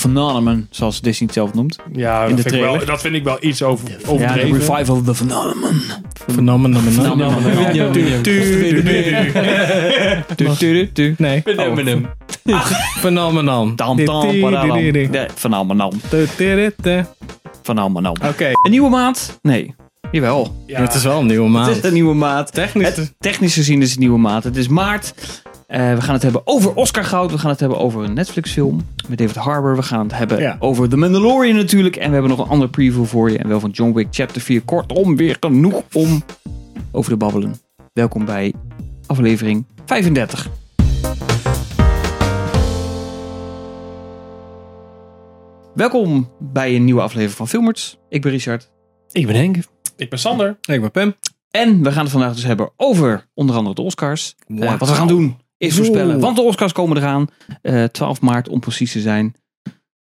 phenomenon, zoals Disney het zelf noemt. Ja, dat, de vind ik wel, trailer. dat vind ik wel iets over, Ja, de overdreven. revival of the phenomenon. Phenomenon. Phenomenon. Phenomenon. Tudu, tudu, tudu, tudu, tudu. Nee. Oh. Ah, Phenomenon. Phenomenon. Tam, tam, paralam. Nee, Phenomenon. Phenomenon. Oké. Een nieuwe maat? Nee. Jawel. Ja. Het is wel een nieuwe Het maand. is een nieuwe maat. Technisch. Het, technisch gezien is het een nieuwe maat. Het is maart. Eh, we gaan het hebben over Oscar Goud. We gaan het hebben over een Netflix film met David Harbour. We gaan het hebben Ja. over The Mandalorian natuurlijk. En we hebben nog een andere preview voor je. En wel van John Wick Chapter 4. Kortom, weer genoeg om over te babbelen. Welkom bij aflevering 35. Welkom bij een nieuwe aflevering van Filmers. Ik ben Richard. Ik ben Henk. Ik ben Sander. Ik ben Pim. En we gaan het vandaag dus hebben over onder andere de Oscars. Wauw. Eh, wat we gaan doen is Oeh. voorspellen. Want de Oscars komen eraan. eh 12 maart om precies te zijn.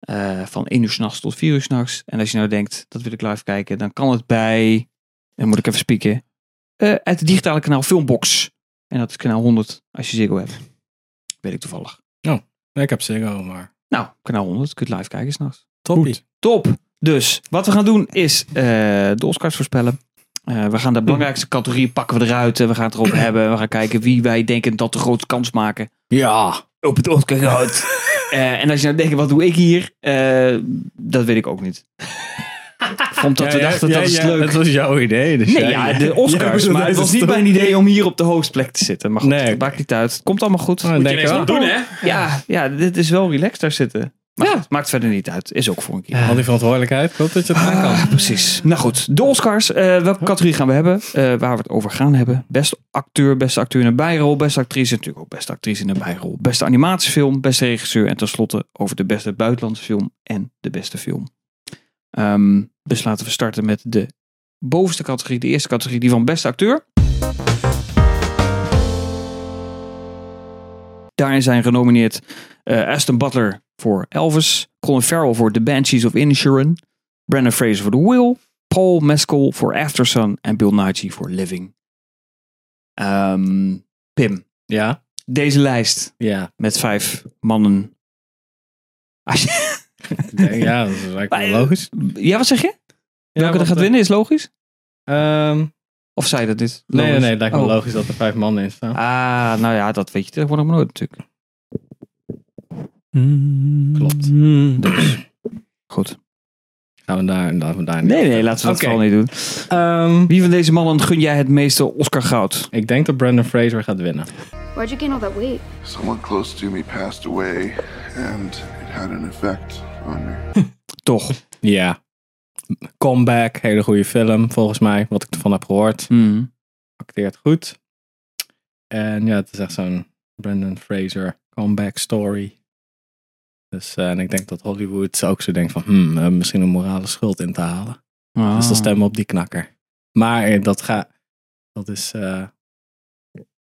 Eh, van 1 uur s'nachts tot 4 uur s'nachts. En als je nou denkt, dat wil ik live kijken. Dan kan het bij, en dan moet ik even spieken. eh, uit het digitale kanaal Filmbox. En dat is kanaal 100 als je Ziggo hebt. Weet ik toevallig. Nee, ik heb Ziggo, maar... Nou, kanaal 100. Kun je het live kijken s'nachts. Toppie. Top. Dus wat we gaan doen is eh, de Oscars voorspellen. Eh, we gaan de belangrijkste categorieën pakken we eruit. en We gaan het erop hebben. We gaan kijken wie wij denken dat de grootste kans maken Ja. op het Oscar goud. en als je nou denkt, wat doe ik hier? Eh, dat weet ik ook niet. Omdat we dachten, dat is leuk. Het was jouw idee. Dus Nee, jij- ja, jij- de jij Oscars. moet maar het deze was niet stoel- mijn idee om hier op de hoofdplek te zitten. Maar goed, Nee. dat maakt niet uit. Het komt allemaal goed. Oh, Moet je denk ineens ik wat wel. doen, hè? Ja, ja, dit is wel relaxed daar zitten. Maar Ja. goed, maakt verder niet uit. Is ook voor een keer. Al die verantwoordelijkheid. Ik hoop dat je het aan kan. Ah, precies. Nou goed, de Oscars. Eh, welke categorie gaan we hebben? Eh, waar we het over gaan hebben. Beste acteur, beste acteur in een bijrol. Beste actrice, natuurlijk ook beste actrice in een bijrol. Beste animatiefilm, beste regisseur. En tenslotte over de beste buitenlandse film en de beste film. Ehm, dus laten we starten met de bovenste categorie. De eerste categorie, die van beste acteur. Daarin zijn genomineerd eh, Aston Butler voor Elvis. Colin Farrell voor The Banshees of Inisherin. Brandon Fraser voor The Will, Paul Mescal voor Aftersun en Bill Nighy voor Living. Ehm, Pim, Ja. deze lijst Ja. met vijf mannen. Als je- Ik denk- Ja, dat is eigenlijk wel Maar, logisch. ja, wat zeg je? Welke er want, gaat eh, winnen is logisch? ehm, Of zei dat dit? nee, nee, Logisch. nee. Het lijkt me Oh. logisch dat er vijf mannen in staan. Ah, nou ja, dat weet je tegenwoordig maar nooit natuurlijk. Mm. Klopt. Dus, goed. Gaan we daar, laten we daar niet Nee, op nee, laten we dat Oké. vooral niet doen. Ehm, Wie van deze mannen gun jij het meeste Oscar goud? ik denk dat Brandon Fraser gaat winnen. Where'd you gain all that weight? Someone close to me passed away, and it had an effect on me. Toch? Ja. Comeback, hele goede film volgens mij, wat ik ervan heb gehoord. Mhm. Acteert goed. En ja, het is echt zo'n Brandon Fraser comeback story. Dus eh, en ik denk dat Hollywood ook zo denkt van, hmm, we hebben misschien een morale schuld in te halen. Dus dan Ah. stemmen we op die knakker. Maar eh, dat gaat, dat is, eh,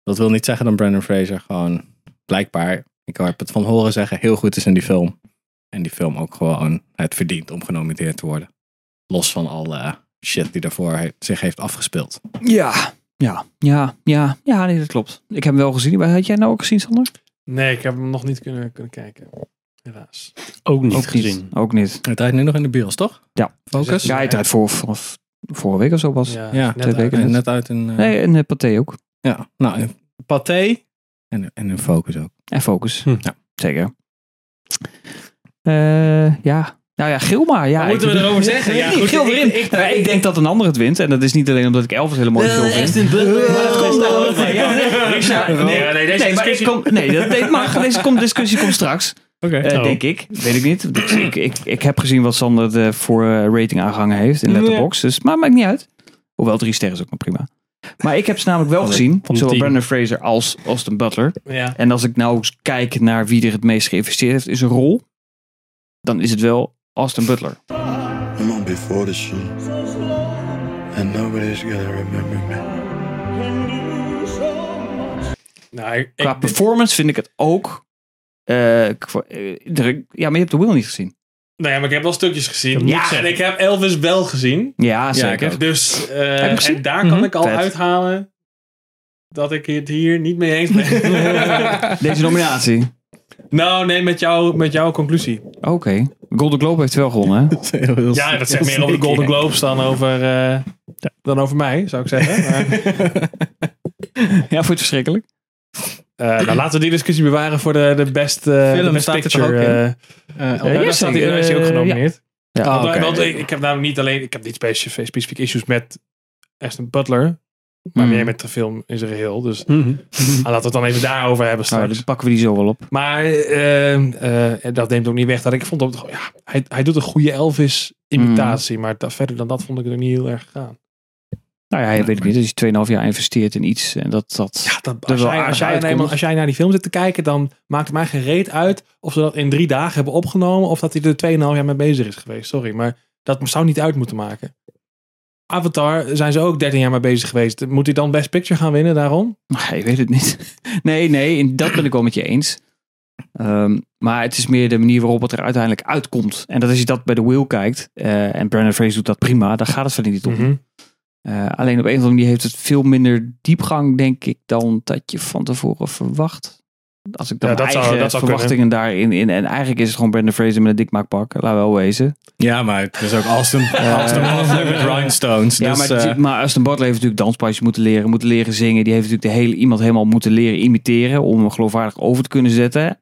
dat wil niet zeggen dat Brandon Fraser gewoon blijkbaar, ik heb het van horen zeggen, heel goed is in die film. En die film ook gewoon het verdient om genomineerd te worden. Los van alle eh, shit die daarvoor he- zich heeft afgespeeld. Ja, ja, ja, ja, ja, nee, dat klopt. Ik heb hem wel gezien. Maar had jij nou ook gezien, Sander? Nee, ik heb hem nog niet kunnen, kunnen kijken. Helaas. Ook niet ook gezien. Niet. Ook niet. Het draait nu nog in de bios, toch? Ja. Focus? Ja, hij draait voor, vanaf vorige week of zo was. Ja, ja, net twee uit. weken. En net uit een, eh, Nee, en eh, Pathé ook. ja, nou, een Pathé en, en een Focus ook. En Focus. Hm. Ja, zeker. Eh, ja. Nou ja, Gil maar. Ja, Wat moeten ik- we erover zeggen? Ja, Nee, goed, Gil ik- erin. Nou, Ik, ik- denk dat een ander het wint. En dat is niet alleen omdat ik Elvis hele mooie film vind. Maar dat komt dan. Nee, Ja, nee, Richard, nee, nee, nee, deze maar ik discussie- kom, nee, dat, nee, maar deze kom, discussie komt straks. Oké. Eh, Oh. Denk ik. Weet ik niet. Want Ik, ik, ik, ik heb gezien wat Sander de, voor eh, rating aangehangen heeft in Letterboxd. Dus, maar maakt niet uit. Hoewel drie sterren is ook nog prima. Maar ik heb ze namelijk wel Van de- gezien. de Zowel tien. Brandon Fraser als Austin Butler. Ja. En als ik nou eens kijk naar wie er het meest geïnvesteerd heeft in zijn rol. Dan is het wel Austin Butler. I'm on before the shoot. And nobody's gonna remember me. Nou, ik, Qua ik- performance vind ik het ook. eh, qua- eh, er- ja, maar je hebt de Will niet gezien. nou ja, maar ik heb wel stukjes gezien. moet ik Ja, en zeggen. ik heb Elvis wel gezien. Ja, ik zeker. ook. Dus eh, je hem gezien? en daar Mhm. kan ik al Vet. uithalen dat ik het hier niet mee eens ben. Deze nominatie. nou, nee, met, jou, met jouw conclusie. Oké. Golden Globe heeft wel gewonnen, hè? Ja, dat zegt meer over de Golden Globes dan over, eh, dan over mij, zou ik zeggen. Maar, ja, vond je het verschrikkelijk? eh, nou, laten we die discussie bewaren voor de, de best, eh, Film de best staat er toch picture. ook in? eh, ja, daar staat hij, zeker. daar is hij ook Eh, genomineerd. ja. Want, eh, oké. want ik, ik heb namelijk niet alleen, ik heb niet specif- specifiek issues met Aston Butler, maar Mm. meer met de film in zijn geheel. Dus ah, laten we het dan even daarover hebben Nou, straks. dan pakken we die zo wel op. Maar eh, eh, dat neemt ook niet weg dat ik vond dat ja, hij, hij doet een goede Elvis imitatie, maar da- verder dan dat vond ik het ook niet heel erg gaan. Nou ja, je weet het niet. Als je 2,5 jaar investeert in iets en dat... dat... Ja, dat, Dat als, Dus wel jij, als, jij, aardig nee, maar als jij naar die film zit te kijken, dan maakt het mij geen reet uit of ze dat in drie dagen hebben opgenomen of dat hij er 2,5 jaar mee bezig is geweest. Sorry, maar dat zou niet uit moeten maken. Avatar zijn ze ook 13 jaar mee bezig geweest. Moet hij dan Best Picture gaan winnen daarom? Maar je weet het niet. Nee, nee, in dat ben ik wel met je eens. Ehm, maar het is meer de manier waarop het er uiteindelijk uitkomt. En dat als je dat bij de wheel kijkt, eh, en Brandon Fraser doet dat prima, daar gaat het verder niet om. Mhm. Eh, alleen op een of andere manier heeft het veel minder diepgang, denk ik, dan dat je van tevoren verwacht. Als ik dan Ja, mijn dat zou- eigen dat zou verwachtingen daarin in. En eigenlijk is het gewoon Brandon Fraser met een dikmaakpak. Laten we wel wezen. Ja, maar het is ook Austin, Austin Butler met rhinestones. Ja, dus, maar, eh, die- maar Aston Butler heeft natuurlijk danspasjes moeten leren, moeten leren zingen. Die heeft natuurlijk de hele, iemand helemaal moeten leren imiteren om hem geloofwaardig over te kunnen zetten. ja,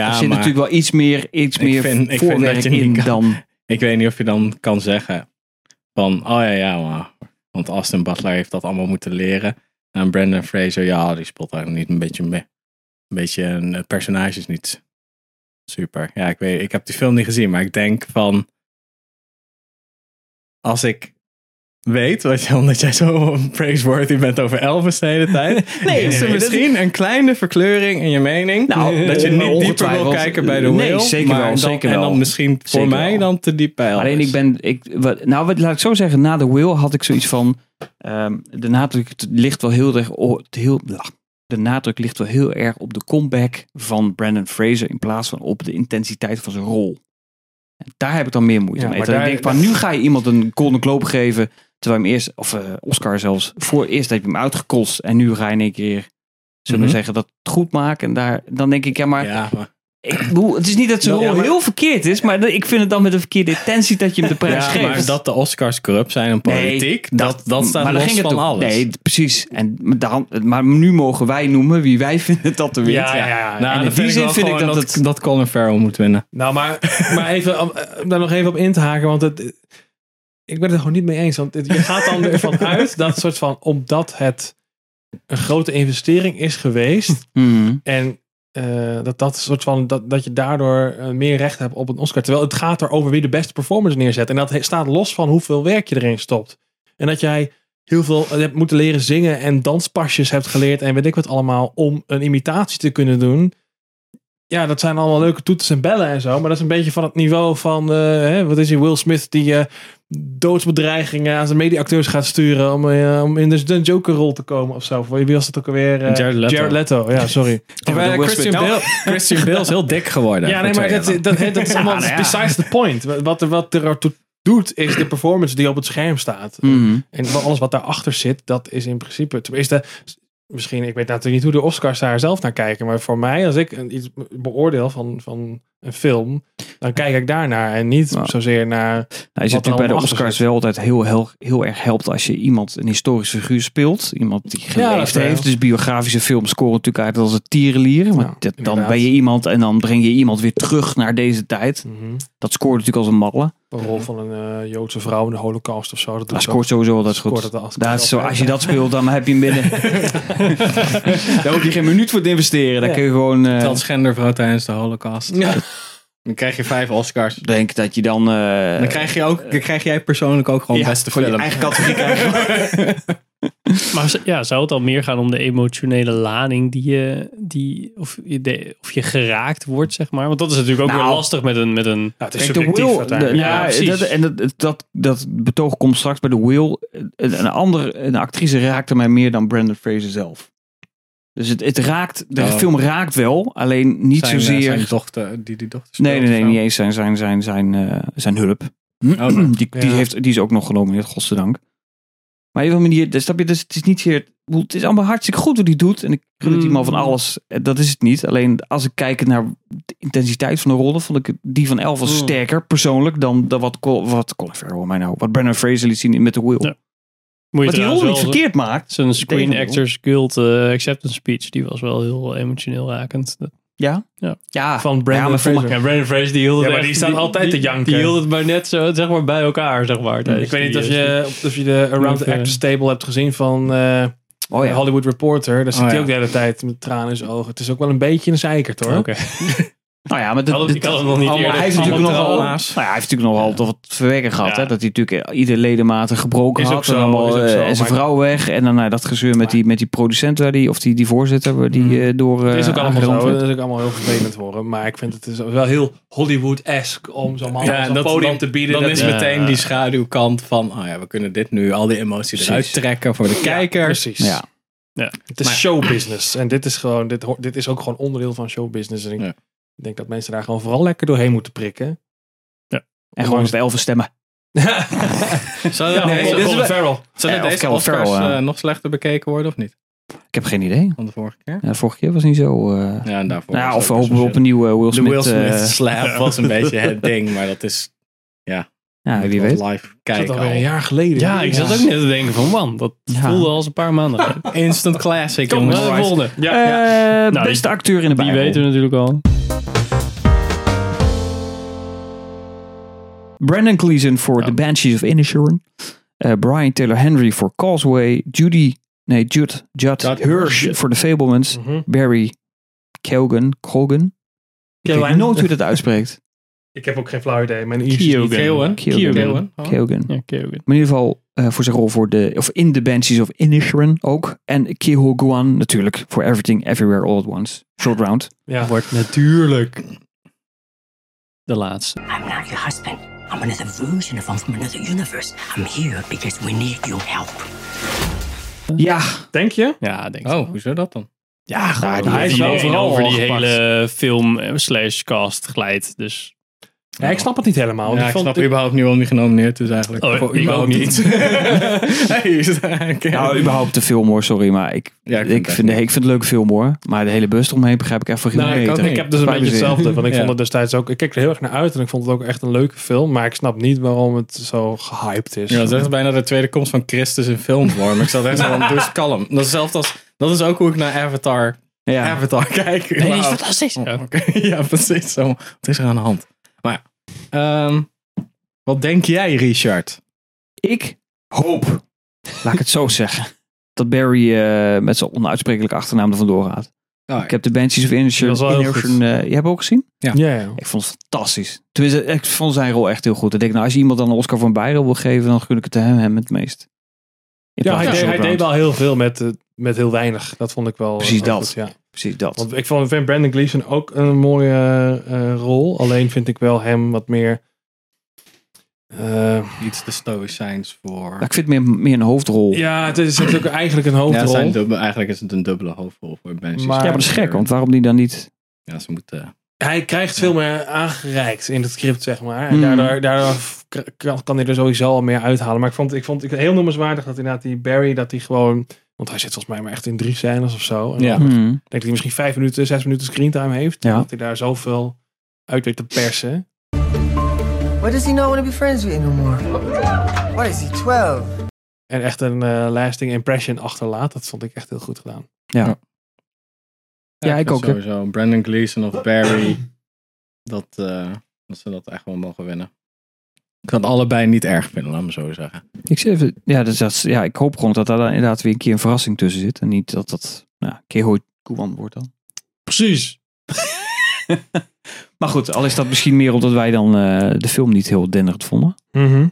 er maar zit natuurlijk wel iets meer, iets Ik meer vind- ik vind voorwerk dat je in niet kan- dan... ik weet niet of je dan kan zeggen van, oh ja, ja, maar, want Austin Butler heeft dat allemaal moeten leren. En Brandon Fraser, ja, die spot daar niet een beetje mee. Een beetje een het personage is niet super. Ja, ik weet, ik heb die film niet gezien, maar ik denk van, als ik weet, wat je, omdat jij zo praiseworthy bent over Elvis de hele tijd, Nee, is er nee, dat- misschien een kleine verkleuring in je mening. Nou, dat je niet dieper wil ongetwijfeld. kijken bij de Nee, whale. zeker maar wel, dan- zeker En wel. dan misschien voor Zeker mij wel. dan te diep bij Elvis. Alleen ik ben, ik, wat, nou wat, laat ik zo zeggen, na de Will had ik zoiets van, ehm, de nadruk het ligt wel heel erg, o- het heel, blah. de nadruk ligt wel heel erg op de comeback van Brandon Fraser in plaats van op de intensiteit van zijn rol. En daar heb ik dan meer moeite Ja, mee. maar Terwijl daar- ik denk van, nu ga je iemand een Golden Globe geven, terwijl je hem eerst, of eh, Oscar zelfs, voor eerst heb je hem uitgekost en nu ga je in één keer, zullen we Mhm. zeggen, dat goed maken. En daar, dan denk ik, ja maar, Ja, maar, ik bedoel, het is niet dat zijn Ja, rol maar- heel verkeerd is, maar ik vind het dan met een verkeerde intentie dat je hem de prijs ja, geeft. maar dat de Oscars corrupt zijn en politiek, dat, dat staat maar daar los ging het van om. alles. Nee, precies. En dan, maar nu mogen wij noemen wie wij vinden dat er wint. Ja, ja, ja. Nou, en in dan die zin wel vind ik gewoon dat het- dat Colin Farrell moet winnen. Nou, maar, maar even, om, eh, om daar nog even op in te haken, want het, eh, ik ben het er gewoon niet mee eens. Want het- je gaat dan ervan uit dat soort van, omdat het een grote investering is geweest Hmm. en eh, dat, dat, soort van, dat, dat je daardoor eh, meer recht hebt op een Oscar. Terwijl het gaat erover wie de beste performance neerzet. En dat he- staat los van hoeveel werk je erin stopt. En dat jij heel veel eh, hebt moeten leren zingen en danspasjes hebt geleerd en weet ik wat allemaal om een imitatie te kunnen doen. Ja, dat zijn allemaal leuke toeters en bellen en zo. Maar dat is een beetje van het niveau van, eh, hè, wat is die Will Smith die eh doodsbedreigingen aan zijn medieacteurs gaat sturen om, eh, om in de, de Joker-rol te komen of zo. Of Wie was dat ook alweer? eh, Jared Leto. Jared Leto, ja, sorry. Oh, maar eh, Terwijl Will Christian, Smith- Bale, Christian Bale is heel dik geworden. Oh. Ja, nee, voor maar twee dat, jaar lang. dat, dat is allemaal besides the point. Wat, er- wat er toe doet, is de performance die op het scherm staat. Hmm. En wel alles wat daarachter zit, dat is in principe... Tenminste, misschien, ik weet natuurlijk niet hoe de Oscars daar zelf naar kijken. Maar voor mij, als ik een- iets beoordeel van, van een film, dan kijk ik daarnaar. En niet Ja. zozeer naar... Nou, je Wat zit er natuurlijk bij de allemaal achter Oscars zit. wel altijd heel, heel, heel erg helpt als je iemand een historische figuur speelt. Iemand die dat geleefd wel. heeft. Dus biografische films scoren natuurlijk uit als het tierenlieren. Want Ja, dat- dan inderdaad. ben je iemand en dan breng je iemand weer terug naar deze tijd. Dat scoort natuurlijk als een malle. De rol van mhm, een eh, Joodse vrouw in de holocaust of zo. Dat doet Dat scoort sowieso altijd scoort goed. het als- Daar is zo, als je dat speelt, dan heb je hem binnen. Daar hoef je geen minuut voor te investeren. Daar Ja. kun je gewoon. eh, Transgender vrouw tijdens de holocaust. Ja. Dan krijg je vijf Oscars. denk dat je dan. eh, Dan krijg, je ook, dan krijg jij persoonlijk ook gewoon ja, beste voor je film. eigen categorie krijgen. Maar z- ja, zou het dan meer gaan om de emotionele lading die je, die, of, je de- of je geraakt wordt, zeg maar? Want dat is natuurlijk ook Nou. weer lastig met een, met een Nou, het is Kijk, de subjectief Will, de- uiteindelijk. ja, precies. dat, en dat, dat, dat betoog komt straks bij de Will. Een, een ander, een actrice raakte mij meer dan Brandon Fraser zelf. Dus het, het raakt, de Oh. film raakt wel, alleen niet Zijn, eh, zozeer. Zijn dochter, die die dochter speelt nee, nee, nee, of zo. niet eens zijn, zijn, zijn, zijn, eh, zijn hulp. Oh, die, die, Ja. heeft, die is ook nog genomineerd, godzijdank. Maar op een manier, dus, snap je, dus het is niet zeer. ik bedoel, Het is allemaal hartstikke goed wat hij doet. En ik gun het Mm. hem Hm. al van alles. Eh, Dat is het niet. Alleen als ik kijk naar de intensiteit van de rollen, vond ik die van Elf was Hm. Mm. sterker persoonlijk dan, dan wat, Col- wat Colin Farrell mij nou. Wat Brandon Fraser liet zien in met de Wheel. Ja. Moet je Wat die trouwens rol niet wel- verkeerd maakt. Zijn Screen Tegendeel. Actors Guild eh, acceptance speech, die was wel heel emotioneel rakend. Dat- Ja. Ja. ja. Van Ah, Ja, maar Brandon voor mij- Fraser. Ja, Brandon Fraser die hield het Ja, maar echt- die staat altijd te die- janken. Die hield het maar net zo, zeg maar, bij elkaar, zeg maar. eh, Ik weet niet of je, of je de Around Of, the eh, Actors Table hebt gezien van eh, Oh ja. Hollywood Reporter. Daar zit Oh, hij ja. ook de hele tijd met tranen in zijn ogen. Het is ook wel een beetje een zeikert hoor. Oké. Nou ja, maar dat, Hadden- dat- ik had hem nog niet Oh, maar eerder hij heeft gezien. natuurlijk nogal, nou Allemaal ja, hij heeft natuurlijk nogal wat verwerken gehad. Ja. Hè? Dat hij natuurlijk eh, ieder ledematen gebroken Is ook had. en, zo, is allemaal, ook eh, zo, en zijn maar- vrouw weg. En dan nou, dat gezeur met die, met die producent waar die, of die, die voorzitter waar die eh, door Mhm. Het eh is ook allemaal aangerand zo. werd. Dat is ook allemaal heel vervelend voor hem. Maar ik vind het is wel heel Hollywood-esque om zo'n man op zo'n podium te bieden. Dan dat is hij- meteen die schaduwkant van, oh ja, we kunnen dit nu, al die emoties eruit trekken voor de Ja, kijker. precies. Ja. Het is showbusiness. En dit is, gewoon, dit, hoort- dit is ook gewoon onderdeel van showbusiness. En ik Ja. denk dat mensen daar gewoon vooral lekker doorheen moeten prikken. En gewoon met elfen stemmen. Zou Ja, dat nee, dit is Colin wel- Farrell. Zullen Ja, of deze Colin Oscars Farrell, ja. eh, nog slechter bekeken worden of niet? Ik heb geen idee. Dan de vorige keer? Ja, de vorige keer was niet zo. eh, Ja, en daarvoor. nou, ja, was of we ook hopen zo'n op een nieuwe Will shit. Smith. De Will Smith eh, slap was een beetje het ding, maar dat is ja, wie dat weet. live Dat is kijken alweer een al. jaar geleden. Ja, ik zat ook net te denken van, man, dat Ja. voelde als een paar maanden. geleden. Instant classic. Kom, jongens. naar de volgende. Eh, Nou, beste acteur in de Die bijrol. weten we natuurlijk al. Brandon Gleason voor Ja. The Banshees of Inisherin. Eh, Brian Taylor Henry voor Causeway. Judy, nee, Judd, Judd, Judd Hirsch voor The Fablemans. Mhm. Barry Keoghan, Colgan. Ik weet Keoghan. nooit hoe je dat uitspreekt. Ik heb ook geen flauw idee. Mijn Ierse is niet Keoghan. veel, hè? Keoghan. Keoghan. Oh. Keoghan. Ja, Keoghan. Maar in ieder geval eh, voor zijn rol voor de, of in The Banshees of Inisherin ook. En Keho Guan natuurlijk voor Everything Everywhere All at Once. Short round. Ja. Wordt natuurlijk de laatste. I'm not your husband. I'm another version of him from another universe. I'm here because we need your help. Ja, Denk je? Ja, denk ik. Oh, hoezo dat dan? ja, Die hij is heeft wel iedereen overal over die gepakt. hele film eh, slash cast glijdt. Dus Ja, ik snap het niet helemaal. want Ja, ik ik vond snap überhaupt niet waarom die genomineerd is eigenlijk. Oh, Voor ik überhaupt ook niet. Hey, is het eigenlijk- Nou, überhaupt de film hoor, sorry. Maar ik, Ja, ik, vind, ik vind ik, het vind, echt het leuk film hoor. Maar de hele bus omheen begrijp ik even geen Nou, ik meter. ook niet. Ik heb dus een Spijt beetje me zeer. hetzelfde. Want ik Ja. vond het destijds ook. Ik keek er heel erg naar uit en ik vond het ook echt een leuke film. Maar ik snap niet waarom het zo gehyped is. Ja, dat is echt bijna de tweede komst van Christus in filmvorm. Ik zat echt zo van, dus kalm. Dat is hetzelfde als... Dat is ook hoe ik naar Avatar, Ja. Avatar kijk. die is überhaupt. fantastisch. Oh, oké. ja, precies. Zo. Wat is er aan de hand? Maar ja. Ehm, wat denk jij, Richard? Ik hoop, laat ik het zo zeggen, dat Barry eh, met zijn onuitsprekelijke achternaam er vandoor gaat. Nou, Ik heb de Banshees of Dat is wel Inisherin. heel Inisherin, eh, je hebt ook gezien? Ja, ja. Ik vond het fantastisch. Tenminste, ik vond zijn rol echt heel goed. Ik denk, nou, als je iemand dan een Oscar voor een bijrol wil geven, dan gun ik het hem, hem het meest. In ja plaats hij, van deed, hij Short Round. deed wel heel veel met, eh, met heel weinig. Dat vond ik wel. Precies wel dat. goed, ja. Precies dat. Want ik vond, vind Brandon Gleeson ook een mooie eh, rol. Alleen vind ik wel hem wat meer. eh, Iets te stoïcijns voor... Maar Nou, ik vind het meer, meer een hoofdrol. Ja, ja, het is natuurlijk eigenlijk een Ja, het hoofdrol. zijn dubbele- eigenlijk is het een dubbele hoofdrol voor Benji. Maar- Ja, maar dat is gek, want waarom die dan niet... Ja, ze moeten... hij krijgt veel meer aangereikt in het script, zeg maar. En Mm. Mhm. daardoor, daardoor k- kan, kan hij er sowieso al meer uithalen. Maar ik vond, ik vond het heel noemenswaardig dat inderdaad die Barry, dat hij gewoon... Want hij zit volgens mij maar echt in drie scènes of zo. En Ja. dan denk Hmm. ik dat hij misschien vijf minuten, zes minuten screentime heeft. Ja. Dat hij daar zoveel uit weet te persen. Why does he not want to be friends with you no more? Why is he 12? En echt een eh, lasting impression achterlaat. Dat vond ik echt heel goed gedaan. Ja, ik vind ook, hè. Sowieso Brandon Gleeson of Barry. Dat, eh, dat ze dat echt wel mogen winnen. Ik kan het allebei niet erg vinden, laat me zo zeggen. Ik, zeg even, ja, dus dat, is- ja, ik hoop gewoon dat daar dan inderdaad weer een keer een verrassing tussen zit. En niet dat dat nou, Keho Kuwan wordt dan. Precies. Maar goed, al is dat misschien meer omdat wij dan eh, de film niet heel denderend vonden. Mhm.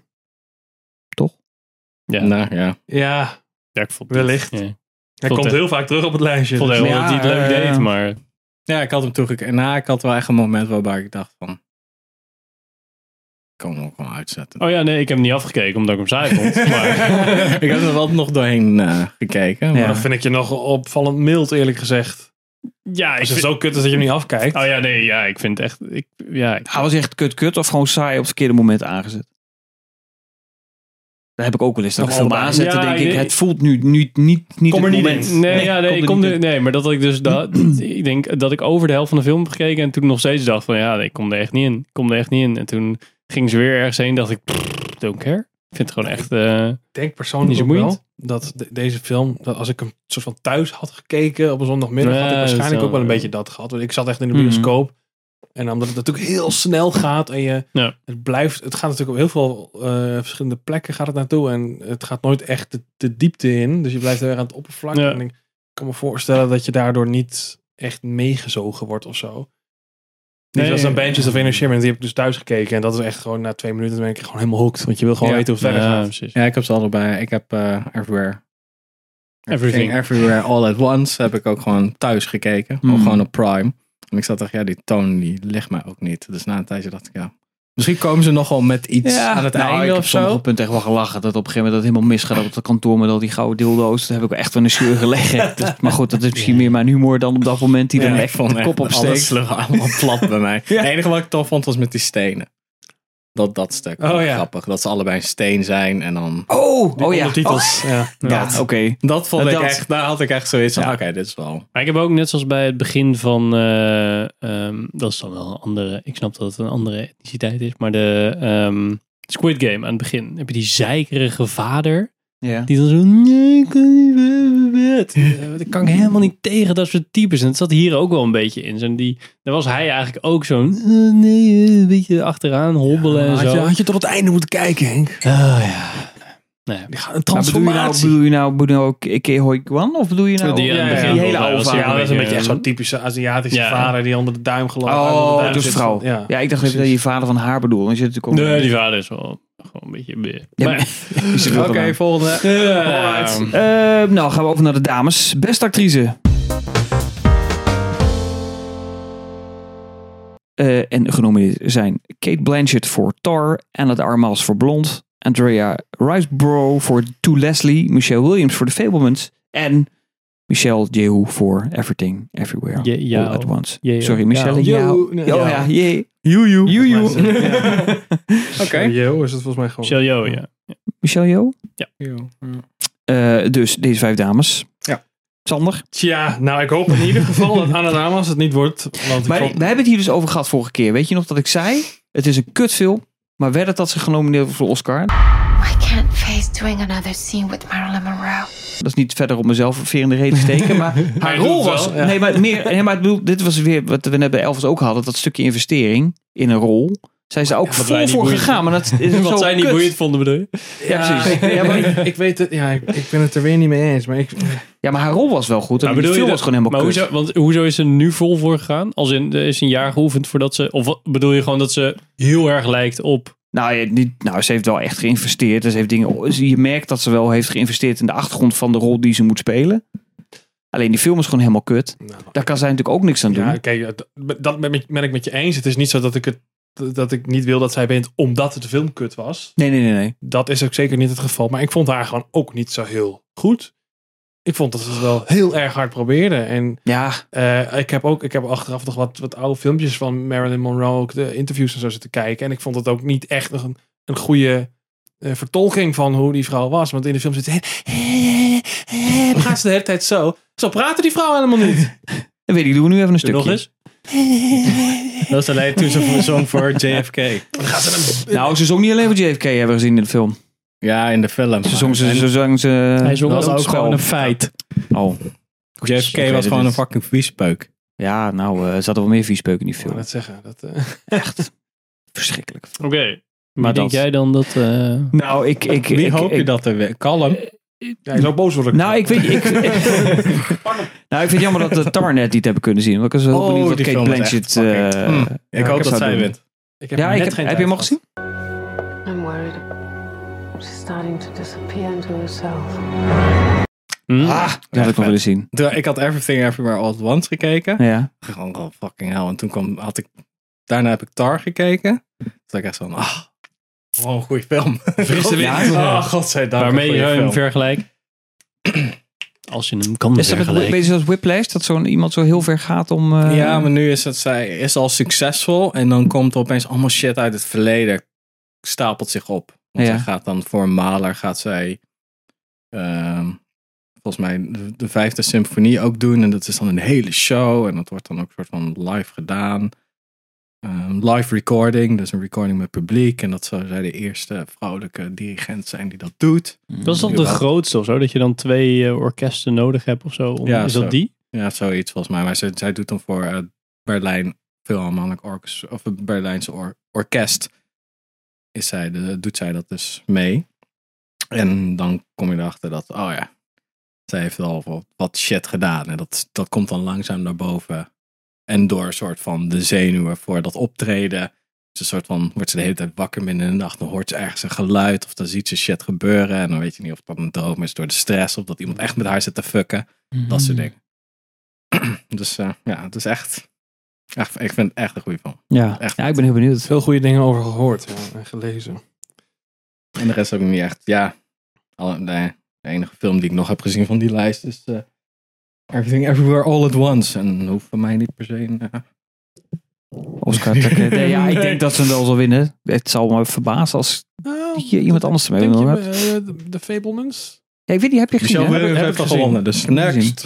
Ja. Nou ja. Ja, Ja, ik vond Wellicht. Ja. hij Vond komt het- heel vaak terug op het lijstje. Ik vond Dus- wel Ja, dat hij het leuk eh, deed, maar ja, ik had hem toegekeken. Nou, ik had wel echt een moment waarbij ik dacht van... Ik kan hem ook wel uitzetten. Oh ja, nee, ik heb hem niet afgekeken omdat ik hem saai vond. Maar ik heb er wel nog doorheen eh, gekeken. Maar Maar dat vind ik je nog opvallend mild, eerlijk gezegd. ja, ik Als het vind... zo kut is dat je hem niet afkijkt. Oh ja, nee, ja, ik vind het echt... Ik, ja, ik- Hij was echt kut-kut of gewoon saai op het verkeerde moment aangezet. Daar heb ik ook wel eens dat ik Nog film allebei. aanzet. Ja, denk ik, ik- het voelt nu, nu niet, niet het Kom er niet moment. in. Nee, ja, nee, ik kom kom er er- niet nee, maar dat ik dus dat, ik denk dat ik over de helft van de film heb gekeken en toen nog steeds dacht van ja, nee, ik kom er echt niet in, ik kom er echt niet in. En toen ging ze weer ergens heen, dacht ik, pff, don't care. Ik vind het gewoon echt. eh, denk persoonlijk Niet ook zo wel boeiend. dat de- deze film, dat als ik hem soort van thuis had gekeken op een zondagmiddag, had ik Nee, dat waarschijnlijk is ook wel een wel- beetje dat gehad. Want ik zat echt in de Mhm. bioscoop. En omdat het natuurlijk heel snel gaat en je, Ja. het blijft, het gaat natuurlijk op heel veel eh, verschillende plekken gaat het naartoe en het gaat nooit echt de, de diepte in. Dus je blijft heel erg aan het oppervlak. Ja. En ik kan me voorstellen dat je daardoor niet echt meegezogen wordt of zo. Niet Nee, als een ja. Benches of Inner Shimmer, die heb ik dus thuis gekeken. En dat is echt gewoon na twee minuten ben ik gewoon helemaal hooked. Want je wil gewoon Ja. weten hoe het verder ja, gaat. precies. Ja, ik heb ze allebei. Ik heb eh, Everywhere. Everything. Everywhere All At Once heb ik ook gewoon thuis gekeken. Hmm. Of gewoon op Prime. En ik zat echt, ja, die toon die ligt mij ook niet. Dus na een tijdje dacht ik, ja. Misschien komen ze nogal met iets Ja, aan het nou, ik einde heb of sommige zo. punten echt wel gelachen. Dat op een gegeven moment dat helemaal misgaat op het kantoor met al die gouden dildo's. Daar heb ik echt van een scheur gelegen. Dus- maar goed, dat is misschien meer mijn humor dan op dat moment die Ja, dan ik echt vond de kop echt Alles opsteekt. sloeg allemaal plat bij mij. Het enige wat ik tof vond was met die stenen. Dat, dat stuk. Oh, ja. Grappig. Dat ze allebei een steen zijn en dan... Oh, oh ja. Oh, Ondertitels. Ja. ja, oké. Dat vond Dat- ik echt, daar had ik echt zoiets van, Ja. oké, dit is wel... Maar ik heb ook net zoals bij het begin van, eh, ehm, dat is dan wel een andere, ik snap dat het een andere etniciteit is, maar de ehm, Squid Game aan het begin heb je die zeikerige vader Ja. die dan zo, nee, ik kan niet meer naar bed. Eh, dat kan ik helemaal niet tegen dat soort types. En het zat hier ook wel een beetje in. Zo'n die, daar was hij eigenlijk ook zo'n, eh, nee, eh, een beetje achteraan hobbelen en Had zo. je, had je tot het einde moeten kijken, Henk. Ah, ja. Nee. Die gaat een Maar bedoel je nou, transformatie. bedoel je nou, bedoel je nou Ke- Kehoi Kwan? Of bedoel je nou Die aan het ja, begin die volgens hele mij oude was die vader? ja, dat is een beetje echt Ja. zo'n typische Aziatische Ja. vader die onder de duim gelooft. Oh, dat dat is vrouw. Ja, Ja. ik dacht even dat je vader van haar bedoelde. Dan zit natuurlijk ook Nee, die vader is wel gewoon een beetje... bleh. Ja, Maar- is er wel gedaan. volgende. Ehm, Eh, nou, gaan we over naar de dames. Beste actrice. Eh, en genomineerd zijn Kate Blanchett voor Tar, Anna de Armas voor Blond, Andrea Riseborough voor To Leslie, Michelle Williams voor The Fablemans en Michelle Yeoh voor Everything, Everywhere, Je- jou. All at Once. Yeoh. Sorry, Michelle Jou. Yeoh. Yeoh. Oh ja, Yeoh. Juju. Yeoh. Oké. Yo, is het volgens mij gewoon. Michelle Yeoh, ja. Michelle Yeoh. Ja. Eh, dus deze vijf dames. Ja. Sander. Tja, nou ik hoop in ieder geval dat Anadamas het niet wordt. Want ik Maar we vond- hebben het hier dus over gehad vorige keer. Weet je nog dat ik zei? Het is een kutfilm. Maar werd het dat ze genomineerd wordt voor de Oscar? I can't face doing another scene with Marilyn Monroe. Dat is niet verder op mezelf een veer in de reden steken. Maar haar doet rol het was... wel, ja. Nee, maar meer... Nee, maar ik bedoel, dit was weer wat we net bij Elvis ook hadden. Dat stukje investering in een rol. Zijn ze ook wat wij vol niet voor boeiend gegaan. Maar dat is zo Wat zij niet kut. boeiend vonden, bedoel je? Ja, precies. Ja, Ja, maar maar, ik, ik weet het. Ja, ik, ik ben het er weer niet mee eens. Maar ik, ja, maar haar rol was wel goed. En Maar de bedoel film je was dat- gewoon helemaal maar kut. hoezo, want hoezo is ze nu vol voor gegaan? Als in, er is een jaar geoefend voordat ze... Of wat- bedoel je gewoon dat ze heel erg lijkt op... Nou, ja, niet, nou, ze heeft wel echt geïnvesteerd. En ze heeft dingen, je merkt dat ze wel heeft geïnvesteerd in de achtergrond van de rol die ze moet spelen. Alleen die film is gewoon helemaal kut. Nou. Daar kan zij natuurlijk ook niks aan doen. ja, kijk, dat- dat ben ik- ben ik met je eens. Het is niet zo dat ik het dat ik niet wil dat zij wint omdat het de film kut was. Nee, nee, nee, nee. Dat is ook zeker niet het geval. Maar ik vond haar gewoon ook niet zo heel goed. Ik vond dat ze het wel heel erg hard probeerde. En Ja, eh, ik heb ook ik heb achteraf nog wat, wat oude filmpjes van Marilyn Monroe, ook de interviews en zo zitten kijken. En ik vond het ook niet echt een, een goede eh, vertolking van hoe die vrouw was. Want in de film zit ze. Gaat ze de hele tijd zo. Zo praten die vrouw helemaal niet. dat weet ik. Doen we nu even een Doe stukje. nog eens? Dat is alleen toen ze zong voor JFK. Nou, ze zong niet alleen voor JFK hebben we gezien in de film. Ja, in de film. Ze zong ze, ze, zong ze Hij zong dat was ook Spel. gewoon een feit. Oh. JFK Oké, was dit gewoon is- een fucking viespeuk. Ja, nou, eh, er zaten wel meer viespeuken in die Ik wil film. dat zeggen. Dat, eh, Echt verschrikkelijk. Oké. Maar Maar denk dat- jij dan dat... eh, Nou, ik... ik Wie ik, hoop je ik- dat er weer? Kalm. ja, zo boos worden. Nou, ik weet... Ik, nou, ik vind het jammer dat de Tar net niet hebben kunnen zien. Want ik was wel Oh, benieuwd wat die Kate film was Blanchett... echt eh, fucking- Mm. ik hoop ik dat zou zij doen. wint. Ik Ja, ik net heb, geen heb je tijd hem al gezien? gehad. I'm worried. She's starting to disappear into herself. hm? Ah, dat had ik nog willen zien. Toen- Ik had Everything Everywhere All At Once gekeken. Ja. Gewoon oh, fucking hell. En toen kwam, had ik... Daarna heb ik Tar gekeken. Toen dacht ik echt zo van... Ah, wow, een goede film. Frisse wind. Ja, Oh, godzijdank. Waarmee een je goede hem film. vergelijkt? Als je hem kan Is dat een vergelijken. beetje als Whiplash? Dat zo'n iemand zo heel ver gaat om... eh, Ja, maar nu is het, zij is al succesvol en dan komt er opeens allemaal shit uit het verleden, stapelt zich op. Want Ja. zij gaat dan voor Mahler, gaat zij ehm, volgens mij de, de vijfde symfonie ook doen. En dat is dan een hele show. En dat wordt dan ook een soort van live gedaan. Ehm, live recording, dus een recording met publiek. En dat zou zij de eerste vrouwelijke dirigent zijn die dat doet. Hmm. Dat is dan de grootste of zo, dat je dan twee eh, orkesten nodig hebt of zo. om- Ja, is zo. dat die? Ja, zoiets volgens mij. Maar zij, zij doet dan voor eh, Berlijn Philharmonic Orchestra, of het Berlijnse or- Orkest, is zij de, doet zij dat dus mee. En dan kom je erachter dat, oh ja, zij heeft al wat, wat shit gedaan. En dat, dat komt dan langzaam naar boven. En door een soort van de zenuwen voor dat optreden. Dus een soort van, wordt ze de hele tijd wakker midden in de nacht. Dan hoort ze ergens een geluid of dan ziet ze shit gebeuren. En dan weet je niet of dat een droom is door de stress. Of dat iemand echt met haar zit te fucken. Dat soort dingen. Dus eh, ja, het is echt, echt. Ik vind het echt een goede film. Ja. Echt. ja, ik ben heel benieuwd. Veel goede dingen over gehoord ja, en gelezen. En de rest heb ik niet echt. Ja, alle, nee, de enige film die ik nog heb gezien van die lijst is. eh, Everything Everywhere All at Once. En dat hoeft voor mij niet per se. een, eh, Oscar Tucker. Nee, ja, ik denk dat ze hem wel zal winnen. Het zal me verbazen als hier iemand anders ermee Nou, Denk wil. je, hebben. eh, de- de Fablemans? Ja, ik weet niet, heb je gezien? Michelle hè? Williams heeft al gezien. gewonnen, dus Heb ik next.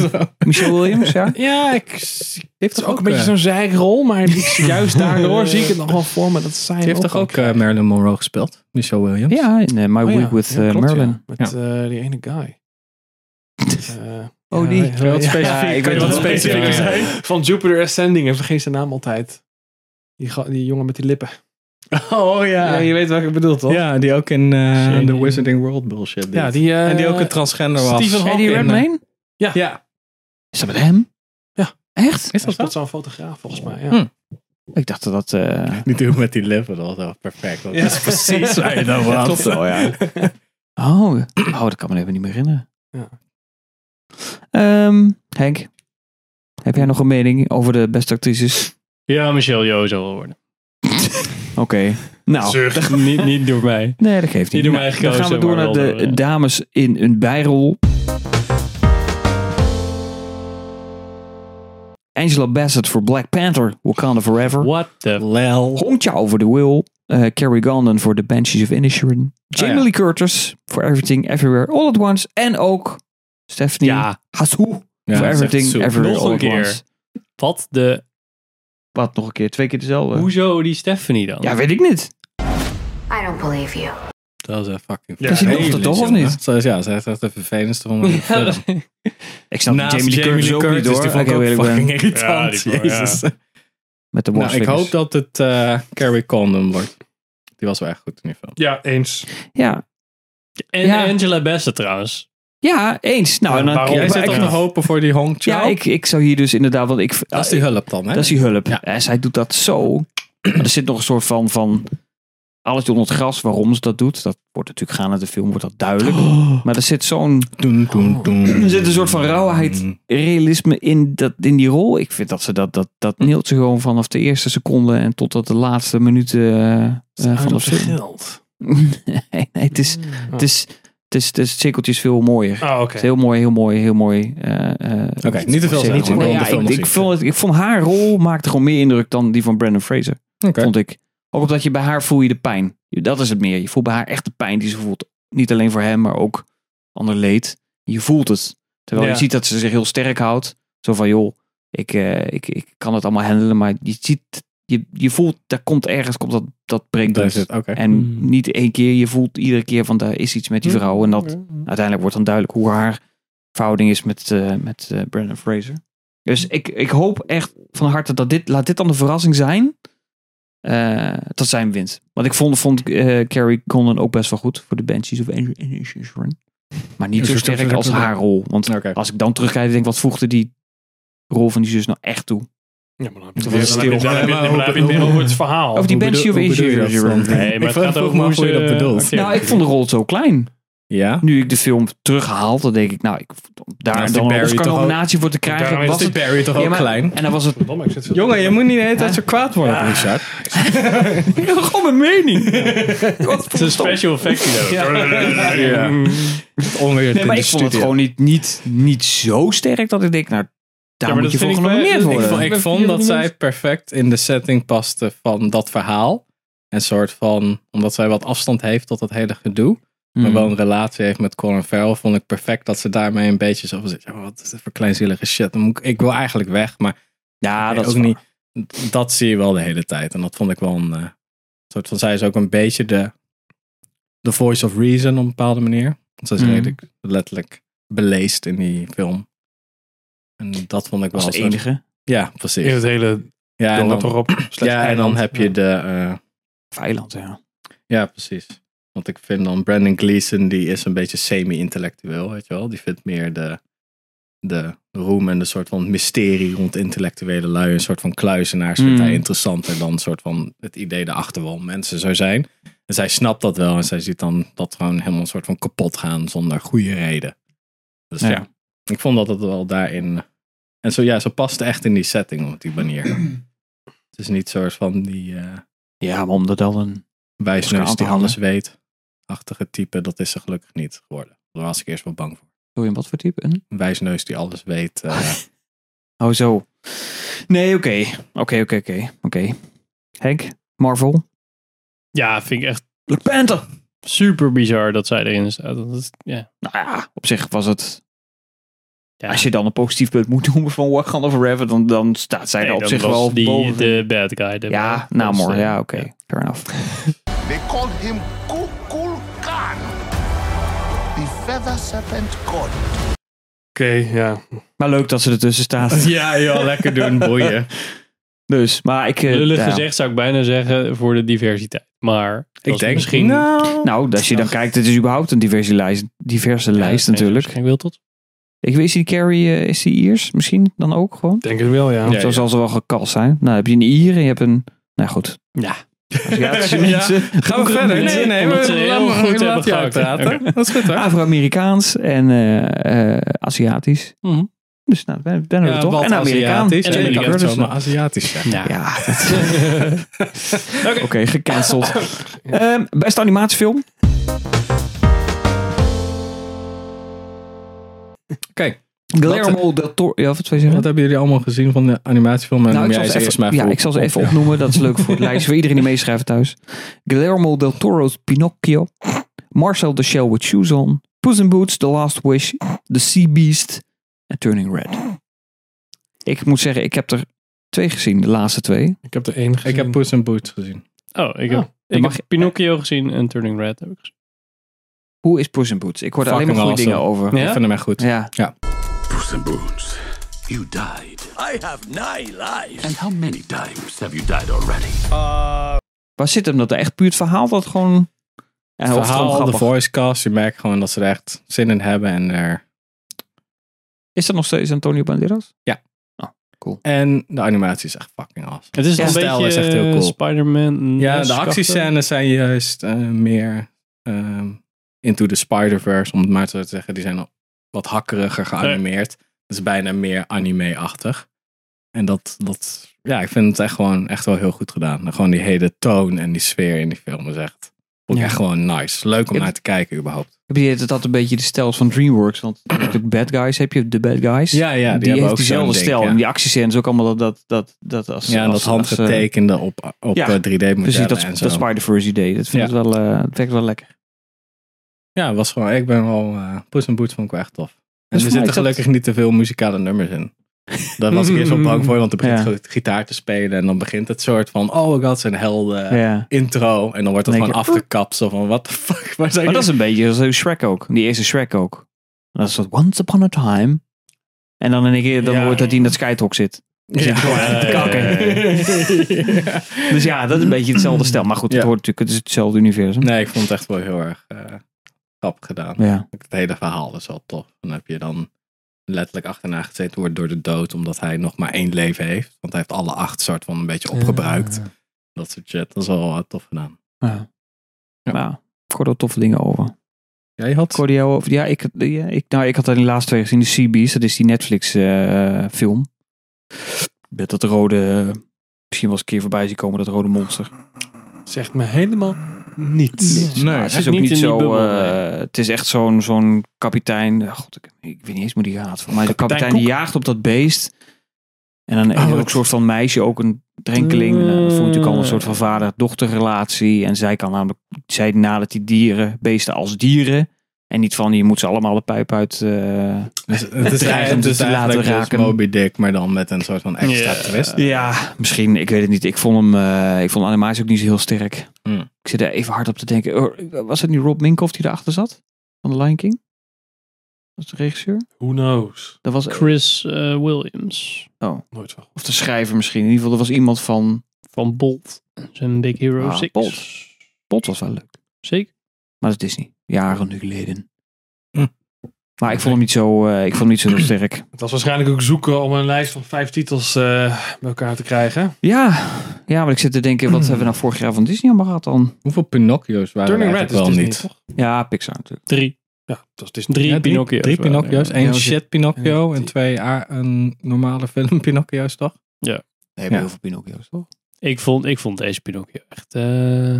Zo. Michelle Williams, ja. Ja, ik zie- heeft het is ook een eh, beetje zo'n zijrol, maar ik zie- juist daardoor zie ik het nog wel voor me. Dat zijn Die heeft toch ook eh, Marilyn Monroe gespeeld? Michelle Williams. Ja, in eh, My Oh ja, Week with ja, eh, klopt, ja. Merlin. Met eh, die ene guy. Eh, Oh, ja, die. hij- hij- Wat specifiek. Ja, ik Kan weet je wat wat specifiek specifieker zijn. Van Jupiter Ascending. Ik vergeet zijn naam altijd. Die, ga- die jongen met die lippen. Oh Ja, ja. je weet wat ik bedoel, toch? Ja, die ook in eh Shane. The Wizarding World bullshit. deed. Ja, die, eh, en die ook een transgender was. Stephen Hawking. Eddie Hawking, eh. Redmayne? Ja. Is dat met hem? Ja. Echt? Hij Is dat zo? speelt zo'n fotograaf, volgens mij. Ja. Hm. Ik dacht dat dat... eh, Niet doen met die lippen, dat was wel perfect. Dat Ja. is precies waar je nou dan was. Klopt. Zo, ja. Oh, oh, dat kan me even niet meer herinneren. Ja. Ehm, Henk, heb jij nog een mening over de beste actrices? Ja, Michelle Yeoh zal wel worden. Oké. Nou, niet, niet door mij. nee, dat geeft niet. Niet door Nou, mij dan gekozen, gaan we door maar naar wel de door, ja. dames in een bijrol. Angela Bassett voor Black Panther, Wakanda Forever. What the... Lel. Hong Chao voor The Will. eh, Carrie Condon voor The Banshees of Inisherin. Jamie Oh ja. Lee Curtis voor Everything, Everywhere, All at Once. En ook Stephanie Ja, Hassou voor Everything, Everywhere, Nog All een at keer. Once. wat de... Wat, nog een keer? Twee keer dezelfde? Hoezo die Stephanie dan? Ja, weet ik niet. I don't believe you. Dat is een fucking Is die dochter toch, of niet? Zo, is- ja, ze is echt de vervelendste van de film. Ik snap Naast Jamie Lee Curtis, ook niet, hoor. die vond Oké, ik ook heel eerlijk fucking ben. irritant. Ja, die vond- Jezus. Met de Nou, ik borstfingers. hoop dat het eh, Carrie Condon wordt. Die was wel echt goed in die film. Ja, eens. Ja. En Ja. Angela Bassett trouwens. ja, eens. Nou, en dan... waarom? ja, Jij ik- zit ik- op te hopen voor die Hong Chao? ja, ik, ik zou hier dus inderdaad... Want ik, Dat is die hulp dan, hè? Dat is die hulp. Ja. En zij doet dat zo. Maar er zit nog een soort van, van alles onder het gras waarom ze dat doet. Dat wordt natuurlijk gaande de film, wordt dat duidelijk. Oh. Maar er zit zo'n Doen, doen, doen. Oh. Mm. Er zit een soort van rauwheid. realisme in, dat, in die rol. Ik vind dat ze dat, dat, dat Hm. neelt ze gewoon vanaf de eerste seconde en totdat de laatste minuten eh, eh, van de film. geld. nee, nee, het is, Oh. het is, het is, het is, het cirkeltje is veel mooier. Ah, oké. Het is heel mooi, heel mooi, heel mooi. eh, eh, Oké, niet te veel serie. zeggen. Nee, gewoon ja, de film ik, nog ik zien. vond het, ik vond haar rol maakte gewoon meer indruk dan die van Brandon Fraser. Oké. Vond ik. Ook omdat je bij haar voel je de pijn. Dat is het meer. Je voelt bij haar echt de pijn die ze voelt. Niet alleen voor hem, maar ook ander leed. Je voelt het. Terwijl Ja. je ziet dat ze zich heel sterk houdt. Zo van, joh, ik, eh, ik, ik kan het allemaal handelen. Maar je ziet, je, je voelt, daar komt ergens komt dat, dat Daar breekpunt. zit- Oké. En Hmm. niet één keer. Je voelt iedere keer van, daar is iets met Hmm. die vrouw. En dat uiteindelijk wordt dan duidelijk hoe haar verhouding is met, eh, met eh, Brandon Fraser. Dus Hmm. ik, ik hoop echt van harte dat dit, laat dit dan de verrassing zijn, eh, dat zij hem wint. Want ik vond, vond eh, Carrie Condon ook best wel goed voor de Banshees of Inisherin. Maar niet zo sterk als haar rol. Want Oké. als ik dan terugkijk, denk ik, wat voegde die rol van die zus nou echt toe? Ja, maar dan heb Dat je was stil. Dan heb je- dan heb je het weer over het verhaal. Over die Hoe Banshee of bedoel- hoe bedoel je dat Inisherin. dan? Nee, maar Ik het gaat vroeg over me hoe af hoe je eh, ze- dat bedoelt. Ja, Nou, ik vond de rol zo klein. Ja? Nu ik de film terughaal, dan denk ik, nou, ik, Nou, daar is die dan een Barry toch ook- Oscar-nominatie voor te Daarom krijgen. is Was die het, Barry toch Ja, ook maar- klein? en dan was het Verdomme, ik zit veel- Jongen, je moet niet de hele tijd zo kwaad worden, Richard. Gewoon mijn mening. Wat Het is een special effect die daar- Ja. Mm. Onweer Nee, maar ik vond het gewoon niet, niet, niet zo sterk dat ik denk, nou, daar maar moet je voor dat vind ik wel- genomineerd dat- ik worden. Ik vond dat zij perfect in de setting paste van dat verhaal. een soort van, omdat zij wat afstand heeft tot dat hele gedoe, Mm. maar wel een relatie heeft met Colin Farrell, vond ik perfect dat ze daarmee een beetje zo van zit. "Ja, wat is dit voor kleinzielige shit? Dan moet ik, ik wil eigenlijk weg, maar Ja, nee, dat is ook waar. niet. Dat zie je wel de hele tijd. En dat vond ik wel een eh, soort van, zij is ook een beetje de, de voice of reason op een bepaalde manier. Want zij is Mm. redelijk letterlijk beleefd in die film. En dat vond ik wel Dat was de een soort- enige. Ja, precies. In het hele Ja, en dan, dorp erop. ja, en dan heb je de. eh, Veiland, ja. ja, precies. Want ik vind dan Brandon Gleeson, die is een beetje semi-intellectueel, weet je wel. Die vindt meer de, de roem en de soort van mysterie rond intellectuele lui. Een soort van kluizenaars vindt Mm. hij interessanter dan een soort van het idee erachter waarom mensen zo zijn. En zij snapt dat wel en zij ziet dan dat gewoon helemaal een soort van kapot gaan zonder goede reden. Dus ja, Ja. ik vond dat het wel daarin... En zo, ja, ze past echt in die setting op die manier. het is niet soort van die... eh, Ja, maar omdat dat een... Oscar wijsneus aan te die hangen. alles weet. Achtige type, dat is ze gelukkig niet geworden. Daar was ik eerst wel bang voor. Wil je hem wat voor type? Een? Een wijsneus die alles weet. Ah, eh, Oh, zo. Nee, oké. Oké, oké, oké. Oké. Henk, Marvel. Ja, vind ik echt Black Panther! super bizar dat zij erin staat. Dat is, ja. Nou ja, op zich was het... Ja. Als je dan een positief punt moet noemen van Wakanda Forever, dan, dan staat zij Nee, er op dan zich was wel die, boven. de bad guy. de- Ja, was, Namor. eh, Ja, oké. Fair enough. They called him Kukul Khan, the feather serpent god. Oké, ja. Maar leuk dat ze ertussen staat. ja, joh, lekker doen, boeien. Dus, maar ik... eh, Lullig ja. gezegd zou ik bijna zeggen voor de diversiteit. Maar dat Ik is denk misschien... Nou, Nou, als je dan kijkt, het is überhaupt een diverse lijst, diverse lijst natuurlijk. Ik wil tot. Ik weet, is die Carrie, eh, is die Iers misschien dan ook gewoon? Denk het wel, ja. Of zo zal ze wel gekast zijn. Nou, heb je een Ier en je hebt een... Nou goed. Ja. Aziatische Ja. mensen. Gaan we verder? Nee, nee, Omdat we ze heel laten goed goed hebben laat je gehakt. uitpraten. Dat is goed hoor. Afro-Amerikaans en eh, eh, Aziatisch. Mhm. Dus nou, ben, ben we er toch. wat En Amerikaan. Aziatisch. En En Amerikaan. Amerikaans, maar Aziatisch. ja. Ja. Ja, dat- oké, gecanceld. Ehm, beste animatiefilm. Kijk, Guillermo del Toro. Ja, wat wil je zeggen? Wat hebben jullie allemaal gezien van de animatiefilm? En Nou, noem ik zal, jij ze ze eerst maar even, ja, voor- ik zal ze even opnoemen. Dat is leuk voor het lijstje. Voor iedereen die meeschrijft thuis. Guillermo del Toro's Pinocchio. Marcel de Shell with Shoes on. Puss in Boots, The Last Wish. The Sea Beast. En Turning Red. Ik moet zeggen, ik heb er twee gezien. De laatste twee. Ik heb er één gezien. Ik heb Puss in Boots gezien. Oh, ik heb, Oh, ik mag heb Pinocchio gezien en Turning Red heb ik gezien. Hoe is Puss in Boots? Ik hoor er alleen maar Fucking goede dingen awesome. over. Ik vind hem echt goed. Ja. Puss in Boots, you died. I have nine lives. And how many times have you died already? Waar zit hem dat? Echt puur het verhaal dat gewoon... En Het of het gewoon verhaal, de grappig. voicecast, je merkt gewoon dat ze er echt zin in hebben en er Is dat nog steeds Antonio Banderas? En de animatie is echt fucking awesome. Het is Ja. een Stijl beetje is echt heel eh, cool. Spider-Man. Ja, de Nestkachtig. actiescènes zijn juist eh, meer ehm, into the Spider-Verse, om het maar zo te zeggen. Die zijn al wat hakkeriger geanimeerd. Het is bijna meer anime-achtig. En dat, dat, ja, ik vind het echt gewoon echt wel heel goed gedaan. En gewoon die hele toon en die sfeer in die film is echt, vond ik Ja. echt gewoon nice. Leuk om Ja. naar te kijken überhaupt. Heb je dat dat een beetje de stijl is van DreamWorks? Want natuurlijk bad guys heb je de bad guys. Ja, ja, die, die, hebben heeft ook diezelfde zo'n ding, stijl. ja. En die actiescènes ook allemaal dat, dat, dat, dat als... Ja, en dat als- als, eh, handgetekende op, op ja, eh, 3D-modellen Precies, dat, en zo. dat Spider-Verse idee. Dat vind Ja. ik wel, eh, dat werkt wel lekker. Ja, het was gewoon, ik ben wel, eh Puss in Boots vond ik wel echt tof. En Dus voor mij er zitten is dat- gelukkig niet te veel muzikale nummers in. Daar was ik eerst wel bang voor, want er begint Ja. ge- gitaar te spelen en dan begint het soort van, oh my god, zijn helden Ja. intro. En dan wordt dat Dan gewoon denk je, afgekapt, zo van, what the fuck, waar zijn Maar dat is een beetje zo Shrek ook. Die eerste Shrek ook. Dat is dat Once Upon a Time. En dan in een keer, dan Ja. wordt dat hij in dat skytalk zit. Dan zit hij gewoon echt te kakken. jullie? Dus ja, dat is een beetje hetzelfde stijl. Maar goed, het Ja. hoort natuurlijk, het is hetzelfde universum. Nee, ik vond het echt wel heel erg eh grappig gedaan. Ja. Het hele verhaal is wel tof. Dan heb je dan letterlijk achterna gezeten worden door de dood, omdat hij nog maar één leven heeft. Want hij heeft alle acht soort van een beetje opgebruikt. Dat soort shit. Dat is wel eh, tof gedaan. Ja. Nou, ik hoorde wel toffe dingen over. Jij had... Ik hoorde jou over. Ja, ik, ja, ik, nou, ik had al die laatste twee gezien. De Sea Beast, dat is die eh, Netflix-film. Met dat rode. Misschien was een keer voorbij zien komen, dat rode monster. Zegt me helemaal niets. Nee, Maar het is echt ook niet niet, in die zo. bubbel, eh, het is echt zo'n zo'n kapitein. eh, God, ik, ik weet niet eens hoe die gaat. Maar de kapitein die jaagt op dat beest. En dan en Oh, ook een het- soort van meisje, ook een drenkeling. Mm. Dan voelt natuurlijk al een soort van vader-dochterrelatie. En zij kan namelijk, zij nadert die dieren, beesten als dieren. En niet van, je moet ze allemaal de pijp uit eh, Dus het is, dreigen eigenlijk- om het ze is te laten eigenlijk dus raken. Moby Dick, maar dan met een soort van extra twist. Ja, misschien. Ik weet het niet. Ik vond hem, eh, ik vond de animatie ook niet zo heel sterk. Hmm. Mm. Ik zit er even hard op te denken. Oh, Was het niet Rob Minkoff die daarachter zat? Van The Lion King? Was de regisseur? Who knows? Dat was, Chris eh, Williams Nooit van. of de schrijver misschien. In ieder geval, er was iemand van... van Bolt. Zijn Big Hero Ah, 6. Bolt. Bot was wel leuk. Zeker. Maar dat is niet. Jaren nu geleden. Hm. Hmm. Maar ik vond hem niet zo, eh, ik vond hem niet zo heel sterk. Het was waarschijnlijk ook zoeken om een lijst van vijf titels eh, bij elkaar te krijgen. Ja. ja, maar ik zit te denken, Hmm. wat hebben we nou vorig jaar van Disney allemaal gehad dan? Hoeveel Pinocchio's waren Turning er Red is eigenlijk wel Disney, niet? toch? Ja, Pixar natuurlijk. Drie. Ja, dat is Disney. Drie Ja, Pinocchio's. Drie waren er. Pinocchio's. Eén Ja, shit Pinocchio en twee a- een normale film Pinocchio's, toch? Nee, Ja. heel veel Pinocchio's toch? Ik vond, ik vond deze Pinocchio echt... eh,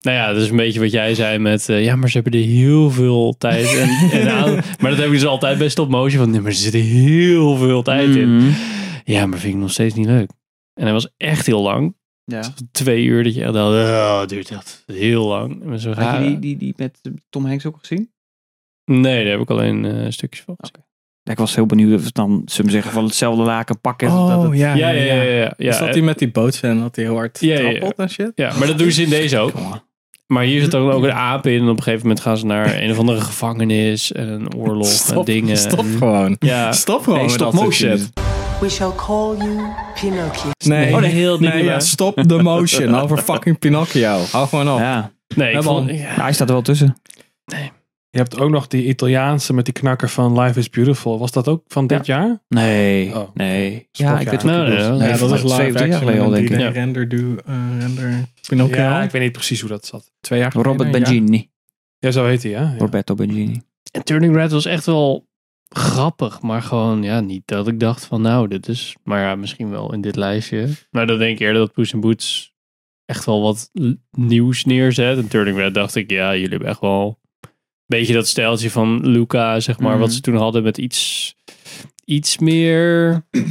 nou ja, dat is een beetje wat jij zei met... eh, ja, maar ze hebben er heel veel tijd en, en aan. Maar dat heb ik dus altijd bij stop motion. Van, nee, maar er zit heel veel tijd Hmm. in. Mhm. Ja, maar vind ik nog steeds niet leuk. En hij was echt heel lang. Ja. Twee uur dat je echt dacht... Oh, het duurt echt heel lang. En zo Had raar. Ah. je die, die, die met eh, Tom Hanks ook gezien? Nee, daar heb ik alleen eh, stukjes Oh. van gezien. Ja, ik was heel benieuwd of het dan, ze hem zeggen, van hetzelfde laken pakken. dat het- ja, Ja, ja, ja. ja, ja, ja. Is dat die met die boot en dat hij heel hard Ja, ja, ja. trappelt en shit? Ja, maar dat doen ze in deze ook. Jongen. Maar hier zit dan ook een aap in. En op een gegeven moment gaan ze naar een of andere gevangenis. En een oorlog en dingen. Stop En- gewoon. Ja. Stop gewoon Nee, met stop dat soort motion. shit. We shall call you Pinocchio. Nee, Oh, nee, heel nee, niet ja, waar. stop de motion over fucking Pinocchio. Hou gewoon op. Ja. Nee, ik Ja, vond, man. ja, Oh. Ja, hij staat er wel tussen. Je hebt ook nog die Italiaanse met die knakker van Life is Beautiful. Was dat ook van dit jaar? Nee, Oh. nee. Stopjaar. Ja, ik weet wat je Nee, bedoelt. nee, nee, Nee, Nou, dat van is live 70 jaar geleden al, denk ik. Ja. Render, do, eh, render Pinocchio. Ja, ik weet niet precies hoe dat zat. Twee jaar geleden, Robert ja. Benigni. Ja, zo heet hij, hè? Ja. Roberto Benigni. en Turning Red was echt wel grappig. Maar gewoon, ja, niet dat ik dacht van nou, dit is... Maar ja, misschien wel in dit lijstje. Maar dan denk ik eerder dat Poes in Boots echt wel wat l- nieuws neerzet. En Turning Red dacht ik, ja, jullie hebben echt wel... Een beetje dat stijltje van Luca, zeg maar. Mhm. Wat ze toen hadden met iets... Iets meer...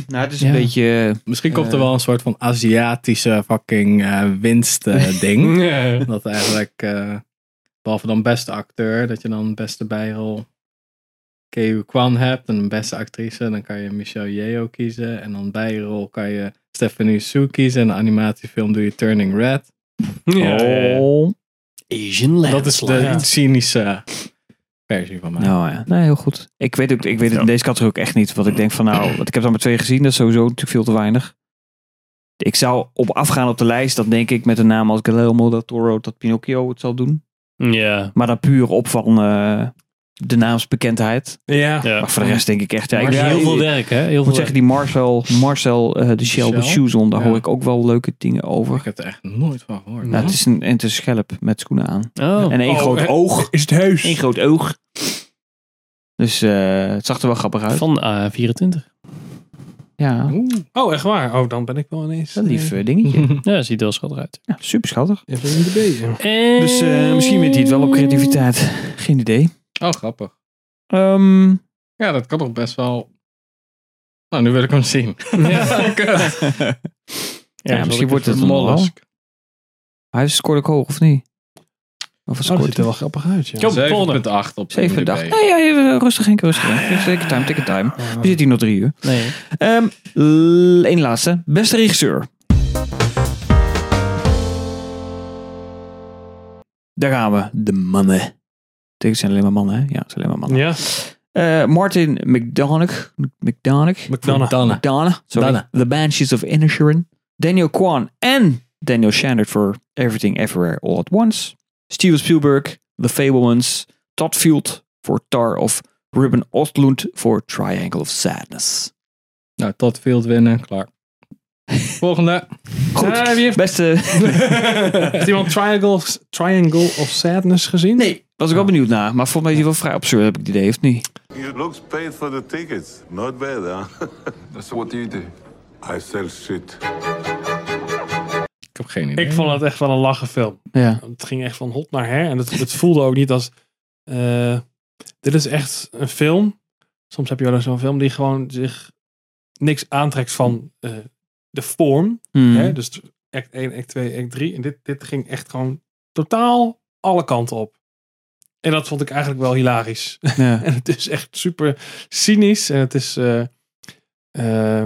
Nou, het is Ja. een beetje... Misschien komt er Eh. wel een soort van Aziatische fucking eh, winst eh, ding. Ja. dat eigenlijk, eh, behalve dan beste acteur, dat je dan beste bijrol Keu Kwan hebt en een beste actrice. Dan kan je Michelle Yeoh kiezen en dan bijrol kan je Stephanie Su kiezen. En een animatiefilm doe je Turning Red. Oh. Asian Dat is de cynische versie van mij. Nou ja, nee, heel goed. Ik weet, ook, ik weet het in deze categorie ook echt niet. Wat ik denk van nou, want ik heb er maar twee gezien. Dat is sowieso natuurlijk veel te weinig. Ik zou op afgaan op de lijst. Dat denk ik met een naam als Guillermo del Toro dat Pinocchio het zal doen. Ja. Maar dan puur op van eh, de naamsbekendheid. Ja. ja. Maar voor de rest denk ik echt... Ja, ik, Maar ja, heel ik- veel werk, hè? Heel ik moet veel zeggen, die Marcel, Marcel eh, de Shell, de Michel? Shoes on, daar Ja. hoor ik ook wel leuke dingen over. Ik heb er echt nooit van gehoord. Nou, het is een, en het is een schelp met schoenen aan. werk. Oh. En één Oh, groot eh, oog. Is het heus? Eén groot oog. Dus eh, het zag er wel grappig uit. Van A24. Ja, Oeh. Oh, echt waar? Oh, dan ben ik wel ineens... een lief eh, dingetje. Ja, ziet er wel schattig uit. Ja, super schattig. Je bent niet bezig. Dus eh, misschien wint hij het wel op creativiteit. Geen idee. Oh, grappig. Ehm, Ja, dat kan toch best wel. Nou, nu wil ik hem zien. Ja. Kut. ja, misschien wordt het een mollusk. Hij scoorde ook hoog, of niet? Of wat Oh, dat scoort ziet er hij? wel grappig uit, ja. Kom, 7.8 volgende. op 7 IMDb. dag. Nee, ja, even eh, rustig Henk, rustig. Henk. Take your time, take your time. We zitten hier nog drie uur. Nee. Ehm Eén laatste. Beste regisseur. Daar gaan we. De mannen. Het zijn alleen maar mannen, hè? Ja, het zijn alleen maar mannen. Ja. Eh, Martin McDonagh. McDonagh. McDonough. Dan. Donna. Sorry. Donna. The Banshees of Inisherin. Daniel Kwan en Daniel Shandert voor Everything Everywhere All at Once. Steven Spielberg, The Fablemans. Todd Field voor Tar of Ruben Ostlund voor Triangle of Sadness. Nou, tot field winnen, klaar. Volgende. Goed, Eh, wie heeft- beste... Heeft iemand Triangle, Triangle of Sadness gezien? Nee, was ik wel benieuwd naar. Maar volgens mij is hij wel vrij absurd, heb ik het idee, of niet? You looks paid for the tickets. Not bad, huh? So what do you do? I sell shit. Ik heb geen idee. Ik vond het echt wel een lachen film. Ja. Het ging echt van hot naar her. En het, het voelde ook niet als... eh, dit is echt een film. Soms heb je wel eens zo'n film die gewoon zich niks aantrekt van eh, de vorm. Hmm. Hè? Dus act 1, act 2, act 3. En dit, dit ging echt gewoon totaal alle kanten op. En dat vond ik eigenlijk wel hilarisch. Ja. en het is echt super cynisch. En het is... eh, eh,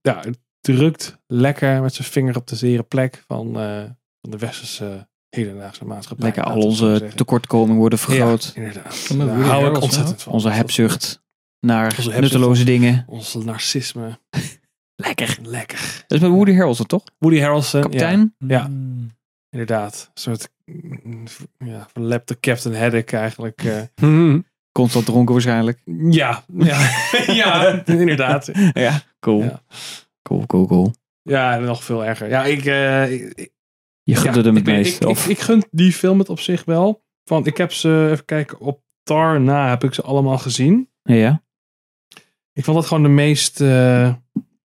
ja, het drukt lekker met zijn vinger op de zere plek van, eh, van de westerse hedendaagse maatschappij. Lekker al Laten we het zo onze zeggen. tekortkomingen worden vergroot. Ja, inderdaad. Van de Daar Woody hou ik Harrelson, ontzettend van. Onze hebzucht naar Onze hebzucht. nutteloze dingen. Ons narcisme. Lekker. Lekker. Dat is met Woody Harrelson, toch? Woody Harrelson. Ja, Kapitein? Ja. inderdaad. Een soort mm, ja, verlepte Captain Haddock eigenlijk. eh. Constant dronken waarschijnlijk. ja, ja, ja, inderdaad. Ja, cool. Ja. Cool, cool, cool. Ja, en nog veel erger. Ja, ik, eh, ik- ik, Je gunde ja, hem het ik, weet- meest. Ik, of ik, ik gun die film het op zich wel. Want ik heb ze, even kijken, op Tar na heb ik ze allemaal gezien. Ja. Ik vond dat gewoon de meest... eh,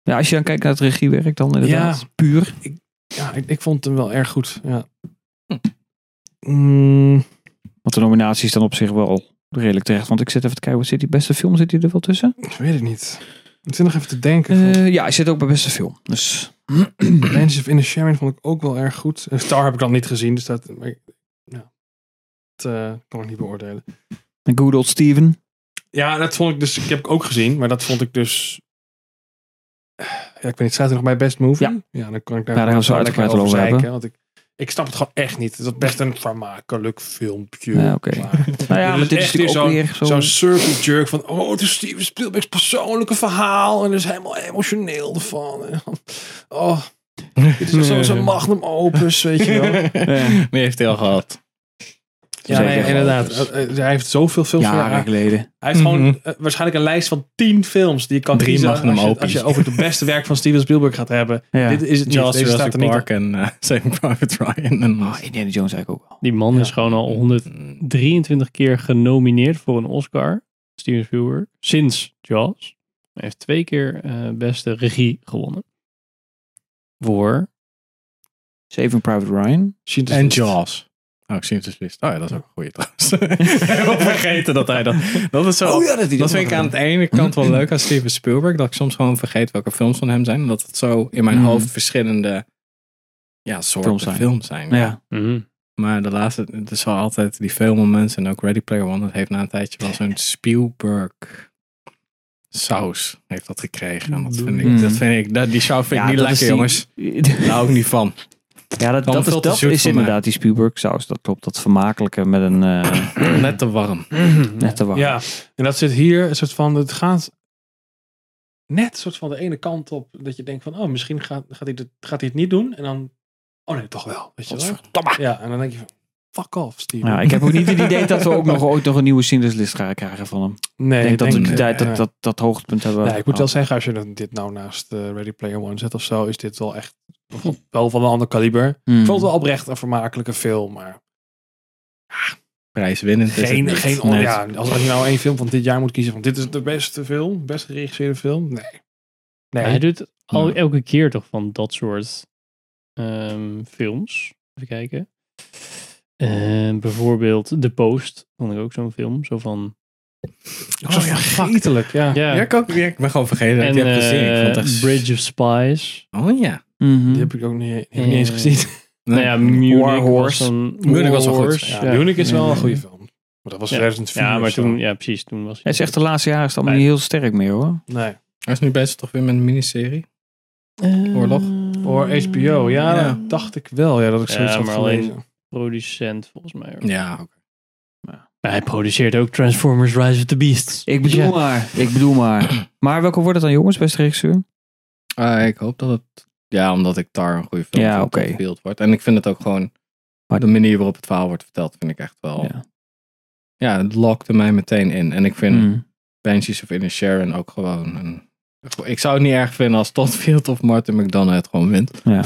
ja, als je dan kijkt naar het regiewerk dan inderdaad. Ja. Puur. ja, ik, ik vond hem wel erg goed. Ja. Mm, Want de nominatie is dan op zich wel redelijk terecht. Want ik zit even te kijken, wat zit die beste film? Zit die er wel tussen? ik weet het niet. Ik zit nog even te denken. van- Eh, ja, hij zit ook bij beste film. Dus Mansions of Inner Sharing vond ik ook wel erg goed. Eh, Star heb ik dan niet gezien, dus dat, maar ik- ja. dat eh, kan ik niet beoordelen. en Good Old Steven. Ja, dat vond ik dus. Ik heb ik ook gezien, maar dat vond ik dus. Ja, ik weet niet, staat er nog bij Best Movie? Ja. dan kan ik daar Ja, daar gaan we zo wel uitgebreid lekker over hebben. zeiken, Want ik, ik snap het gewoon echt niet. Het is best een vermakelijk filmpje. Ja, oké. maar- Nou ja, Dit maar is dit is echt weer natuurlijk ook zo'n- weer zo. Zo'n circle jerk van, oh, het is Steven Spielberg's persoonlijke verhaal. En er is helemaal emotioneel ervan. En dan, Oh, dit is echt zo'n zo'n magnum opus, weet je wel. Ja. Die heeft hij al gehad. Ja, nee, inderdaad. Eh, eh, Hij heeft zoveel films jaren gemaakt. geleden. Hij heeft gewoon Mhm. eh, waarschijnlijk een lijst van tien films die je kan Drie kiezen magnum als, je, opus. als je over het beste werk van Steven Spielberg gaat hebben. Ja. Dit is het niet. Charles Deze staat Jurassic er niet Park en eh, Saving Private Ryan. En, Oh, Indiana Jones eigenlijk ook wel. Die man is gewoon al 123 keer genomineerd voor een Oscar. Steven Spielberg. Sinds Jaws. Hij heeft twee keer eh, beste regie gewonnen. Voor. Saving Private Ryan. Schindler's en List. Jaws. Oh, ik zie het dus list. Oh ja, dat is ook een goeie trouwens. Ik heb ook vergeten dat hij dat... Dat is zo... Oh ja, dat hij dat dat vind nog ik aan doet. de ene kant wel leuk aan Steven Spielberg. Dat ik soms gewoon vergeet welke films van hem zijn. Omdat het zo in mijn Mhm. hoofd verschillende ja, soorten Films films zijn. zijn. Ja. Maar de laatste, het is wel altijd die filmmomenten en ook Ready Player One. Dat heeft na een tijdje wel zo'n Spielberg saus heeft dat gekregen. En dat vind ik, Mhm. dat vind ik, dat, die saus vind ik Ja, niet dat lekker is die- jongens. Daar hou ik niet van. Ja, dat, Dan dat is, veel te dat zoet is voor mij. inderdaad die Spielberg saus. Dat klopt. Dat vermakelijke met een eh Net te warm. nette warm. Ja, en dat zit hier een soort van, het gaat net een soort van de ene kant op, dat je denkt van, oh, misschien gaat, gaat, hij, het, gaat hij het niet doen. En dan, oh nee, toch wel. Weet je wel? Ja, en dan denk je van, fuck off, Steven. Ja, ik heb ook niet het idee dat we ook nog ooit nog een nieuwe Sinderslist gaan krijgen van hem. nee, Ik denk dat we die eh, tijd ja. dat, Oh. dat, dat hoogtepunt hebben. Nee, ik moet wel gehad. zeggen, als je dan dit nou naast eh, Ready Player One zet of zo, is dit wel echt wel van een ander kaliber. Hmm. Mm. Ik vond het wel oprecht een vermakelijke film, maar Prijswinnend is geen, het geen niet. on- Nee. ja, als, als je nou één film van dit jaar moet kiezen, van dit is de beste film, best geregisseerde film, nee. Hij Nee, doet al, Ja. elke keer toch van dat soort ehm, films. Even kijken. Ehm, bijvoorbeeld The Post. Vond ik ook zo'n film. Zo van. oh, zo vergetelijk, ja. Ja. Ja, ik, ook, ja, ik ben gewoon vergeten dat ik die heb gezien. Ik vond het eh, echt... Bridge of Spies. Oh ja. Mhm. Die heb ik ook niet, die heb ik niet eens Eh, gezien. Nou ja, Munich War Horse. was een Munich was wel goed. Horse, Ja, Ja, Munich is wel Ja. een goede film. Maar dat was Ja. 2004. Ja, maar of zo. toen, ja, precies. Toen was Het is echt de laatste jaren is het allemaal Nee. niet heel sterk meer hoor. Nee. Hij is nu bezig toch weer met een miniserie. Oorlog. Eh, Voor HBO, ja, Ja. dat dacht ik wel. Ja, dat ik Ja, zoiets had maar alleen- gelezen. producent volgens mij. hoor. Ja, Maar hij produceert ook Transformers Rise of the Beasts. Ik bedoel eh, Dus ja. maar. Ik bedoel maar. Maar welke wordt het dan jongens, beste regisseur? Ah, ik hoop dat het... Ja, omdat ik daar een goede film Ja, ja, oké. gespeeld wordt. En ik vind het ook gewoon... Maar- de manier waarop het verhaal wordt verteld vind ik echt wel... Ja, Ja. het lokte mij meteen in. En ik vind Mm. Banshees of Inner Sharon ook gewoon... Een, ik zou het niet erg vinden als Totfield of Martin McDonough het gewoon wint. Ja.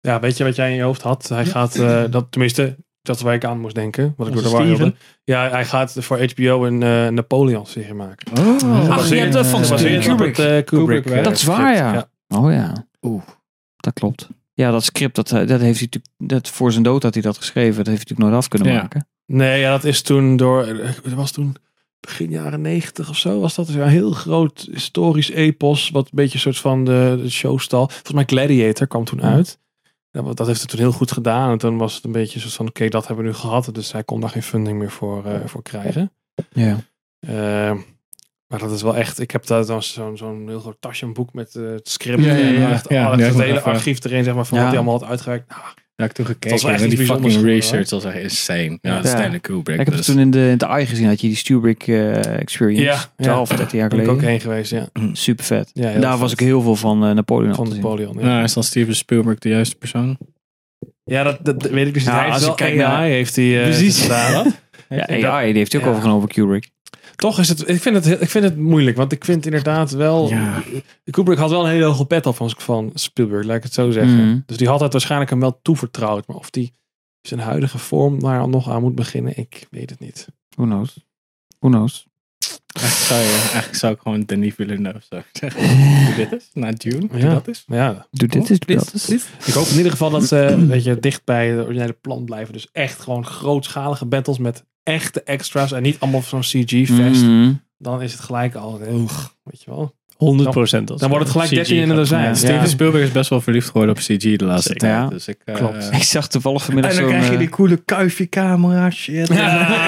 Ja, weet je wat jij in je hoofd had? Hij gaat, Mm. eh, dat, tenminste, dat is waar ik aan moest denken. Wat ik door de war Steven? wilde. Ja, hij gaat voor HBO een eh, Napoleon-serie maken. Oh, Ach, je hebt dat van Gebaseerd op Kubrick. het, eh, Kubrick. Kubrick, eh, Dat is waar, ja. script. Oh ja, Oeh. dat klopt. Ja, dat script, dat, eh, dat heeft hij natuurlijk, dat voor zijn dood had hij dat geschreven. Dat heeft hij natuurlijk nooit af kunnen Ja. maken. Nee, ja, dat is toen door... eh, Er was toen begin jaren negentig of zo was dat dus een heel groot historisch epos. Wat een beetje een soort van de, de showstal. Volgens mij Gladiator kwam toen uit. Ja, want dat heeft het toen heel goed gedaan. En toen was het een beetje een soort van, oké, dat hebben we nu gehad. Dus hij kon daar geen funding meer voor, eh, voor krijgen. Ja. Eh, maar dat is wel echt, ik heb daar dan zo'n zo'n heel groot tasje, een boek met eh, het script. Ja, ja, en ja. echt Ja, alles, die heb het ik hele even- archief erin, zeg maar, van Ja. wat hij allemaal had uitgewerkt. Nou, Daar heb ik toen was wel gekeken. echt En iets die bijzonders fucking geworden, research was echt insane. Ja, dat is Ja. Stanley Kubrick. ik heb het dus. toen in de, in de AI gezien, had je die Stubrick eh, Experience. Ja, ja. 12, 13 jaar daar ben ik ook geleden. heen geweest, ja. Super vet. ja heel Daar vet. was ik heel veel van eh, Napoleon van af te zien. Napoleon. Ja, Nou, is dan Steven Spielberg de juiste persoon? ja dat, dat weet ik precies. Ja, hij is Nou, als wel ik kijk AI, naar- heeft hij... eh, Precies. gedaan. Ja, Ik dacht- AI, die heeft hij ook ja. overgenomen Kubrick. Toch is het, ik vind het, heel- ik vind het moeilijk, want ik vind inderdaad wel... Ja. Kubrick had wel een hele hoge pet op van, van Spielberg, laat ik het zo zeggen. Mhm. Dus die had het waarschijnlijk hem wel toevertrouwd. Maar of die zijn huidige vorm daar nog aan moet beginnen, ik weet het niet. Who knows? Who knows? Eigenlijk zou, je, eigenlijk zou ik gewoon Denis Villeneuve zo zeggen. Doe dit is, na Dune. doe Ja. dat is. Maar ja, Doe dit is dat. is- ik hoop in ieder geval dat ze weet je, dicht bij de originele plan blijven. Dus echt gewoon grootschalige battles met echte extras en niet allemaal zo'n CG-fest. Mhm. Dan is het gelijk al, oeg, weet je wel. 100 procent. Dan wordt het gelijk 13 in de dozijn. Ja. Steven Spielberg is best wel verliefd geworden op CG de laatste Zeker. tijd. Ja. Dus ik, eh, Klopt. Ik zag toevallig vanmiddag zo'n... eh, coole kuifje camera shit.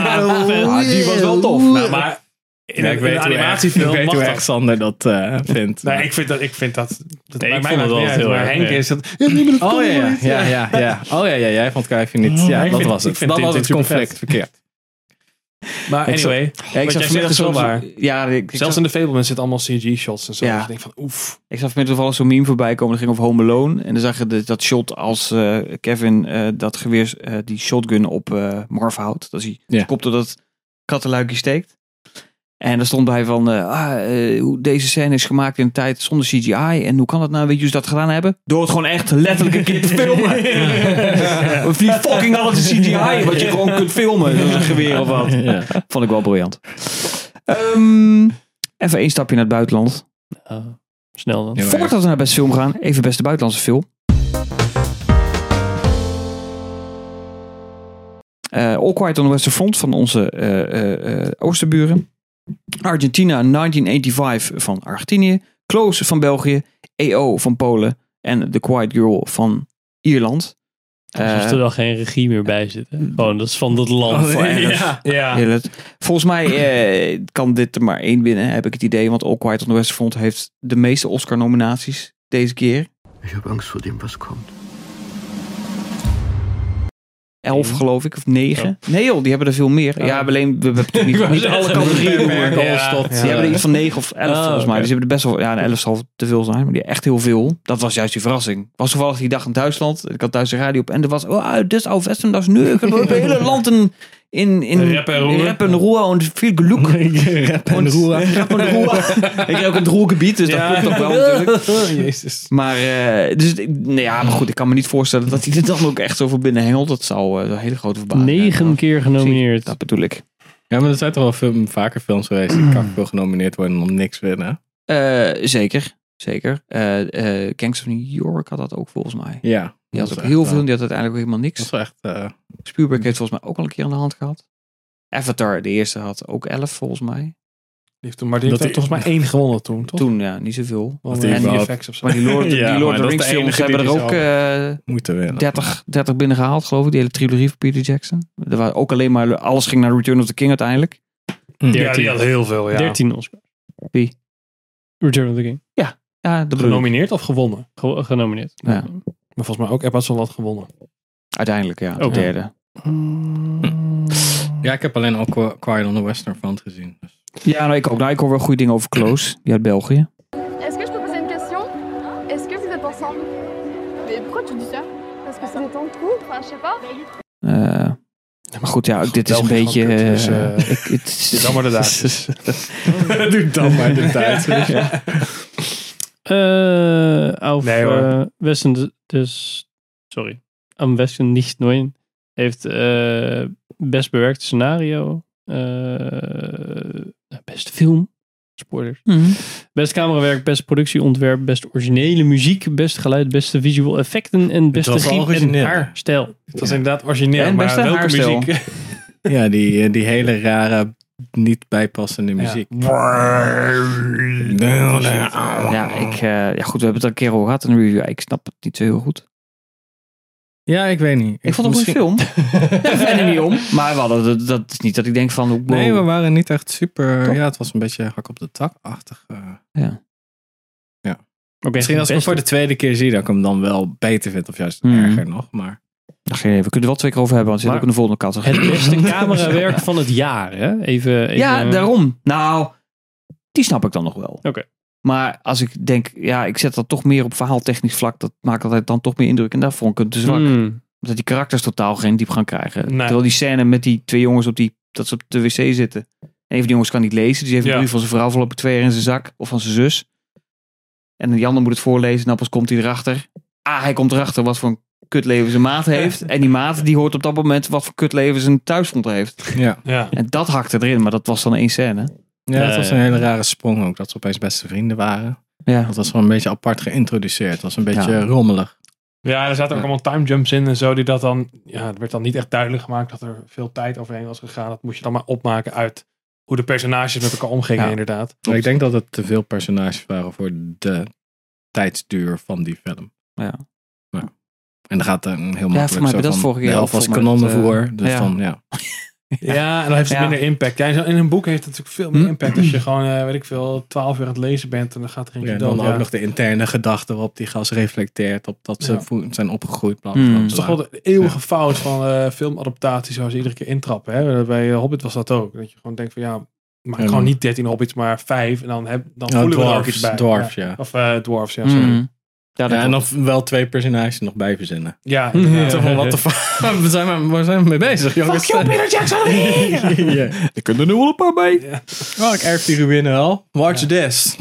Ah, die was wel tof. Nou, maar in Ja, een, ik in een weet hoe erg- ik animatiefilm weet mag hoe dat. erg Sander dat eh, vindt. Nee, ik vind dat... Ik vind dat, dat Nee, bij ik mij vond maakt het wel niet uit, heel maar erg, Henk ja. is dat... Ja, nee, maar dat Oh kon ja, ja, niet. ja, ja, ja. Oh ja, ja, jij vond Kuifje niet. Ja, ik dat vind- was ik het. vind Dat dit was het super vet. conflict verkeerd. Maar Ik zag- anyway, ja, ik Wat zag jij zegt vanmiddag is wel zo'n... waar. Ja, ik, ik, zelfs in zag, de Fablemans zitten allemaal CG-shots en zo. Ja. Dus ik denk van, oef. ik zag vanmiddag toevallig zo'n meme voorbij komen. Dat ging over Home Alone. En dan zag je de- dat shot als eh, Kevin eh, dat geweer, eh, die shotgun op eh Marv houdt. Dat is hij Ja. zijn kop door dat kattenluikje steekt. En daar stond bij van, eh, ah, eh, hoe deze scène is gemaakt in een tijd zonder CGI. En hoe kan dat nou? Weet je hoe ze dat gedaan hebben? Door het gewoon echt letterlijk een keer te filmen. We vliegen fucking alles in CGI, wat je gewoon kunt filmen. Dat is een geweer of wat. Ja. Vond ik wel briljant. Ehm, even één stapje naar het buitenland. Ah, Snel dan. Ja, maar- Voordat we naar beste film gaan, even beste buitenlandse film. Eh, All Quiet on the Western Front van onze eh, eh, eh, oosterburen. Argentina 1985 van Argentinië. Close van België. EO van Polen. En The Quiet Girl van Ierland. Alsof Eh, er wel geen regie meer bij zit. hè? Gewoon, dat is van dat land. Oh, Van- ja. Dus- Ja. Heel het. Volgens mij eh, kan dit er maar één winnen, heb ik het idee. Want All Quiet on the Western Front heeft de meeste Oscar-nominaties deze keer. Ich habe Angst vor dem, was kommt. Elf, Eén. geloof ik, of negen. Nee joh, die hebben er veel meer. Ja, alleen we hebben toch niet, niet alle categorieën. beperken door. ons Ja. tot, Die eh, hebben er iets van negen of elf, Ah, volgens mij. oké. Dus die hebben er best wel... Ja, een elf zal te veel zijn, maar die echt heel veel. Dat was juist die verrassing. Was toevallig die dag in Duitsland. Ik had thuis de radio op en er was... Oh, dit is oude Westen, dat is nu. Ik heb het hele land in... In, in Rep en roer. rep en roer en veel geluk. Rap en roer. Rep en roer. Ik heb ook in het roergebied, dus dat klopt ook wel natuurlijk. Jezus. Maar, eh, dus, ik- nou ja, maar goed, ik kan me niet voorstellen dat hij er dan ook echt zo voor binnen hengelt. Dat zou eh, een hele grote verbazing zijn. Negen keer genomineerd. Dat bedoel ik. Ja, maar er zijn toch wel veel, vaker films geweest die kakkel genomineerd worden en om niks winnen. Eh, zeker, zeker. Eh eh Gangs of New York had dat ook volgens mij. Ja. Die had Dat ook is heel echt, veel, eh, die had uiteindelijk ook helemaal Dat is niks. wel echt... eh, Spielberg heeft volgens mij ook al een keer aan de hand gehad. Avatar, de eerste, had ook elf volgens mij. Die heeft toen, maar die heeft Dat- toch volgens mij één gewonnen toen, toch? Toen, ja, niet zoveel. Want die die überhaupt- effects of zo. Maar die Lord, Ja, die maar Lord of dat the is de Rings films enige hebben er die die ook zo- eh moeten winnen. 30, 30 binnen gehaald, geloof ik. Die hele trilogie van Peter Jackson. Er waren ook alleen maar, alles ging naar Return of the King uiteindelijk. ja, die had heel veel, ja. 13 Oscars. Wie? Return of the King. Ja, de bedoel ik. Genomineerd of gewonnen? Ge- genomineerd. Ja. Maar volgens mij ook Ebba wel wat gewonnen. Uiteindelijk, ja. De Ook. derde. Ja, ik heb alleen al Qu- Quiet on the Western Front gezien. Dus. Ja, nou, ik ook. Nou, ik hoor wel goede dingen over Kloos. Die uit België. Est-ce que je peux poser une question Est-ce que vous êtes ensemble Mais pourquoi tu dis ça Parce que ça me tente couple, enfin, je sais pas. Eh, maar goed, ja, ook dit is een België beetje... gewoon kut, dus, eh, eh, ik, het is- doe dan maar de Duitsers. Doe dan maar de tijd. Eh, auf Nee, hoor. eh, Westen d- dus, sorry, am Westen nicht neuen heeft eh, best bewerkt scenario, eh, best film, spoilers, Mhm. best camerawerk, best productieontwerp, best originele muziek, best geluid, beste visual effecten en beste was griep en origineel. haarstijl. Dat is inderdaad origineel, En maar beste welke haarstijl. muziek? Ja, die, eh, die hele rare niet bijpassende muziek. Ja, ik, eh, ja, goed, we hebben het al een keer al gehad in de review. Ik snap het niet zo heel goed. Ja, ik weet niet. Ik vond het een goede film. Ja, ik ben er niet om. Maar we hadden, dat, dat is niet dat ik denk van... wow. Nee, we waren niet echt super. Ja, het was een beetje hak op de tak-achtig. eh. Ja. Ja. Misschien als ik hem voor de tweede keer zie, dat ik hem dan wel beter vind. Of juist erger nog. Maar Ach, geen idee, we kunnen er wel twee keer over hebben, want het zit ook in de volgende categorie. Het beste camerawerk van het jaar, hè? Even, even Ja, daarom. Nou, die snap ik dan nog wel. eh, Oké. Maar als ik denk, ja, ik zet dat toch meer op verhaaltechnisch vlak, dat maakt altijd dan toch meer indruk. En daar vond ik het te zwak. Hmm. Omdat die karakters totaal geen diepgang krijgen. Nee. Terwijl die scène met die twee jongens op die, dat ze op de wc zitten. En een van die jongens kan niet lezen, dus die heeft een Ja. brief van zijn vrouw voorlopig twee jaar in zijn zak. Of van zijn zus. En die ander moet het voorlezen, en dan pas komt hij erachter. Ah, hij komt erachter wat voor een kutleven zijn maat heeft. En die maat die hoort op dat moment wat voor kutleven zijn thuisgrond heeft. ja. Ja. En dat hakte erin, maar dat was dan één scène. ja, het Eh, was een hele rare sprong ook. Dat ze opeens beste vrienden waren. Ja. Dat was gewoon een beetje apart geïntroduceerd. Het was een beetje Ja. rommelig. Ja, er zaten ook Ja. allemaal time jumps in en zo. Die dat dan, ja, het werd dan niet echt duidelijk gemaakt dat er veel tijd overheen was gegaan. Dat moest je dan maar opmaken uit hoe de personages met elkaar omgingen, Ja. inderdaad. Maar ik denk dat het te veel personages waren voor de tijdsduur van die film. Ja. Ja. En dan gaat er een heel makkelijk voor mij zo heb je dat van, vorige De keer helft ook, was volgens mij dat, eh, kanonnenvoer. Dus ja. dan, ja. Ja, en dan heeft het Ja. minder impact. Ja, in een boek heeft het natuurlijk veel meer Hm. impact als je gewoon, eh, weet ik veel, twaalf uur aan het lezen bent en dan gaat er Ja, eentje en dood. dan Ja. ook nog de interne gedachten waarop die gast reflecteert. Op dat ze Ja. vo- zijn opgegroeid. Bla, Hmm. bla, bla. Dat is toch wel de eeuwige fout van eh, filmadaptaties waar ze iedere keer intrappen. Hè? Eh, Bij Hobbit was dat ook. Dat je gewoon denkt van ja, maak Ja. gewoon niet 13 Hobbits, maar 5. En dan, heb, dan Ja, voelen we er ook dwarfs, iets bij. dwarfs, Ja. ja. Of eh, dwarfs, ja. Mm. Sorry. Ja, dat Ja, en dan wel twee personages nog bij verzinnen. Ja, inderdaad. Zo van, what the fuck? We zijn maar, waar zijn we mee bezig, jongens? Fuck you, Peter Jackson! ja. Er kunnen er nu wel een paar bij. Oh, ik erf die ruïne al. Watch this.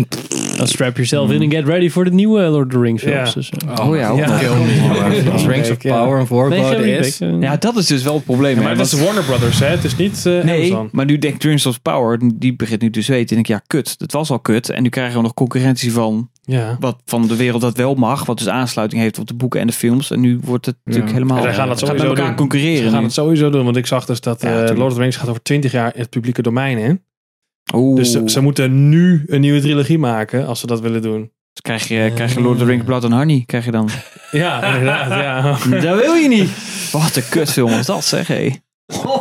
Dan strap yourself in and get ready voor de nieuwe Lord of the Rings films. Ja. Dus, eh. Oh, ja, ook Ja. nog. Kill me. Ja. Rings of Ja. Power, een Nee, voorbode Jeremy is. Beck, eh. Ja, dat is dus wel het probleem. Ja, hè, maar dat is want- Warner Brothers, hè? Het is niet eh Nee, Amazon. maar nu denkt Dreams of Power, die begint nu te zweten. En ik denk, ja, kut. Dat was al kut. En nu krijgen we nog concurrentie van, Ja. wat, van de wereld dat wel mag. Wat dus aansluiting heeft op de boeken en de films. En nu wordt het natuurlijk helemaal... En zij gaan het dat gaat met sowieso elkaar doen. concurreren. Ze gaan nu. het sowieso doen, want ik zag dus dat Ja, eh, tuurlijk. Lord of the Rings gaat over 20 jaar in het publieke domein in. Oeh. Dus ze, ze moeten nu een nieuwe trilogie maken als ze dat willen doen. Dus krijg je, krijg je Lord of the Rings Blood and Honey. Krijg je dan. Ja, inderdaad. ja. dat wil je niet. Wat een kutfilm was dat, zeg. hé.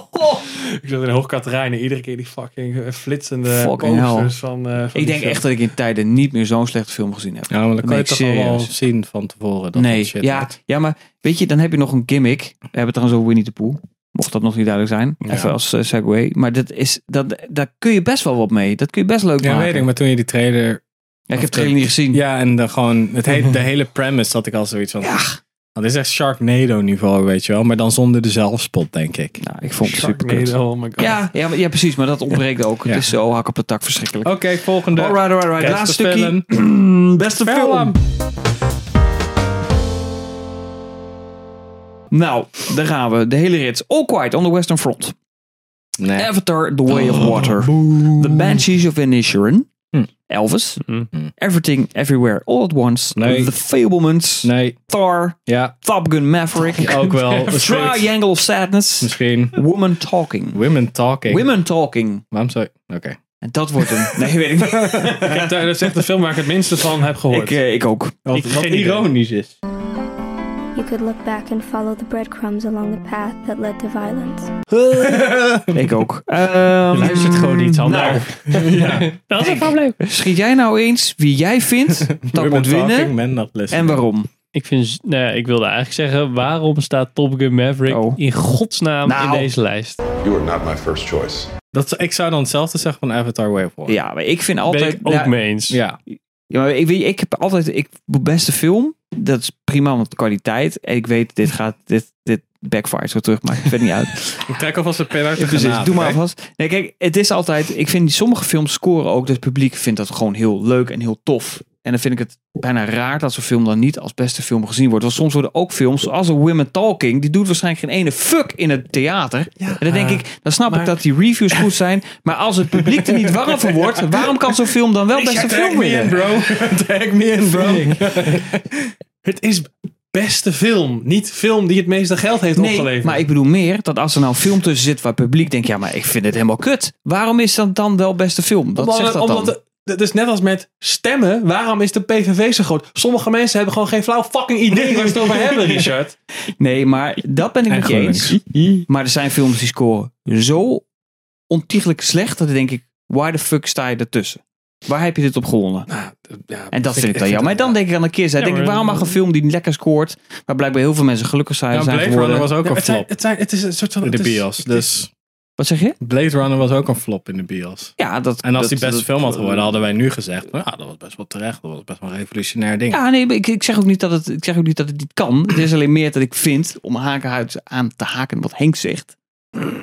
Ik zat in Hoogkaterijnen iedere keer die fucking flitsende Fucking posters van, eh, van die Ik denk film. echt dat ik in tijden niet meer zo'n slechte film gezien heb. Ja, maar dan kan Nee, je toch al wel serieus. zien van tevoren dat nee, het shit ja, wordt. ja, maar weet je, dan heb je nog een gimmick. We hebben het trouwens over Winnie de Pooh. Mocht dat nog niet duidelijk zijn. Ja. Even als eh, segue. Maar dat is, dat, daar kun je best wel wat mee. Dat kun je best leuk Ja, maken. weet ik. Maar toen je die trailer... Ja, ik heb Of het trailer niet gezien. Ja, en dan gewoon het hele, de hele premise had ik al zoiets van... Dat is echt Sharknado niveau, weet je wel. Maar dan zonder de zelfspot, denk ik. Nou, ik vond het super Sharknado, kut. oh my god. Ja, ja, maar- ja, precies. Maar dat ontbreekt ook. Ja. Oh, Het is zo hak op de tak verschrikkelijk. Oké, volgende. Alright, alright, alright. Beste Laatste stukje. Beste film. Film. Nou, daar gaan we. De hele rits. All Quiet on the Western Front. Nee. Avatar, The Way of Water. Oh. The Banshees of Inisherin. Hm. Elvis. Mm. Everything, Everywhere, All at Once. Nee. The Fablemans. Nee, Thor. ja, Top Gun Maverick. ook wel. Misschien- Triangle of Sadness. Misschien. Woman Talking. Women talking. Women Talking. Waarom zou Oké. En dat wordt hem. Nee, weet ik niet. Ja, daar- dat is echt de film waar ik het minste van heb gehoord. Ik, eh, ik ook. Wat, wat ironisch is. You could look back and follow the breadcrumbs along the path that led to violence. Ik ook. Ehm, Je luistert gewoon niet, Sander. nou. Dat is een probleem. Schiet jij nou eens wie jij vindt dat Women moet winnen talking, men not listening. en waarom? Ik, vind, nou ja, ik wilde eigenlijk zeggen, waarom staat Top Gun Maverick Oh. in godsnaam Nou. in deze lijst? You are not my first choice. Dat, zou- ik zou dan hetzelfde zeggen van Avatar Way of Water. Ja, maar ik vind altijd... ben ik ook ja, mee eens. Ja. Ja, maar ik, weet, ik heb altijd... Ik, beste film, dat is prima, want de kwaliteit. En ik weet, dit gaat... Dit, dit backfires weer terug, maar het vet niet uit. Ik trek alvast een pen uit de Precies, granaat, doe maar hè? alvast. Nee, kijk, het is altijd... Ik vind die sommige films scoren ook. Dus het publiek vindt dat gewoon heel leuk en heel tof. En dan vind ik het bijna raar dat zo'n film dan niet als beste film gezien wordt. Want soms worden ook films zoals een Women Talking. Die doet waarschijnlijk geen ene fuck in het theater. en dan denk ik, dan snap ik dat die reviews goed zijn. Maar als het publiek er niet warm voor wordt. Waarom kan zo'n film dan wel beste film Tag me winnen? in, bro. Tag me in, bro. Het is beste film. Niet film die het meeste geld heeft opgeleverd. maar ik bedoel meer dat als er nou een film tussen zit waar het publiek denkt, ja, maar ik vind het helemaal kut. Waarom is dat dan wel beste film? Dat omdat, zegt dat omdat dan. de- het is net als met stemmen. Waarom is de PVV zo groot? Sommige mensen hebben gewoon geen flauw fucking idee waar ze het over hebben, Richard. Nee, maar dat ben ik met je eens. Maar er zijn films die scoren zo ontiegelijk slecht dat dan denk ik, why the fuck sta je ertussen? Waar heb je dit op gewonnen? en dat Nou, ik- vind ik ik dan vind jammer. Maar dan denk ik aan de keer. Ja, denk ik, maar- waarom mag een film die lekker scoort, maar blijkbaar heel veel mensen gelukkig zijn, Ja, zijn Blade geworden. Runner was ook Ja, een het zijn- flop. Het, zijn, het is een soort van... in de het is- bios. Dus Wat zeg je? Blade Runner was ook een flop in de bios. Ja, dat, en als dat- die beste dat- film had eh, geworden, hadden wij nu gezegd, nou, dat was best wel terecht. Dat was best wel een revolutionair ding. Ja, nee, maar ik, ik, zeg ook niet dat het, ik zeg ook niet dat het niet kan. Het is alleen meer dat ik vind, om haken uit- aan te haken wat Henk zegt,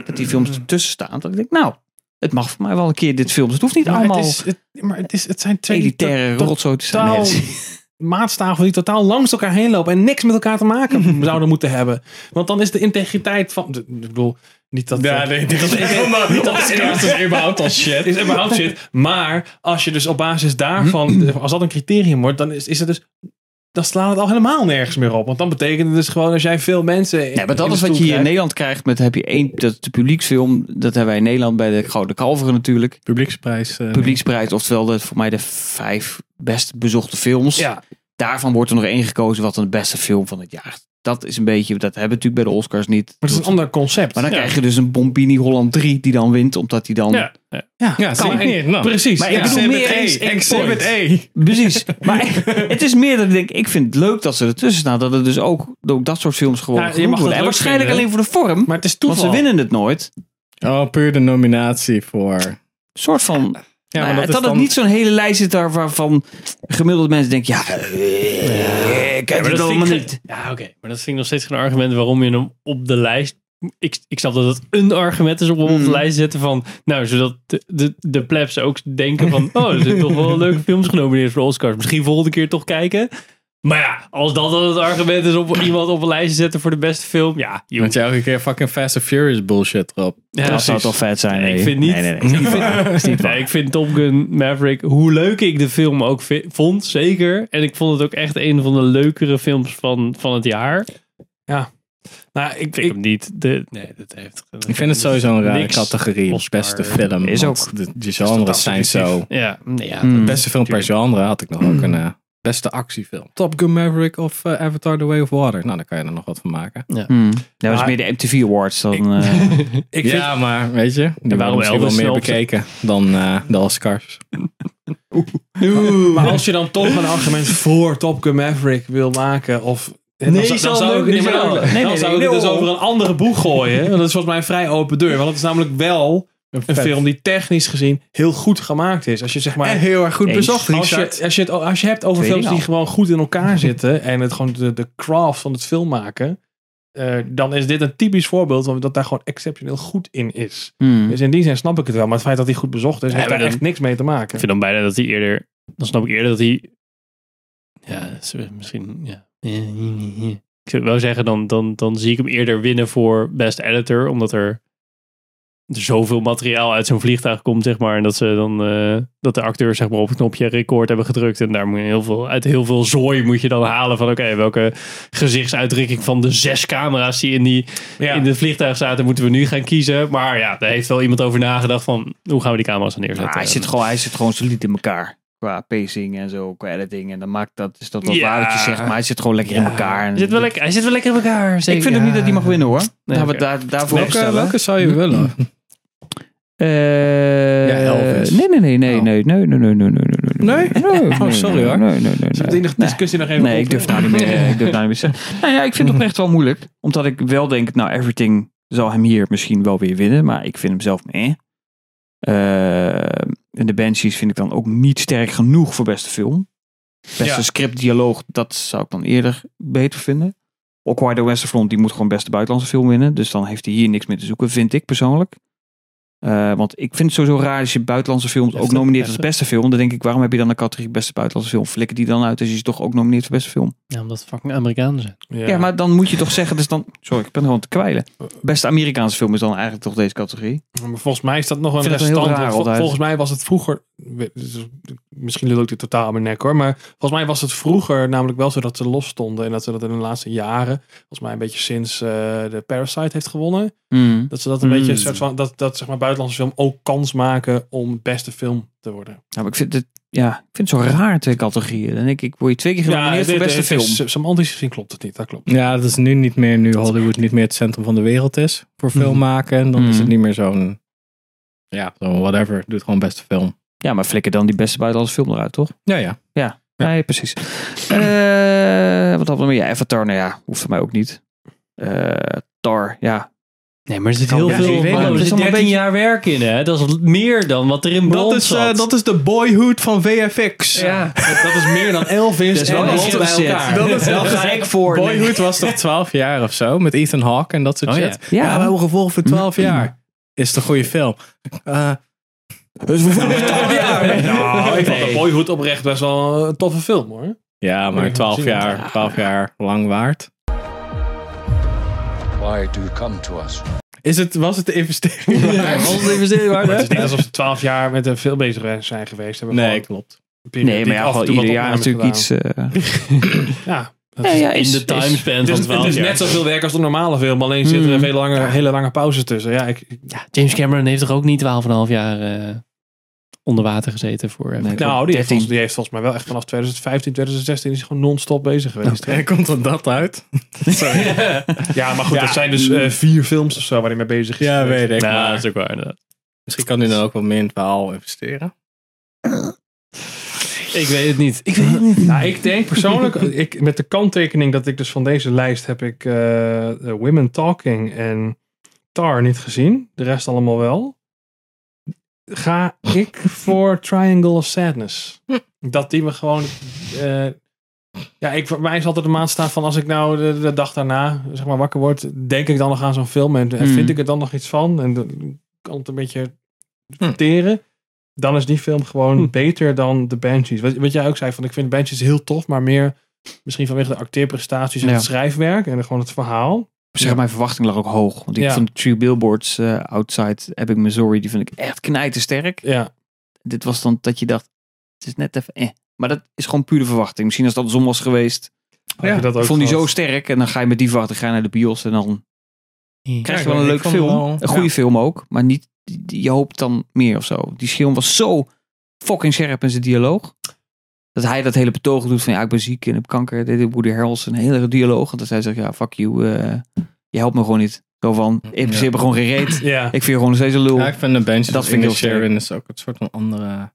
dat die films ertussen staan. Dat ik denk, nou, het mag voor mij wel een keer dit films. Het hoeft niet Maar allemaal Het, is, het, maar het, is, het zijn twee elitaire to- to- rotzooi te zijn. totaal Nee, maatstaven die totaal langs elkaar heen lopen en niks met elkaar te maken zouden moeten hebben. Want dan is de integriteit van. de- Ik bedoel, niet dat. Ja, eh, nee, niet dat- dit is- niet dat- Oscars is überhaupt al shit. Is überhaupt shit. Maar als je dus op basis daarvan, Mm-hmm. als dat een criterium wordt, dan is, is het dus. Dan slaat het al helemaal nergens meer op. Want dan betekent het dus gewoon als jij veel mensen. Nee, maar dat is wat je hier in Nederland krijgt. Met heb je één, dat de publieksfilm, dat hebben wij in Nederland bij de Gouden Kalveren natuurlijk. eh, Publieksprijs. Publieksprijs, oftewel de, voor mij de vijf best bezochte films. Ja. Daarvan wordt er nog één gekozen wat dan de beste film van het jaar. Dat is een beetje, dat hebben we natuurlijk bij de Oscars niet. Maar het is een ander concept. Maar dan Ja. krijg je dus een Bombini Holland 3 die dan wint, omdat die dan... Ja. Ja, kan. zie je. Nou, precies. Maar Ja. ik bedoel Exhibit meer A, eens één exhibit point. A. Precies. Maar het is meer dat ik denk, ik vind het leuk dat ze ertussen staan. Dat het dus ook, ook dat soort films gewoon Ja, je genoemd mag dat worden. En leuk waarschijnlijk vinden, alleen voor de vorm. Maar het is Want ze toeval. winnen het nooit. Oh, puur de nominatie voor... soort van... Ja, Nou maar ja, het dat is had dan... het niet zo'n hele lijst zit daar waarvan gemiddeld mensen denken, ja, eh, ik heb maar het dat vind allemaal Dus ik- niet. Ja, oké. Maar dat vind ik nog steeds geen argument waarom je hem op de lijst... Ik, ik snap dat het een argument is om hem op Mm. de lijst te zetten van... Nou, zodat de, de, de plebs ook denken van... Oh, er zijn toch wel leuke films genomineerd voor de Oscars. Misschien volgende keer toch kijken. Maar ja, als dat dan het argument is om iemand op een lijst te zetten voor de beste film... Ja, Je moet je elke keer fucking Fast and Furious bullshit erop. Ja, dat zou toch vet zijn. ik vind niet. Nee, nee, nee. is niet waar. Is niet waar. Nee, ik vind Top Gun Maverick, hoe leuk ik de film ook vi- vond, zeker. En ik vond het ook echt een van de leukere films van, van het jaar. Ja. Nou, ik, vind hem niet. De, nee, dat heeft. Ik vind het sowieso een rare niks categorie. Oscar. Beste film. Is want ook. De, die genres zijn zo. Ja, nee, ja. Hmm. dat- Beste film per genre had ik nog ook een eh, beste actiefilm. Top Gun Maverick of eh, Avatar The Way of Water. Nou, daar kan je er nog wat van maken. Ja, Hmm. Nou, dat is Maar- meer de MTV Awards dan... eh, Ik ja, maar weet je, die waren En waarom misschien wel Elvis meer snel op z'n- bekeken dan eh, de Oscars. eh, Maar als je dan toch een argument voor Top Gun Maverick wil maken, of. Nee, dan, Sander, zou ik, niet maar dan, zo. dan Nee, zou nee, nee, ik het nee, dus hoor. over een andere boeg gooien. Want dat is volgens mij een vrij open deur. Want het is namelijk wel een, film die technisch gezien heel goed gemaakt is. Als je zeg maar. En heel erg goed Eens. bezocht, Als Richard. je, als, je het, als je hebt over Twee films die dingen gewoon goed in elkaar zitten. en het gewoon de, de craft van het film maken. eh, dan is dit een typisch voorbeeld. Omdat daar gewoon exceptioneel goed in is. Hmm. Dus in die zin snap ik het wel. Maar het feit dat hij goed bezocht is, Ja, heeft Hm. maar daar dan- echt niks mee te maken. Ik vind dan bijna dat hij eerder. Dan snap ik eerder dat hij. Ja, dat is misschien. Ja. Ik zou wel zeggen, dan, dan, dan zie ik hem eerder winnen voor Best Editor. Omdat er zoveel materiaal uit zo'n vliegtuig komt, zeg maar. En dat, ze dan, eh, dat de acteurs zeg maar, op het knopje record hebben gedrukt. En daar moet je heel veel, uit heel veel zooi moet je dan halen van... oké, welke gezichtsuitdrukking van de zes camera's die in, die, in het vliegtuig zaten... moeten we nu gaan kiezen. Maar ja, daar heeft wel iemand over nagedacht van... hoe gaan we die camera's dan neerzetten? Maar Ah, hij, zit gewoon, hij zit gewoon solide in elkaar. Qua pacing en zo, qua editing. En dan maakt dat, is dat wel Ja. waar wat je zegt. Maar hij zit gewoon lekker in elkaar. En Hij zit wel lekker, hij zit wel lekker in elkaar. ik vind ook niet dat hij mag winnen hoor. Nee, Daar- oké. daar, daarvoor Welke- opstellen. welke zou je willen? Hm. Eh, Ja, Elvis. Nee, nee, nee, nee, nee, nee, nee, nee, nee, nee, nee, nee. Nee? Oh, sorry, hoor. Nee, nee, nee. nee. Zullen we die discussie nog even Nee, ik durf daar niet meer. eh, Ik durf daar niet meer. te zeggen. Nou ja, ik vind het oprecht wel moeilijk. Omdat ik wel denk, nou, everything zal hem hier misschien wel weer winnen. Maar ik vind hem zelf mee. en de Banshees vind ik dan ook niet sterk genoeg voor beste film. Beste Ja. script, dialoog, dat zou ik dan eerder beter vinden. Ook Wide Westerfront, die moet gewoon beste buitenlandse film winnen. Dus dan heeft hij hier niks meer te zoeken, vind ik persoonlijk. Eh, want ik vind het sowieso raar als je buitenlandse films ook nomineert als beste film. Dan denk ik, waarom heb je dan een categorie beste buitenlandse film? Flikker die dan uit als je ze toch ook nomineert voor beste film? Ja, omdat het fucking Amerikanen zijn. Ja. maar dan moet je toch zeggen, dus dan... Sorry, ik ben gewoon te kwijlen. Eh, Beste Amerikaanse film is dan eigenlijk toch deze categorie? Maar volgens mij is dat nog Ik een vind dat heel restant. raar Vol- altijd. volgens mij was het vroeger. we- dus, Ik misschien lul ik dit totaal aan mijn nek hoor. Maar volgens mij was het vroeger namelijk wel zo dat ze los stonden. En dat ze dat in de laatste jaren, volgens mij een beetje sinds eh, de Parasite heeft gewonnen. Mm. Dat ze dat een Mm. beetje, een soort van, dat, dat zeg maar buitenlandse film ook kans maken om beste film te worden. Ja, maar Nou, ik vind het, ja, ik vind het zo raar, twee categorieën. Dan denk ik, word je twee keer genomineerd voor beste film. is- Semantisch gezien klopt het niet, dat klopt. Ja, dat is nu niet meer, nu Hollywood niet meer het centrum van de wereld is voor Mhm. film maken. En dan is het Mhm. niet meer zo'n, ja, zo'n whatever. Doe het gewoon beste film. Ja, maar flikker dan die beste buitenlandse film eruit, toch? Ja, ja. Ja, nee, precies. Eh, wat hadden we meer? Ja, Avatar, nou ja, hoeft voor mij ook niet. Eh, Tar, ja. Nee, maar er zit heel veel. weet oh, het. er Het is zit allemaal 13 een beetje... jaar werk in, hè? Dat is meer dan wat er in Dat Blond is, eh, zat. dat is de boyhood van VFX. Ja. Dat is meer dan Elvis Dat is wel en een Blond shit. bij elkaar. Dat is- dat is- Ga ik voor, nee. Boyhood was toch 12 jaar of zo? Met Ethan Hawke en dat soort Oh, ja. shit. Ja, Mm-hmm. we hebben gevolg voor 12 jaar. Is het een goede film? Eh dus we voelen het 12 jaar. Nou, ik vond Nee. de Boyhood oprecht best wel een toffe film hoor. Ja, maar 12 gezien. jaar, 12 jaar lang waard. Why do you come to us? Is het, was het de investering waard? was het de investering waard, Het is niet alsof ze twaalf jaar met een film bezig zijn geweest. Hebben Nee, gewoon klopt. een periode Nee, die maar ja, af en gewoon toe wat ieder jaar natuurlijk opnames iets... eh, gedaan. Ja. Ja, ja, is- In de is- timespan Dus Het is- van 12 Het is jaar. net zoveel werk als de normale film, alleen zitten Hmm. er veel lange, hele lange pauzes tussen. Ja, ik, James Cameron heeft toch ook niet 12,5 jaar eh, onder water gezeten voor. eh, voor- nou, die heeft, 13. volgens, die heeft volgens mij wel echt vanaf 2015, 2016 is hij gewoon non-stop bezig geweest. En komt dan dat uit? Sorry. Ja, maar goed, Ja. dat zijn dus eh, vier films of zo waar hij mee bezig is. Ja, weet ik. Ja, maar dat is ook waar, inderdaad. Misschien kan hij dan ook wel meer in het verhaal investeren. Ik weet het niet. Ik Nou, ik denk persoonlijk, ik, met de kanttekening dat ik dus van deze lijst heb ik eh, eh, Women Talking en Tar niet gezien. De rest allemaal wel. Ga ik voor Triangle of Sadness. Dat die me gewoon... eh, ja, ik, voor mij is altijd de maatstaaf van als ik nou de, de dag daarna zeg maar, wakker word, denk ik dan nog aan zo'n film en, en Mm. vind ik er dan nog iets van en dan kan het een beetje verteren dan is die film gewoon beter dan de Banshees. Wat, wat jij ook zei, van ik vind Banshees heel tof, maar meer misschien vanwege de acteerprestaties en Ja. het schrijfwerk en gewoon het verhaal. Zeg, mijn verwachting lag ook hoog. Want ik Ja. vond True Billboards eh, Outside Epic Missouri, die vind ik echt knijtersterk. Ja. Dit was dan dat je dacht, het is net even eh. Maar dat is gewoon puur de verwachting. Misschien als dat zon was geweest, Had je dat ook ik vond die gehad? zo sterk. En dan ga je met die verwachting ga je naar de bios en dan krijg je Ja, wel een ik leuk vond het film. wel- Een goede Ja. film ook, maar niet, die- die- je hoopt dan meer of zo. Die film was zo fucking scherp in zijn dialoog. Dat hij dat hele betoog doet van ja, ik ben ziek en heb kanker. Dit is Woody Harrelson, een hele dialoog. En dat hij zegt, ja, fuck you, eh, je helpt me gewoon niet. Zo van, in principe gewoon geen reet. Ja. Ik vind je gewoon nog steeds een lul. Ja, ik vind de Bench Dat vind dat ik vind heel sterk. Sharon is ook een soort van andere,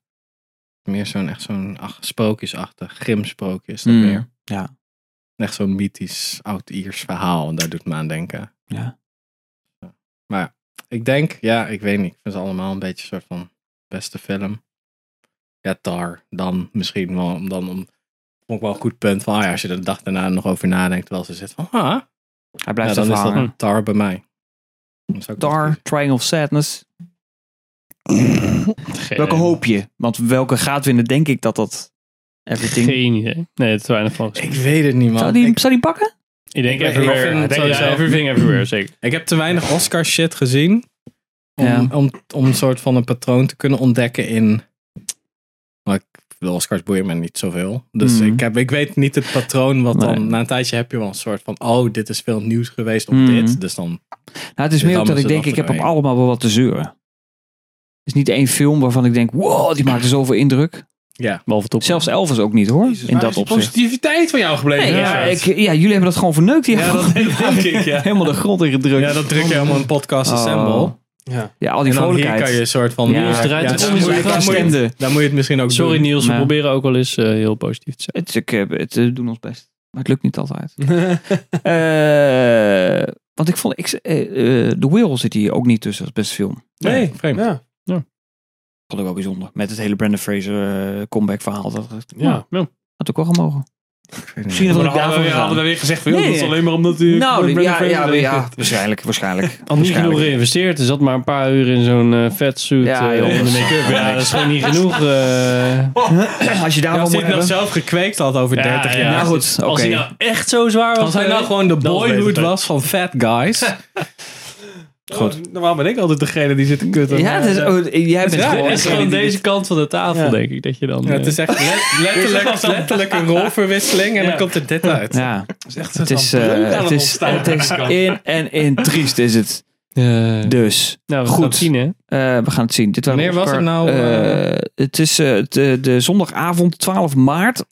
meer zo'n echt zo'n ach- spookjesachtig, grimsprookje is dat Mm, meer. Ja. Echt zo'n mythisch oud-Iers verhaal en daar doet me aan denken. Ja. Maar ik denk, ja, ik weet niet, ik vind ze allemaal een beetje een soort van beste film. Ja, Tar, dan misschien wel, om- dan om, vond ik wel een goed punt van, ah ja, als je er de dag daarna nog over nadenkt, terwijl ze zit van, ah, Hij ja, blijft dan is ervan dat hangen. een Tar bij mij. Dan zou ik dat Tar, Triangle of Sadness. Welke Eh. hoop je? Want welke gaat winnen, denk ik dat dat everything... Geen idee. Nee, het is weinig van. Ik weet het niet, man. Zou die, Ik- zou die pakken? Ik Ik- denk ik everywhere. vind Ik het denk, ja, sowieso- everything everywhere, zeker. Ik heb te weinig Oscar shit gezien. Om, Ja. om, om een soort van een patroon te kunnen ontdekken in. Maar ik, de Oscars boeien me niet zoveel. Dus Mhm. ik, heb, ik weet niet het patroon wat Nee. dan. Na een tijdje heb je wel een soort van. Oh, dit is veel nieuws geweest op Mhm. dit. Dus dan. Nou, het is Dit meer ook dat allemaal ik denk, zit ik heb op achtereen. allemaal wel wat te zeuren. Het is niet één film waarvan ik denk, wow, die maakte zoveel indruk. Ja. Behalve top. Zelfs Elvis ook niet hoor, in Waar dat is die opzicht. positiviteit van jou gebleven. Nee, ja, Ja. ik, ja, jullie hebben dat gewoon verneukt hier. Ja, gewoon. dat denk ik, ja. Helemaal de grond in gedrukt. Ja, dat druk je helemaal een podcast Oh. assemble. Ja. Ja, al die en dan hier vrolijkheid. kan je een soort van. Ja. nieuws Ja, eruit. ja, dan ja, moet je- ja, dan moet je- stemde. dan moet je het misschien ook. Sorry doen. Niels, we Nee. proberen ook wel eens eh, heel positief te zijn. Het, is ook, eh, het, eh, we doen ons best. Maar het lukt niet altijd. Eh, want ik vond, ik, eh, eh, The Whale zit hier ook niet tussen als best film. Nee, vreemd. Ja. Vond ik wel bijzonder. Met het hele Brandon Fraser eh, comeback verhaal. Dat dat- Ja. Ja. had ook wel gemogen. Misschien Maar dat dan ik daarvan hadden we, hadden we gegaan. weer gezegd van, joh, Nee, dat is nee. alleen maar omdat u... Nou, Brandon ja, ja, Fraser ja, deed. waarschijnlijk, waarschijnlijk. Al niet genoeg waarschijnlijk. geïnvesteerd. Er zat maar een paar uur in zo'n eh, vetsuit Ja, eh, joh. en de make-up. Ja, dat is gewoon niet genoeg. eh. Als je Ja, daarvan Als hij moet het nou hebben. zelf gekweekt had over Ja, 30 ja. jaar. Nou goed, oké. Als hij nou echt zo zwaar was. Als hij nou geweest, gewoon de dat was boyhood beter. was van Fat Guys. Goed. Normaal ben ik altijd degene die zit te kutten. Ja, het is- Maar, eh, oh, jij het is bent raar. gewoon- Het is degene die deze kant van de tafel, Ja. denk ik, dat je dan... eh, Ja, het is echt let- letterlijk, letterlijk een rolverwisseling en Ja. dan komt er dit uit. Ja, echt het een is, soort eh, van het is, aan het het is ontstaan. in en in triest is het. Dus, nou, goed. Eh, we gaan het zien. Dit waren Wanneer was het Oscar- nou, eh, het is eh, de, de zondagavond 12 maart.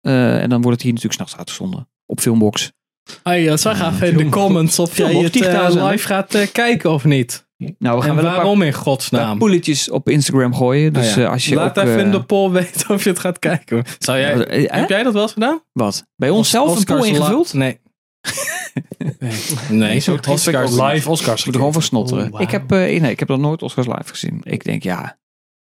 Eh, en dan wordt het hier natuurlijk s'nachts uitgezonden. Op Filmbox. Hey, dat zag even in de comments of jij Film op het eh, 10.000. live gaat eh, kijken of niet. Nou, we gaan en wel een paar- waarom in godsnaam? Poeletjes op Instagram gooien. Dus Ah ja. eh, als je Laat ook, even eh, in de poll weten of je het gaat kijken. Zou jij, Eh, hè? Heb jij dat wel eens gedaan? Wat? Bij onszelf een pool Oscars la- ingevuld? Nee. Nee, zo triest ben ik ook niet. Oscars. Ik moet er gewoon van Oh, snotteren. Ik, heb, eh, nee, ik heb nog nooit Oscars live gezien. Ik denk ja.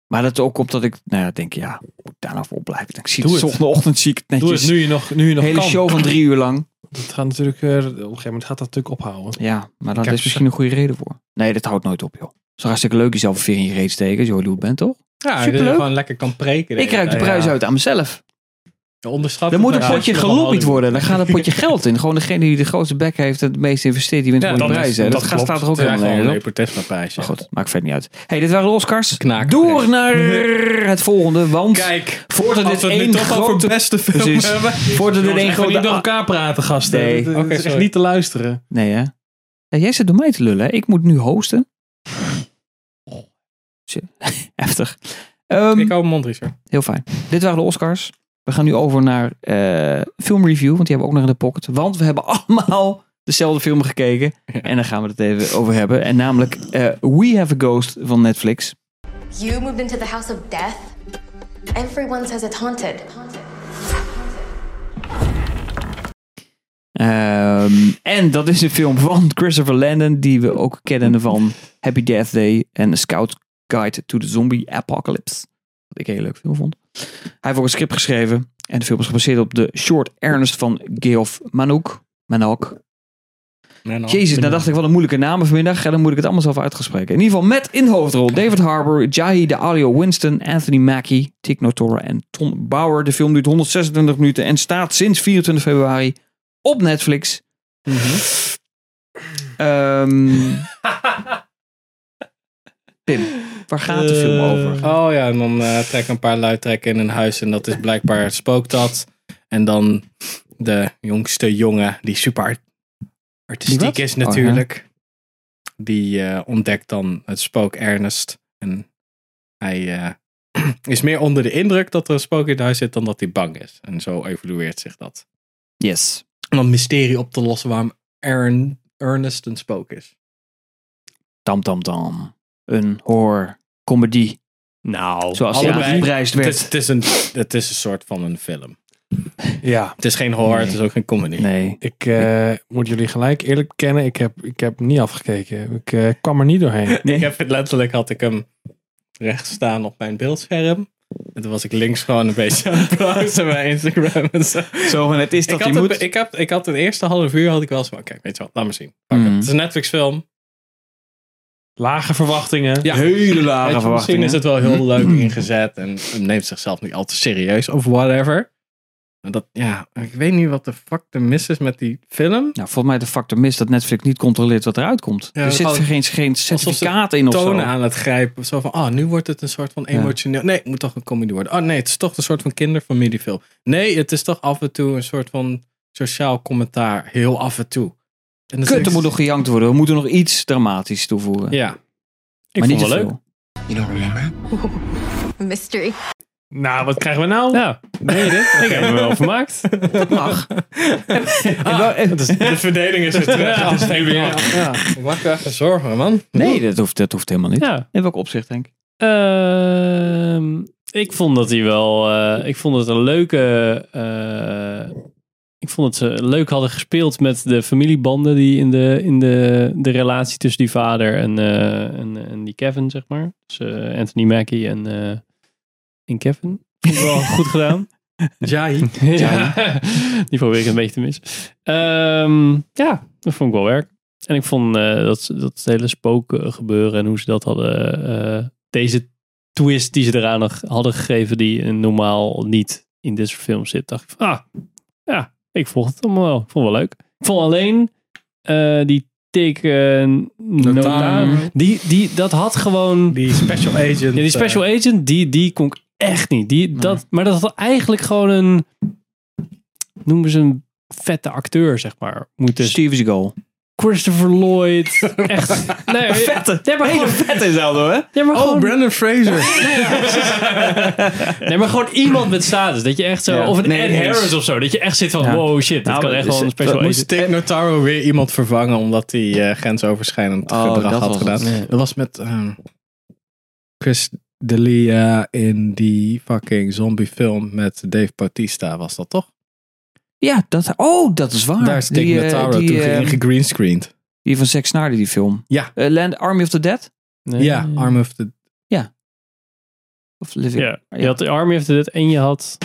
Maar dat ook omdat ik, nou ja, ik denk ja, moet ik daar nou voor op blijven. Ik zie Doe het het. volgende ochtend zie ik het netjes. Doe het nu je nog, nu je nog Hele kan. show van drie uur lang. Dat gaat natuurlijk, eh, op een gegeven moment gaat dat natuurlijk ophouden. Ja, maar dat Kijk, is misschien een goede reden voor. Nee, dat houdt nooit op, joh. Zo hartstikke leuk jezelf een veer in je reet steken als je Hollywood bent, toch? Ja, dat je Superleuk. gewoon lekker kan preken. Ik ruik de prijs uit aan mezelf. Onderschat Dan het moet een maar. potje Ja, als je nog gelobbied wel worden. Dan gaat een potje geld in. Gewoon degene die de grootste bek heeft en het meeste investeert, die wint Ja, gewoon de dat prijs. is- hè. Dat, dat gaat klopt. staat er ook Ja, gewoon helemaal een in. Maar goed, maakt verder niet uit. hey, dit waren de Oscars. Door naar het volgende, want Kijk, voordat als dit we het nu één toch over grote beste film Precies. hebben. Voordat dit Jongens, één echt niet grote door elkaar praten, gasten. Nee. Het- het Oké, is echt sorry. niet te luisteren. Nee, hè? Ja, jij zit door mij te lullen, hè? Ik moet nu hosten. Tje, Heftig. Ehm, Ik hou mijn mond, Richard. heel fijn. Dit waren de Oscars. We gaan nu over naar eh filmreview, want die hebben we ook nog in de pocket. Want we hebben allemaal dezelfde film gekeken. En daar gaan we het even over hebben. En namelijk eh, We Have a Ghost van Netflix. You moved into the house of death? Everyone says it's haunted. Ehm, en dat is een film van Christopher Landon, die we ook kennen van Happy Death Day en A Scout Guide to the Zombie Apocalypse. Wat ik een hele leuke film vond. Hij heeft ook een script geschreven en de film is gebaseerd op de short Ernest van Geoff Manouk. Manouk. Jezus, nou dacht ik wel een moeilijke namen vanmiddag. En dan moet ik het allemaal zelf uitgespreken. In ieder geval met in de hoofdrol David Harbour, Jahide Alio Winston, Anthony Mackie, Tig Notora en Tom Bauer. De film duurt 126 minuten en staat sinds 24 februari op Netflix. Mhm. Ehm, Pim, waar gaat de film over? Oh ja, en dan eh, trekken een paar lui trekken in een huis. En dat is blijkbaar spookt dat. En dan de jongste jongen, die Oh, super art- Die artistiek wat? is natuurlijk. Die eh, ontdekt dan het spook Ernest. En hij eh, is meer onder de indruk dat er een spook in het huis zit dan dat hij bang is. En zo evolueert zich dat. Yes. Om dat mysterie op te lossen waarom Ern- Ernest een spook is. Tam tam tam. Een horror comedy. Nou, zoals die Allebei. aangeprijsd Het is, werd. het, is een, het is een soort van een film. Ja. Het is geen horror, het is ook geen comedy. Nee. Ik eh, moet jullie gelijk eerlijk bekennen, ik heb, ik heb niet afgekeken. Ik eh, kwam er niet doorheen. Ik heb het letterlijk had ik hem recht staan op mijn beeldscherm. En toen was ik links gewoon een beetje aan het browsen bij Instagram en zo. Zo van, het is dat ik je had moet. Het, ik, heb, ik had het eerste half uur had ik wel eens van, kijk, weet je wat, laat maar zien. Fuck it. Mm. Het is een Netflix film. Lage verwachtingen. Ja. Hele Weet je, lage Misschien verwachtingen. Hmm. is het wel heel leuk ingezet en neemt zichzelf niet al te serieus of whatever. Maar dat, ja, ik weet niet wat de fuck de mis is met die film. Nou, volgens mij de factor mis dat Netflix niet controleert wat eruit komt. Ja, er dat zit gaat- geen, geen Alsof ze certificaat in of zo. tonen aan het grijpen. Zo van, ah, nu wordt het een soort van Ja. emotioneel. Nee, het moet toch een comedy worden. Oh nee, het is toch een soort van kinderfamiliefilm. Nee, het is toch af en toe een soort van sociaal commentaar. Heel af en toe. En dan Kut, zeg er ik- moet nog gejankt worden. We moeten nog iets dramatisch toevoegen. Ja. maar niet vond te wel veel. You don't remember? Mystery. Nou, wat krijgen we nou? Ja. Nee, dit? Ik heb me wel vermaakt. Dat mag. De verdeling Ah. is weer terug. Ja. Het is Ja. geen weer- Ja. eh, Ik maak er even zorgen, man. Nee, dat hoeft, dat hoeft helemaal niet. Ja. In welk opzicht, denk ik? Ehm, ik vond dat hij wel. eh, ik vond het een leuke. eh, ik vond dat ze leuk hadden gespeeld met de familiebanden die in de, in de, de relatie tussen die vader en, eh, en, en die Kevin, zeg maar. Dus eh, Anthony Mackie en, eh, en Kevin. Vond ik wel goed gedaan. Jai. Ja. Die probeer ik een beetje te missen. Ehm, ja, dat vond ik wel werk. En ik vond eh, dat, ze- dat hele spook eh, gebeuren en hoe ze dat hadden. eh, deze twist die ze eraan nog hadden gegeven, die eh, normaal niet in dit soort films zit. Dacht ik van, ah, ja, ik vond het allemaal wel, ik vond het wel leuk. Ik vond alleen eh, die dikke notaris. Die, die, dat had gewoon... Die special agent. Ja, die eh. special agent, die, die kon ik echt niet. Die, dat, maar dat had eigenlijk gewoon een... Noemen ze een vette acteur, zeg maar. Dus- Moeten Steven Seagal. Christopher Lloyd. Echt. Nee, vette. Nee, maar gewoon, Vet is dat, hè? Ja, Oh, maar gewoon- Brandon Fraser. nee, maar gewoon iemand met status. Dat je echt zo... Ja. Of een Nee, Ed eens. Harris of zo. Dat je echt zit van... Ja. Wow, shit. Dat kan echt wel een special dat agent. moest Tig Notaro weer iemand vervangen omdat hij eh, grensoverschrijdend Oh, gedrag dat had was gedaan. het. Dat was met ehm, Chris D'Elia in die fucking zombiefilm met Dave Bautista was dat toch? Ja, dat, oh, dat is waar. Daar is Tig Die, eh, Notaro die, toen eh, in gegreenscreened. Die van Zack Snyder, die film. Ja. Eh, Land Army of the Dead? Ja, Arm of the... Of Living? Ja, je had de Army of the Dead en je had...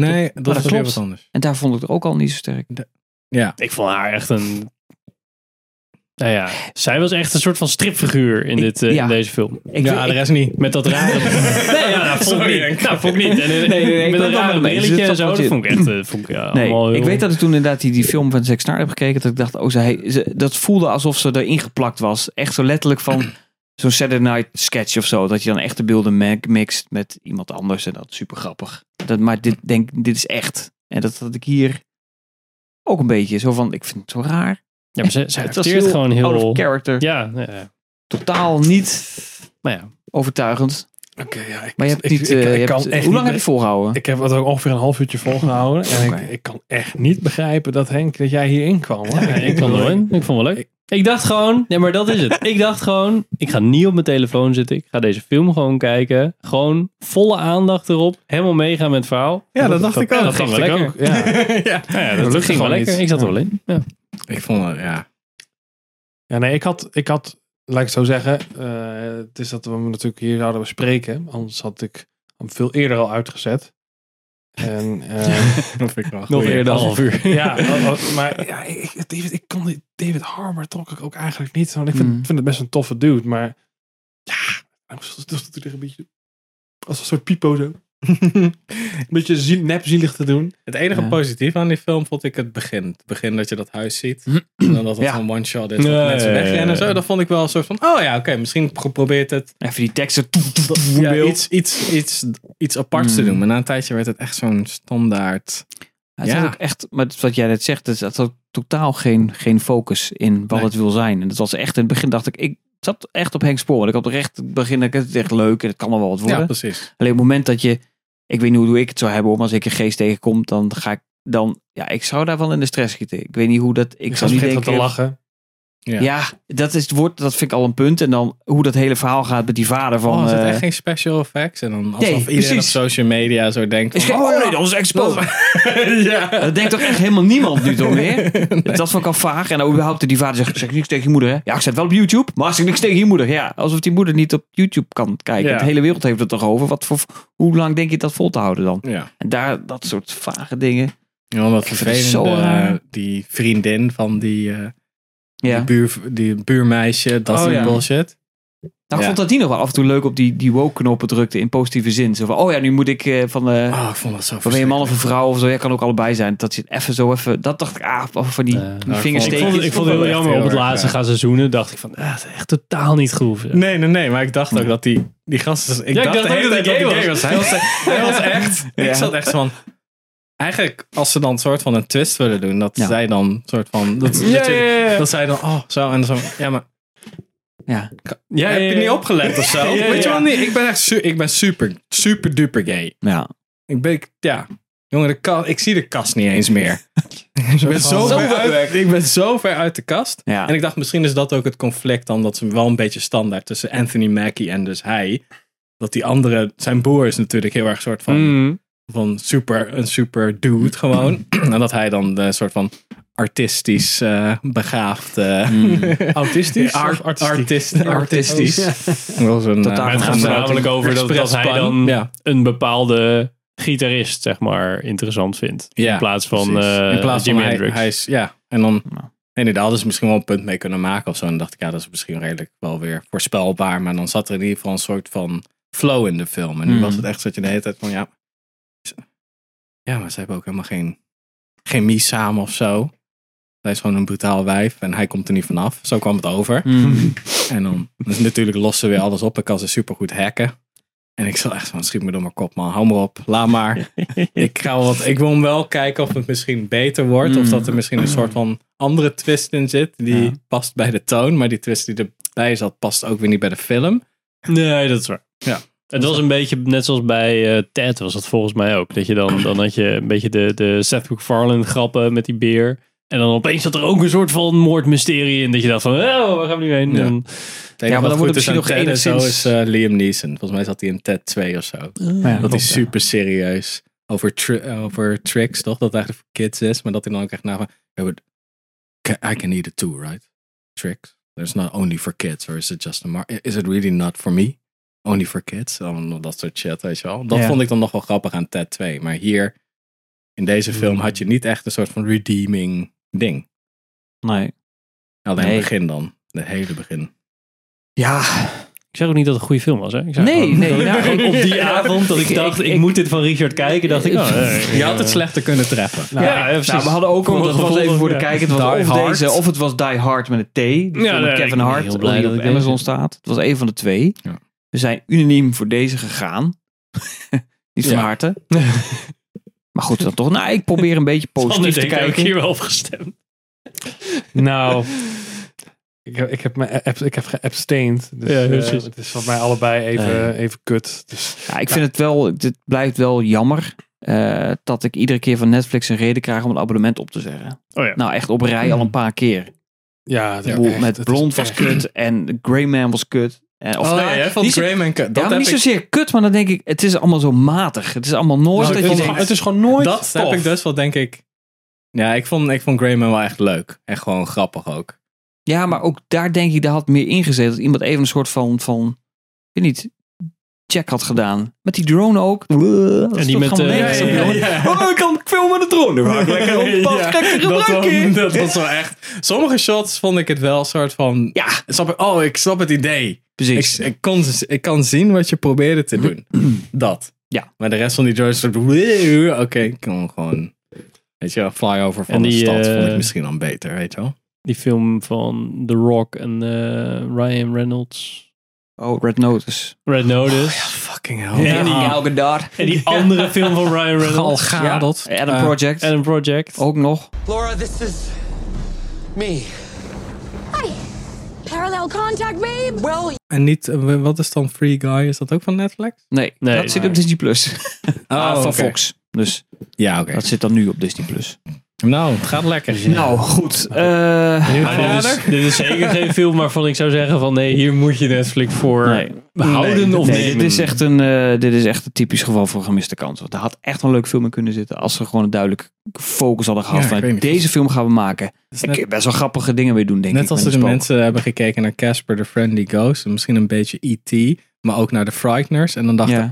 Nee, Ah, dat, Maar was weer klopt. wat anders. En daar vond ik het ook al niet zo sterk. Ja. Ik vond haar echt een... Nou ja, zij was echt een soort van stripfiguur in, dit, eh, ja. in deze film. Ik ja, de rest niet. Met dat rare... nee, ja, dat vond Sorry, ik Henk. niet. Nou, vond ik niet. En, eh, Nee, nee, nee, ik met ben dat wel rare met je eens. brilletje Het en is toch zo, dat wat vond ik echt... eh, vond ik, ja, Nee, allemaal heel- ik weet dat ik toen inderdaad die, die film van Zack Snyder heb gekeken. Dat ik dacht, oh, zij, ze- dat voelde alsof ze erin geplakt was. Echt zo letterlijk van zo'n Saturday Night sketch of zo. Dat je dan echt de beelden ma- mixt met iemand anders. En dat is super grappig. Dat, maar dit, denk, dit is echt. En dat had ik hier ook een beetje. Zo van, ik vind het zo raar. Ja, maar ze, ze Het was acteert gewoon heel... Out of character. ja, ja, ja. Totaal niet Maar ja. overtuigend. Oké, ja. Ik, Maar je hebt ik- niet... ik- eh, ik- je ik hebt- kan echt hoe niet lang heb je volgehouden? Ik heb het ook ongeveer een half uurtje volgehouden. En Oké. ik, ik kan echt niet begrijpen dat Henk, dat jij hierin kwam. hoor. Ja, ik vond het wel in. Ik vond het wel leuk. Ik dacht gewoon, nee, maar dat is het. Ik dacht gewoon, ik ga niet op mijn telefoon zitten. Ik ga deze film gewoon kijken. Gewoon volle aandacht erop. Helemaal meegaan met het verhaal. Ja, dat dacht ik ook. Dat ging wel dacht ik lekker. ook, ja. Ja, Nou ja, dat dat, lukte ging wel gewoon lekker. niet. Ik zat er wel in. Ja. Ik vond het, ja. Ja, nee, ik had, ik had laat ik het zo zeggen, eh, het is dat we hem natuurlijk hier zouden bespreken. Anders had ik hem veel eerder al uitgezet. En, eh, Dat vind ik wel Nog goed. eerder dan half uur. oh, ja, o- o- maar ja, ik, David, ik kon die- David Harbour trok ik ook eigenlijk niet. Want ik vind, Mm. vind het best een toffe dude, maar ja, hij was dat was natuurlijk een beetje als een soort pipo zo. een beetje zie- nepzielig te doen. Het enige Ja. positief aan die film vond ik het begin. Het begin dat je dat huis ziet. en dan dat het Ja. een one-shot is. Dat Ja, mensen ja, ja, wegrennen en ja. zo. Dat vond ik wel een soort van... Oh ja, oké. misschien geprobeerd het... Even die teksten. Ja, beeld. iets, iets, iets, iets aparts te Mm. doen. Maar na een tijdje werd het echt zo'n standaard... Het had Ja. ook echt, maar het- wat jij net zegt, het het had totaal geen, geen focus in wat Nee. het wil zijn. En dat was echt in het begin dacht ik, ik zat echt op Henk Spoor. Want ik had oprecht in het begin, dat ik het is echt leuk en het kan er wel wat worden. Ja, precies. Alleen op het moment dat je, ik weet niet hoe ik het zou hebben, hoor, maar als ik een geest tegenkom, dan ga ik dan, ja, ik zou daarvan in de stress schieten. Ik weet niet hoe dat, ik zou niet vergeten denken. te lachen. Ja. dat is het woord, dat vind ik al een punt. En dan hoe dat hele verhaal gaat met die vader van. oh, is het eh, echt geen special effects? En dan alsof Nee, iedereen precies. op social media zo denkt is van... geen- oh nee, dat is expo. ja. Dat denkt toch echt helemaal niemand nu toch meer? Dat vond ik al vaag. En dan überhaupt die vader zegt, zeg niks tegen je moeder hè? Ja, ik zet wel op YouTube, maar zeg niks tegen je moeder. Ja, alsof die moeder niet op YouTube kan kijken. Ja. De hele wereld heeft het toch over. Wat voor, hoe lang denk je dat vol te houden dan? Ja. En daar, dat soort vage dingen. Ja, dat vind het zo vervelende, eh, raar. die vriendin van die, eh, Ja. die, buur, die buurmeisje, dat Oh, soort ja. bullshit. Nou, ik Ja. vond dat die nog wel af en toe leuk op die, die woke-knoppen drukte in positieve zin. Zo van, oh ja, nu moet ik eh, van... eh Ah, Oh, ik vond dat zo of ben je een man of een vrouw of zo? Jij kan ook allebei zijn. Dat je het even zo even... Dat dacht ik, ah, van die, Eh, nou, die ik vond- vingersteekjes. Ik vond, het- ik vond het heel Echt jammer. heel Op het erg, laatste ja. gaan seizoenen dacht ik van, ah, het is echt totaal niet gehoeven. Nee, nee, nee. Maar ik dacht ook dat die, die gast... Ik Ja, ik dacht, dacht de ook hele dat tijd hij dat gay hij gay was. was. Hij was, hij was echt... Ja. Ik zat echt van... Eigenlijk, als ze dan een soort van een twist willen doen, dat Ja. zij dan een soort van... Dat, Ja, dat, je- ja, ja. dat zij dan, oh, zo en zo. Ja, maar Ja. Ja, heb ja, je ja. niet opgelet of zo? Ja, ja, Weet je ja. wel, nee, ik ben echt su- ik ben super, super duper gay. ja. Ik ben, ik- ja. Jongen, de ka- ik zie de kast niet eens meer. ik, ben zo Zo ver uit, ik ben zo ver uit de kast. Ja. En ik dacht, misschien is dat ook het conflict dan. Dat ze wel een beetje standaard tussen Anthony Mackie en dus hij. Dat die andere, zijn broer is natuurlijk heel erg soort van, Mm. van super, een super dude gewoon. en dat hij dan een soort van artistisch eh, begaafd... eh, Autistisch? Ar- of artistiek? artist- artistisch. Oh, Dat was een, Totaal. eh, Maar Maar het gaat een- er namelijk over dat, dat hij expresspan. dan Ja. een bepaalde gitarist, zeg maar, interessant vindt. Ja, in plaats van, precies. eh in plaats Jimi van hij, Hendrix. hij is, ja, en dan Nou. en daar hadden ze misschien wel een punt mee kunnen maken of zo. En dan dacht ik, ja, dat is misschien redelijk wel weer voorspelbaar. Maar dan zat er in ieder geval een soort van flow in de film. En nu Mm. Mhm. was het echt dat je de hele tijd van, ja, ze- ja, maar ze hebben ook helemaal geen chemie samen of zo. Hij is gewoon een brutaal wijf en hij komt er niet vanaf. Zo kwam het over. Mhm. Mm. En dan dus natuurlijk lost ze weer alles op en kan ze supergoed hacken. En ik zat echt van, schiet me door mijn kop man, hou maar op, laat maar. ik, ga wel wat, ik wil hem wel kijken of het misschien beter wordt. Of Mm. dat er misschien een soort van andere twist in zit. Die past bij de toon, maar die twist die erbij zat past ook weer niet bij de film. Nee, dat is waar. Ja. Het was een beetje net zoals bij eh, Ted, was dat volgens mij ook. Dat je dan, dan had je een beetje de, de Seth MacFarlane grappen met die beer. En dan opeens zat er ook een soort van moordmysterie in. Dat je dacht van, oh, waar gaan we nu heen? Ja. En- Het enige wat goed is aan Ted en zo is eh, Liam Neeson. Volgens mij zat hij in Ted 2 of zo. ja, dat klopt, is super serieus. Over, tri- eh, over tricks, toch? Dat het eigenlijk voor kids is. Maar dat hij dan ook echt na van... "Yeah, but ca- I can eat it too, right? Tricks. There's not only for kids. Or is it just a mar- Is it really not for me? Only for kids? Allemaal dat soort shit, weet je wel. Dat Ja. vond ik dan nog wel grappig aan Ted 2. Maar hier, in deze film, had je niet echt een soort van redeeming ding. Nee. Alleen Nee. het begin dan. Het hele begin. Ja. Ik zeg ook niet dat het een goede film was, hè? Ik zeg Nee, gewoon- nee, nou, Gewoon op die avond dat ik ik- dacht, ik- ik, ik- moet dit van Richard kijken, dacht ik... Oh, Je had het slechter kunnen treffen. Nou, ja, precies. Nou, we hadden ook, Voor want dat het was gevoel even voor de van, ja. kijker, het was Die of Hard. deze, of het was Die Hard met een T. Die Ja, film met nee, ik Kevin ben Hart, heel blij die dat op ik deze Amazon heb. staat. Het was één van de twee. We zijn unaniem voor deze gegaan. Niet van Ja. harte. maar goed, dan toch. Nou, ik probeer een beetje positief te heb ik kijken. hier wel op gestemd. Nou, ik, heb- ik heb me ab- ik heb geabstained. Dus, Ja, eh, precies. het is voor mij allebei even, Eh. even kut. Dus, Ja, ik vind het wel, het blijft wel jammer eh, dat ik iedere keer van Netflix een reden krijg om een abonnement op te zeggen. Oh ja. Nou, echt op rij al een paar keer. Ja, Ik bedoel, met Blond was kut en Grey Man was kut. En, of Oh, nou, ja, jij vond niet zo- Grey Man kut. Dat ja, maar heb niet ik- zozeer kut, maar dan denk ik, het is allemaal zo matig. Het is allemaal nooit Nou, ik dat je vond- denkt... het is gewoon nooit Dat heb ik dus wel, denk ik. Ja, ik vond, ik vond Greyman wel echt leuk. En gewoon grappig ook. Ja, maar ook daar denk ik, daar had meer ingezet. Dat iemand even een soort van, van ik weet niet, check had gedaan. Met die drone ook. En die met, eh, ja, ja, Oh, ik kan filmen met de drone. Waar ik lekker op pas Ja, gekke dat, gebruik was- in. dat was wel echt. Sommige shots vond ik het wel een soort van. Ja. Snap ik, oh, ik snap het idee. Precies. Ik, ik, kon, ik kan zien wat je probeerde te doen. dat. Ja. Maar de rest van die George. soort- Oké, ik kan gewoon. Weet je wel, flyover van En die, de stad vond ik eh, misschien dan beter, weet je wel. Die film van The Rock en eh, Ryan Reynolds. Oh, Red Notice. Red Notice. fucking hell. En die Gal Gadot. En die andere film van Ryan Reynolds. Gal Gadot. Oh, Ja. Adam Eh, Project. Adam Project. Ook nog. Laura, this is me. Hi. Parallel contact, babe. Well, En niet, eh, wat is dan Free Guy? Is dat ook van Netflix? Nee, Nee, dat zit op Disney+. Plus. Ah, van Oh, oké. Fox. Dus Ja, oké. dat zit dan nu op Disney+. Plus. Nou, het gaat lekker. Nou, goed. eh, In ieder geval, dit, is, dit is zeker geen film waarvan ik zou zeggen van nee, hier moet je dus Netflix voor houden of nee, nemen. Dit is, echt een, eh, dit is echt een typisch geval voor gemiste kans. Want daar had echt wel een leuk film in kunnen zitten als ze gewoon een duidelijk focus hadden gehad. Ja, ik van, weet niet. deze film gaan we maken. Daar net- kun je best wel grappige dingen mee doen, denk Net ik. als met er de een spook. mensen hebben gekeken naar Casper the Friendly Ghost. en Misschien een beetje E.T. Maar ook naar The Frighteners. En dan dachten, Ja.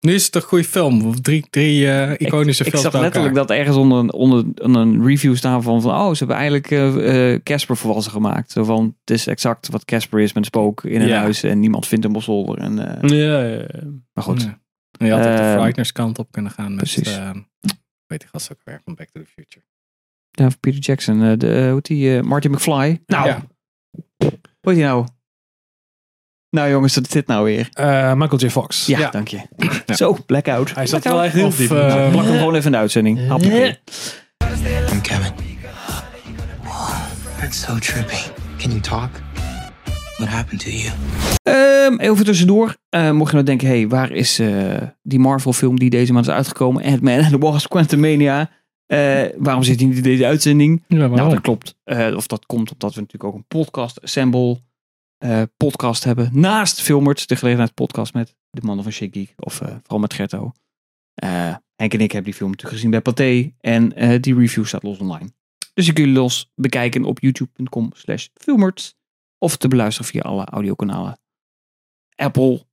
nu is het een goede film. Of Drie, drie eh, iconische Ik films zag bij elkaar. letterlijk dat ergens onder een, onder een- een review staan van, van... Oh, ze hebben eigenlijk eh, eh, Casper volwassen gemaakt. Zo van, het is exact wat Casper is met een spook in een Ja. Mm. huis. En niemand vindt hem op zolder. En, eh, Ja, ja, ja. Maar goed. Ja. En Je had ook de Ehm, Frighteners kant op kunnen gaan. Met, precies. eh, weet die gast ook weer van Back to the Future. Ja, van Peter Jackson. eh, de, eh, hoe heet die? eh, Marty McFly. Nou, Ja. hoe heet die nou? Nou jongens, dat zit nou weer. eh, Michael J. Fox. Ja, dank je. Zo, blackout. Hij zat wel echt heel Of, diep. eh, Ja. plak hem gewoon even in de uitzending. Hap. I'm Kevin. Whoa, that's so trippy. Can you talk? What happened to you? Ehm, even tussendoor. eh, mocht je nou denken, hey, waar is eh, die Marvel film die deze maand is uitgekomen? Ant-Man and the Wasp, Quantumania. Eh waarom zit hij niet in deze uitzending? Nou, dat klopt. Eh, of dat komt omdat we natuurlijk ook een podcast, Assemble eh, podcast hebben. Naast Filmert, de gelegenheid podcast met de mannen van Shake Geek. Of eh, vooral met Gerto. Eh, Henk en ik hebben die film natuurlijk gezien bij Pathé. En eh, die review staat los online. Dus je kunt jullie los bekijken op youtube.com slash filmert. Of te beluisteren via alle audiokanalen. Apple,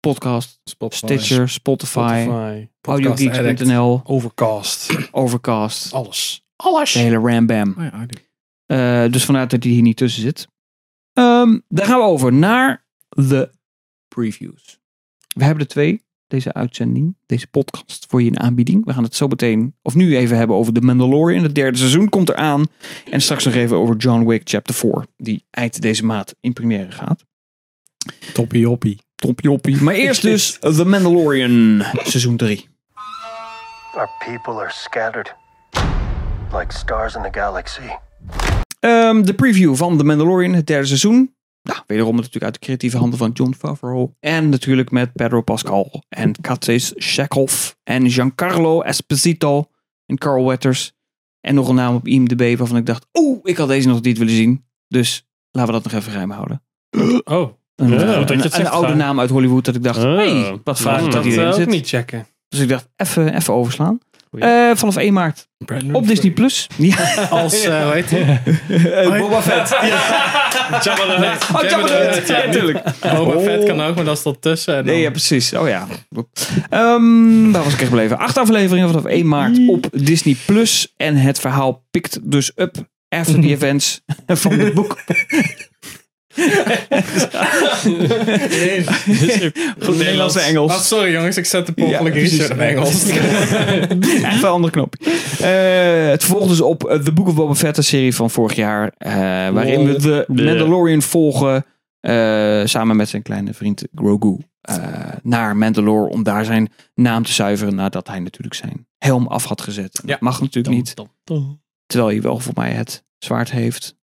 podcast, Stitcher, Spotify, Spotify, Podcast audiogeeks.nl, Overcast. Overcast. Alles. Alles. De hele rambam. Oh ja, audio. Eh, dus vanuit dat hij hier niet tussen zit. Ehm, daar gaan we over naar de previews. We hebben er twee. deze uitzending, deze podcast voor je in aanbieding. We gaan het zo meteen, of nu even hebben over The Mandalorian. Het derde seizoen komt eraan. En straks nog even over John Wick Chapter 4, die eind deze maand in première gaat. Toppie hoppie. Toppie hoppie. Maar eerst dus The Mandalorian, seizoen 3. Our people are scattered like stars in the galaxy. Ehm, de preview van The Mandalorian, het derde seizoen. Nou, wederom natuurlijk uit de creatieve handen van John Favreau. En natuurlijk met Pedro Pascal en Katis Shekhoff en Giancarlo Esposito en Carl Wetters. En nog een naam op IMDb waarvan ik dacht, oeh, ik had deze nog niet willen zien. Dus laten we dat nog even geheim houden. Oh. Een, Ja, eh, goed dat je een- het zegt, een oude Frank. naam uit Hollywood dat ik dacht, Oh. hey, wat Nou, vraag ik dat dat hierin ook zit. niet checken. Dus ik dacht, even even overslaan. Eh, vanaf 1 maart op Disney+. Plus. Ja. Als, eh, hoe heet die? Eh, Boba Fett. Jabba Nee. Oh, Jabba the Hutt. Ja, tuurlijk. Boba Fett kan ook, maar dat is tot tussen. en dan- Oh. Nee, ja, precies. Oh ja. Ehm, daar was ik echt bleven. Acht afleveringen vanaf 1 maart op Disney Plus. En het verhaal pikt dus up after the events van het boek. Goed Nederlands en Engels. Oh, sorry jongens, ik zet de ongeluk Ja, precies. Richard in Engels. Even een andere knop. Eh, het volgt dus op eh, The Book of Boba Fett, de serie van vorig jaar. eh, waarin we de De- Mandalorian volgen. eh, samen met zijn kleine vriend Grogu. eh, naar Mandalore om daar zijn naam te zuiveren. Nadat hij natuurlijk zijn helm af had gezet. En Dat mag natuurlijk niet. Terwijl hij wel voor mij het zwaard heeft.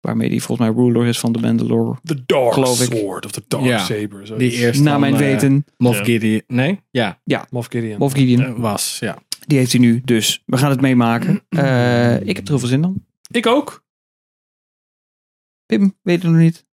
Waarmee hij volgens mij ruler is van de Mandalore. The Dark Geloof ik. Sword of the Dark Saber. zoiets. Die eerste. Naar mijn weten. Moff Ja. Gideon. Nee? Ja. Ja. Moff Gideon. Moff Gideon. Eh, was, ja. Die heeft hij nu, dus we gaan het meemaken. Eh, ik heb er heel veel zin in. Ik ook. Pim, weet het nog niet.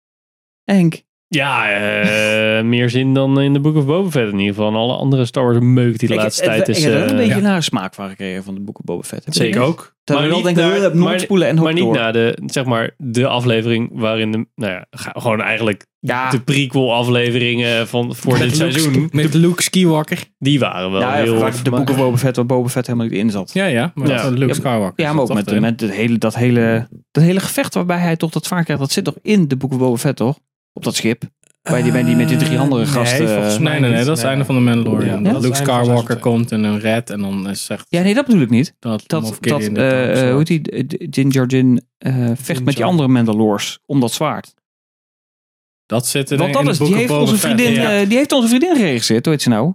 Henk. Ja, eh, meer zin dan in de Book of Boba Fett in ieder geval. En alle andere Star Wars meuk die de ik, laatste ik- tijd ik, is. heb er wel een eh, beetje ja. naar smaak van gekregen van de boeken Boba Fett. Heb je Zeker dat? ook. Dat we wel niet denken, naar- eh, mond spoelen en hop maar niet door. na de, zeg maar, de aflevering waarin de, nou ja, ga- gewoon eigenlijk de prequel afleveringen van, voor Met dit Luke seizoen. Sk- met Luke Skywalker. Die waren wel Nou, ja, heel... waar de boeken Boba Fett, waar Boba Fett helemaal niet in zat. Ja, ja. Maar dat is Luke Skywalker. Ja, maar ook zat met, erin. met het hele, dat, hele, dat hele gevecht waarbij hij toch dat zwaar krijgt. Dat zit toch in de boeken Boba Fett, toch? Op dat schip. Bij die, bij die met die drie Mm, andere gasten. eh, Nee, nee, nee, dat is het einde van de Mandalorian. Ja? Dat Luke Skywalker komt en een red en dan is zegt... Ja, nee, dat bedoel ik niet. Dat, Dat, Moff dat Gideon eh, dat eh, doet. hoe heet die, eh, d- Din Djarin eh, vecht met die andere Mandalores om dat zwaard. Dat zit er Want dat in is, de die heeft, onze vriendin, eh, die heeft onze vriendin geregisseerd, hoe heet ze nou?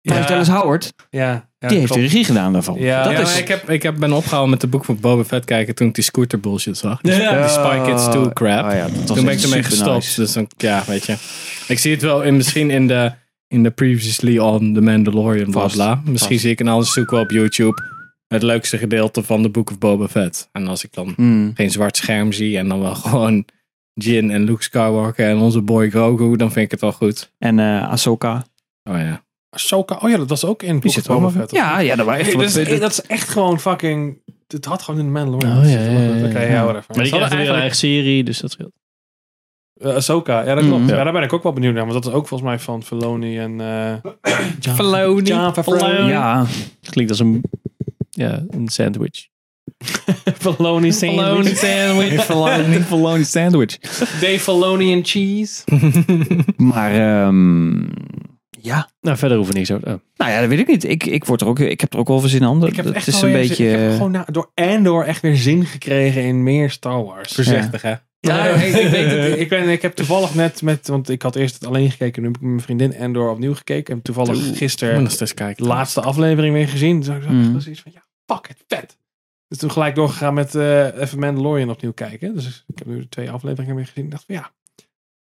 Ja. Dallas Howard. Ja, ja, die heeft klopt. de regie gedaan daarvan. Ja, dat ja, maar is, ik, heb, ik heb ben opgehouden met de boek van Boba Fett kijken toen ik die scooter bullshit zag. Die, Ja. die Spy Kids 2 crap. Oh ja, dat was toen ben ik echt ermee super gestopt. nice. Dus dan, ja, weet je. Ik zie het wel in, misschien in de, in de previously on The Mandalorian bla Vast, bla. Misschien vast. zie ik een ander zoek wel op YouTube. Het leukste gedeelte van de Book of Boba Fett. En als ik dan Hmm. geen zwart scherm zie en dan wel gewoon Jin en Luke Skywalker en onze boy Grogu, dan vind ik het wel goed. En eh Ahsoka. Oh ja. Ahsoka. Oh ja, dat was ook in Book of zit er ook Boba nog in. Fett, of Ja, niet? ja, dat waren echt Hey, wel dat, twee- is, dat is echt gewoon fucking... Het had gewoon in de Mandalorian. Oh, ja, ja, ja, Oké, ja. ja, whatever. Maar Ze hadden die krijgt weer een eigenlijk- eigen serie, dus dat scheelt. Eh, Ahsoka, ja dat klopt. Mm. Ja. daar ben ik ook wel benieuwd naar. Want dat is ook volgens mij van Filoni en... eh John, Filoni. John Favreau. Filoni. Ja. Klinkt als een, ja, een sandwich. Filoni sandwich. Filoni sandwich. Filoni. Filoni sandwich. Dave Filoni and cheese. Maar ehm, ja. Nou, verder hoeven we niks over. Nou ja, dat weet ik niet. Ik, ik, word er ook, ik heb er ook wel veel zin aan. Dat dat is een alweer zin- Ik heb beetje... gewoon na- door en door echt weer zin gekregen in meer Star Wars. Voorzichtig, hè? Ja, ik, ik weet het. Ik, ben, ik heb toevallig net met, want ik had eerst het alleen gekeken, nu heb ik met mijn vriendin Endor opnieuw gekeken. En toevallig Oeh, gisteren moet nog steeds kijken. de laatste aflevering weer gezien. Dus ik zag Mm. zoiets van, ja, fuck het, vet. Dus toen gelijk doorgegaan met eh even Mandalorian opnieuw kijken. Dus ik heb nu twee afleveringen weer gezien. Ik dacht van, ja,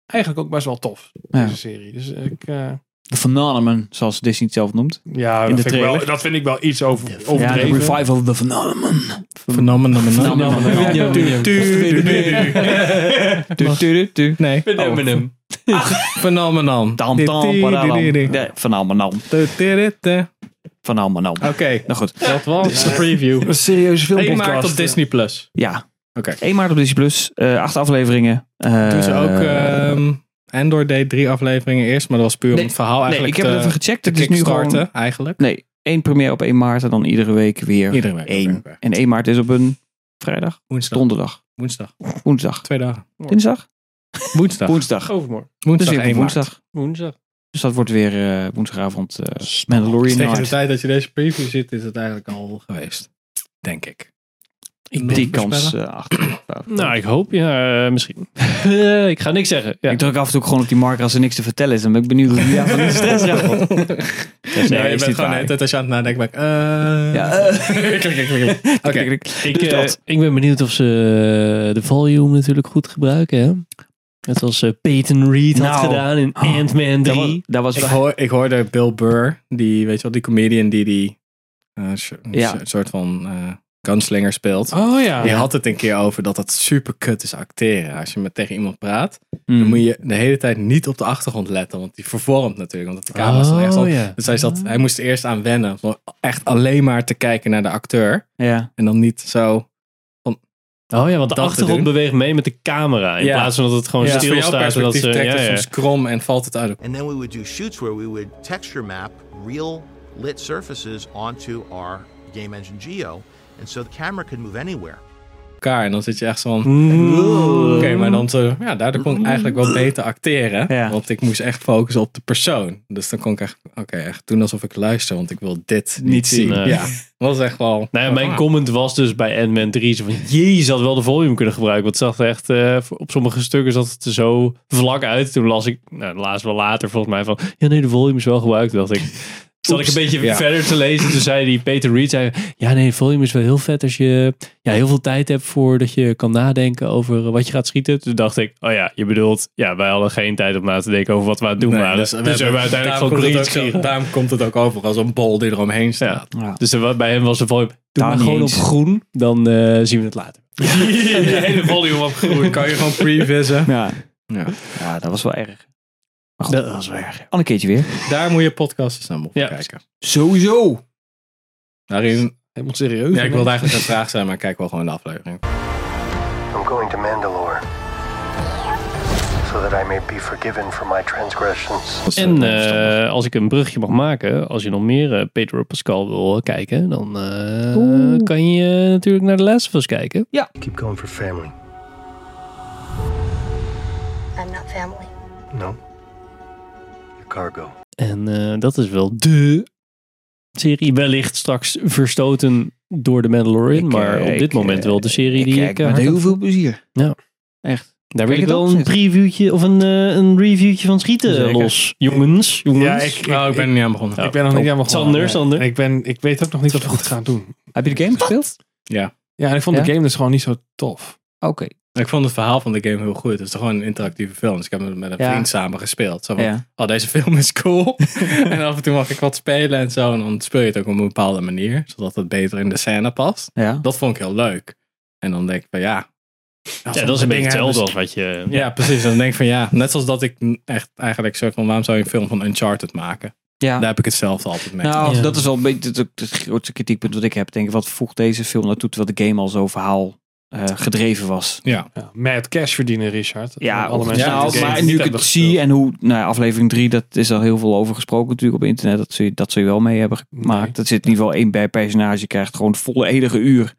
eigenlijk ook best wel tof, Ja. deze serie. Dus ik, eh, De phenomenon, zoals Disney het zelf noemt. ja, In dat de vind, ik trailer. wel, dat vind ik wel iets over, Ja, overdreven. de revival of the phenomenon. Phenomenon. Phenomenon. Du- du- du- du. Nee. Phenomenon. Phenomenon. Tam, tam, paralam. Nee, Phenomenon. Phenomenon. Oké. Nou goed. Dat was de preview. Een serieuze Eén filmpodcast. maart op eh. Disney+. Plus. Ja. Oké. 1 maart op Disney Plus. eh, acht afleveringen. Eh, Toen ze ook... ehm Endor deed drie afleveringen eerst, maar dat was puur om Nee, het verhaal nee, eigenlijk eh, ik heb te- het even gecheckt. te Het is nu kickstarten, gewoon- eigenlijk. Nee, één première op 1 maart en dan iedere week weer Iedere week, één. oké, oké. En 1 maart is op een vrijdag, Woensdag. donderdag, Woensdag. woensdag, Twee dagen. dinsdag, Woensdag. woensdag. Overmorgen. Oh, Dus Woensdag weer op 1 maart. woensdag. Woensdag. Dus dat wordt weer eh, woensdagavond eh Mandalorian Tegen de Night. tijd dat je deze preview ziet, is het eigenlijk al geweest. Denk ik. Ik Nog die kans voorspellen? eh, achter. Nou, ik hoop ja, eh, misschien. Eh, ik ga niks zeggen. Ja. Ik druk af en toe ook gewoon op die marker als er niks te vertellen is. Dan ben ik benieuwd hoe die daar van de stress raakt. Nee, je bent gewoon de hele tijd als je aan het nadenken bent. eh, klik, klik, klik, klik. Oké. Ik, dus Doe eh, Dus dat. ik ben benieuwd of ze eh, de volume natuurlijk goed gebruiken. Hè? Net als eh, Peyton Reed had Nou. gedaan in Ant-Man 3. ik, hoor, ik hoorde Bill Burr, die, weet je wel, die comedian die die eh, so- Ja. so- soort van eh gunslinger speelt. Oh ja. Die had het een keer over dat het super kut is acteren. Als je met tegen iemand praat, mm. dan Hmm. moet je de hele tijd niet op de achtergrond letten, want die vervormt natuurlijk, omdat de camera is dan echt Oh, op. ja. Dus hij, zat, hij moest er eerst aan wennen, om echt alleen maar te kijken naar de acteur. Ja. En dan niet zo van... Oh ja, want de dat te achtergrond doen. beweegt mee met de camera. In Ja. plaats van dat het gewoon Ja. Dus stil Voor jouw stilstaat. zodat perspectief ze, trekt ja, het ja. soms krom en valt het uit de And then we would do shoots where we would texture map real lit surfaces onto our game engine geo. And so the camera could move anywhere. elkaar. En dan zit je echt zo van... Oké, maar dan zo... Ja, daardoor kon ik eigenlijk wel beter acteren. Want ik moest echt focussen op de persoon. Dus dan kon ik echt... Oké, echt doen alsof ik luister, want ik wil dit niet, zien. Nee. Ja, dat is echt wel... Nou ja, mijn Ah. comment was dus bij Ant-Man 3 zo van, jezus, had wel de volume kunnen gebruiken. Want het zag er echt, eh, voor- op sommige stukken zat het er zo vlak uit. Toen las ik, nou, laatst wel later volgens mij van, ja nee, de volume is wel gebruikt. Toen dacht ik, zat ik Oeps. een beetje Ja. verder te lezen. Toen zei die Peter Reed, zei, ja nee, de volume is wel heel vet als je ja, heel veel tijd hebt voordat je kan nadenken over wat je gaat schieten. Toen dacht ik, oh ja, je bedoelt, ja, wij hadden geen tijd om na te denken over wat we aan het doen Nee, waren. Dus, we dus hebben we uiteindelijk daarom gewoon komt, het ook, green zo- screen. daarom komt het ook over als een bol die eromheen staat. Dus er wa- bij hem was de volume, doe Daar maar niet gewoon eens. op groen, dan eh, zien we het later. de hele volume opgegroeid. Kan je gewoon previssen. Ja. Ja. ja, dat was wel erg. Dat was wel erg. Al een keertje weer. Daar moet je podcasts naar mogen kijken. Sowieso. Daarin... Helemaal serieus. Ja, ik hè? wilde eigenlijk een vraag zijn, maar kijk wel gewoon de aflevering. I'm going to Mandalore so that I may be forgiven for my transgressions. En eh, als ik een brugje mag maken, als je nog meer eh Pedro Pascal wil kijken, dan eh, kan je natuurlijk naar de Last of Us kijken. Ja. Keep going for family. I'm not family. No. Your cargo. En eh, dat is wel de serie wellicht straks verstoten door de Mandalorian, maar op ik, dit moment wel de serie die ik... Kijk, eh, met hard heel heb. veel plezier. Ja. Echt. Daar wil Kijk ik het wel op, een zeg. previewtje of een, eh, een reviewtje van schieten Zeker. los. Jongens, jongens. Ja, ik, Nou, ik ben er niet aan begonnen. Ik ben nog niet aan begonnen. Sander, Nee. Sander. Ik, ben, ik weet ook nog niet wat we goed gaan doen. Heb je de game gespeeld? Ja. Ja, en ik vond Ja? de game dus gewoon niet zo tof. Oké. Ik vond het verhaal van de game heel goed. Het is toch gewoon een interactieve film. Dus ik heb het met een Ja. vriend samen gespeeld. Zo van, Ja. oh, deze film is cool. en af en toe mag ik wat spelen en zo. En dan speel je het ook op een bepaalde manier. Zodat het beter in de scène past. Ja. Dat vond ik heel leuk. En dan denk ik van, ja... Ja, dat is een beetje hetzelfde als als wat je... Ja, precies. Dan denk ik van, ja, net zoals dat ik echt eigenlijk soort van... Waarom zou je een film van Uncharted maken? Ja. Daar heb ik hetzelfde altijd mee. Nou, dat is wel een beetje het, het grootste kritiekpunt wat ik heb. Denk, ik, wat voegt deze film naartoe terwijl de game al zo verhaal eh, gedreven was? Ja. Mad cash verdienen, Richard. Ja, alle mensen die nou, de game maar niet nu ik hebben het zie en hoe, nou ja, aflevering 3, dat is al heel veel over gesproken natuurlijk op internet. Dat zul je, dat zul je wel mee hebben gemaakt. Dat zit in ieder geval één bij personage. Je krijgt gewoon het volle enige uur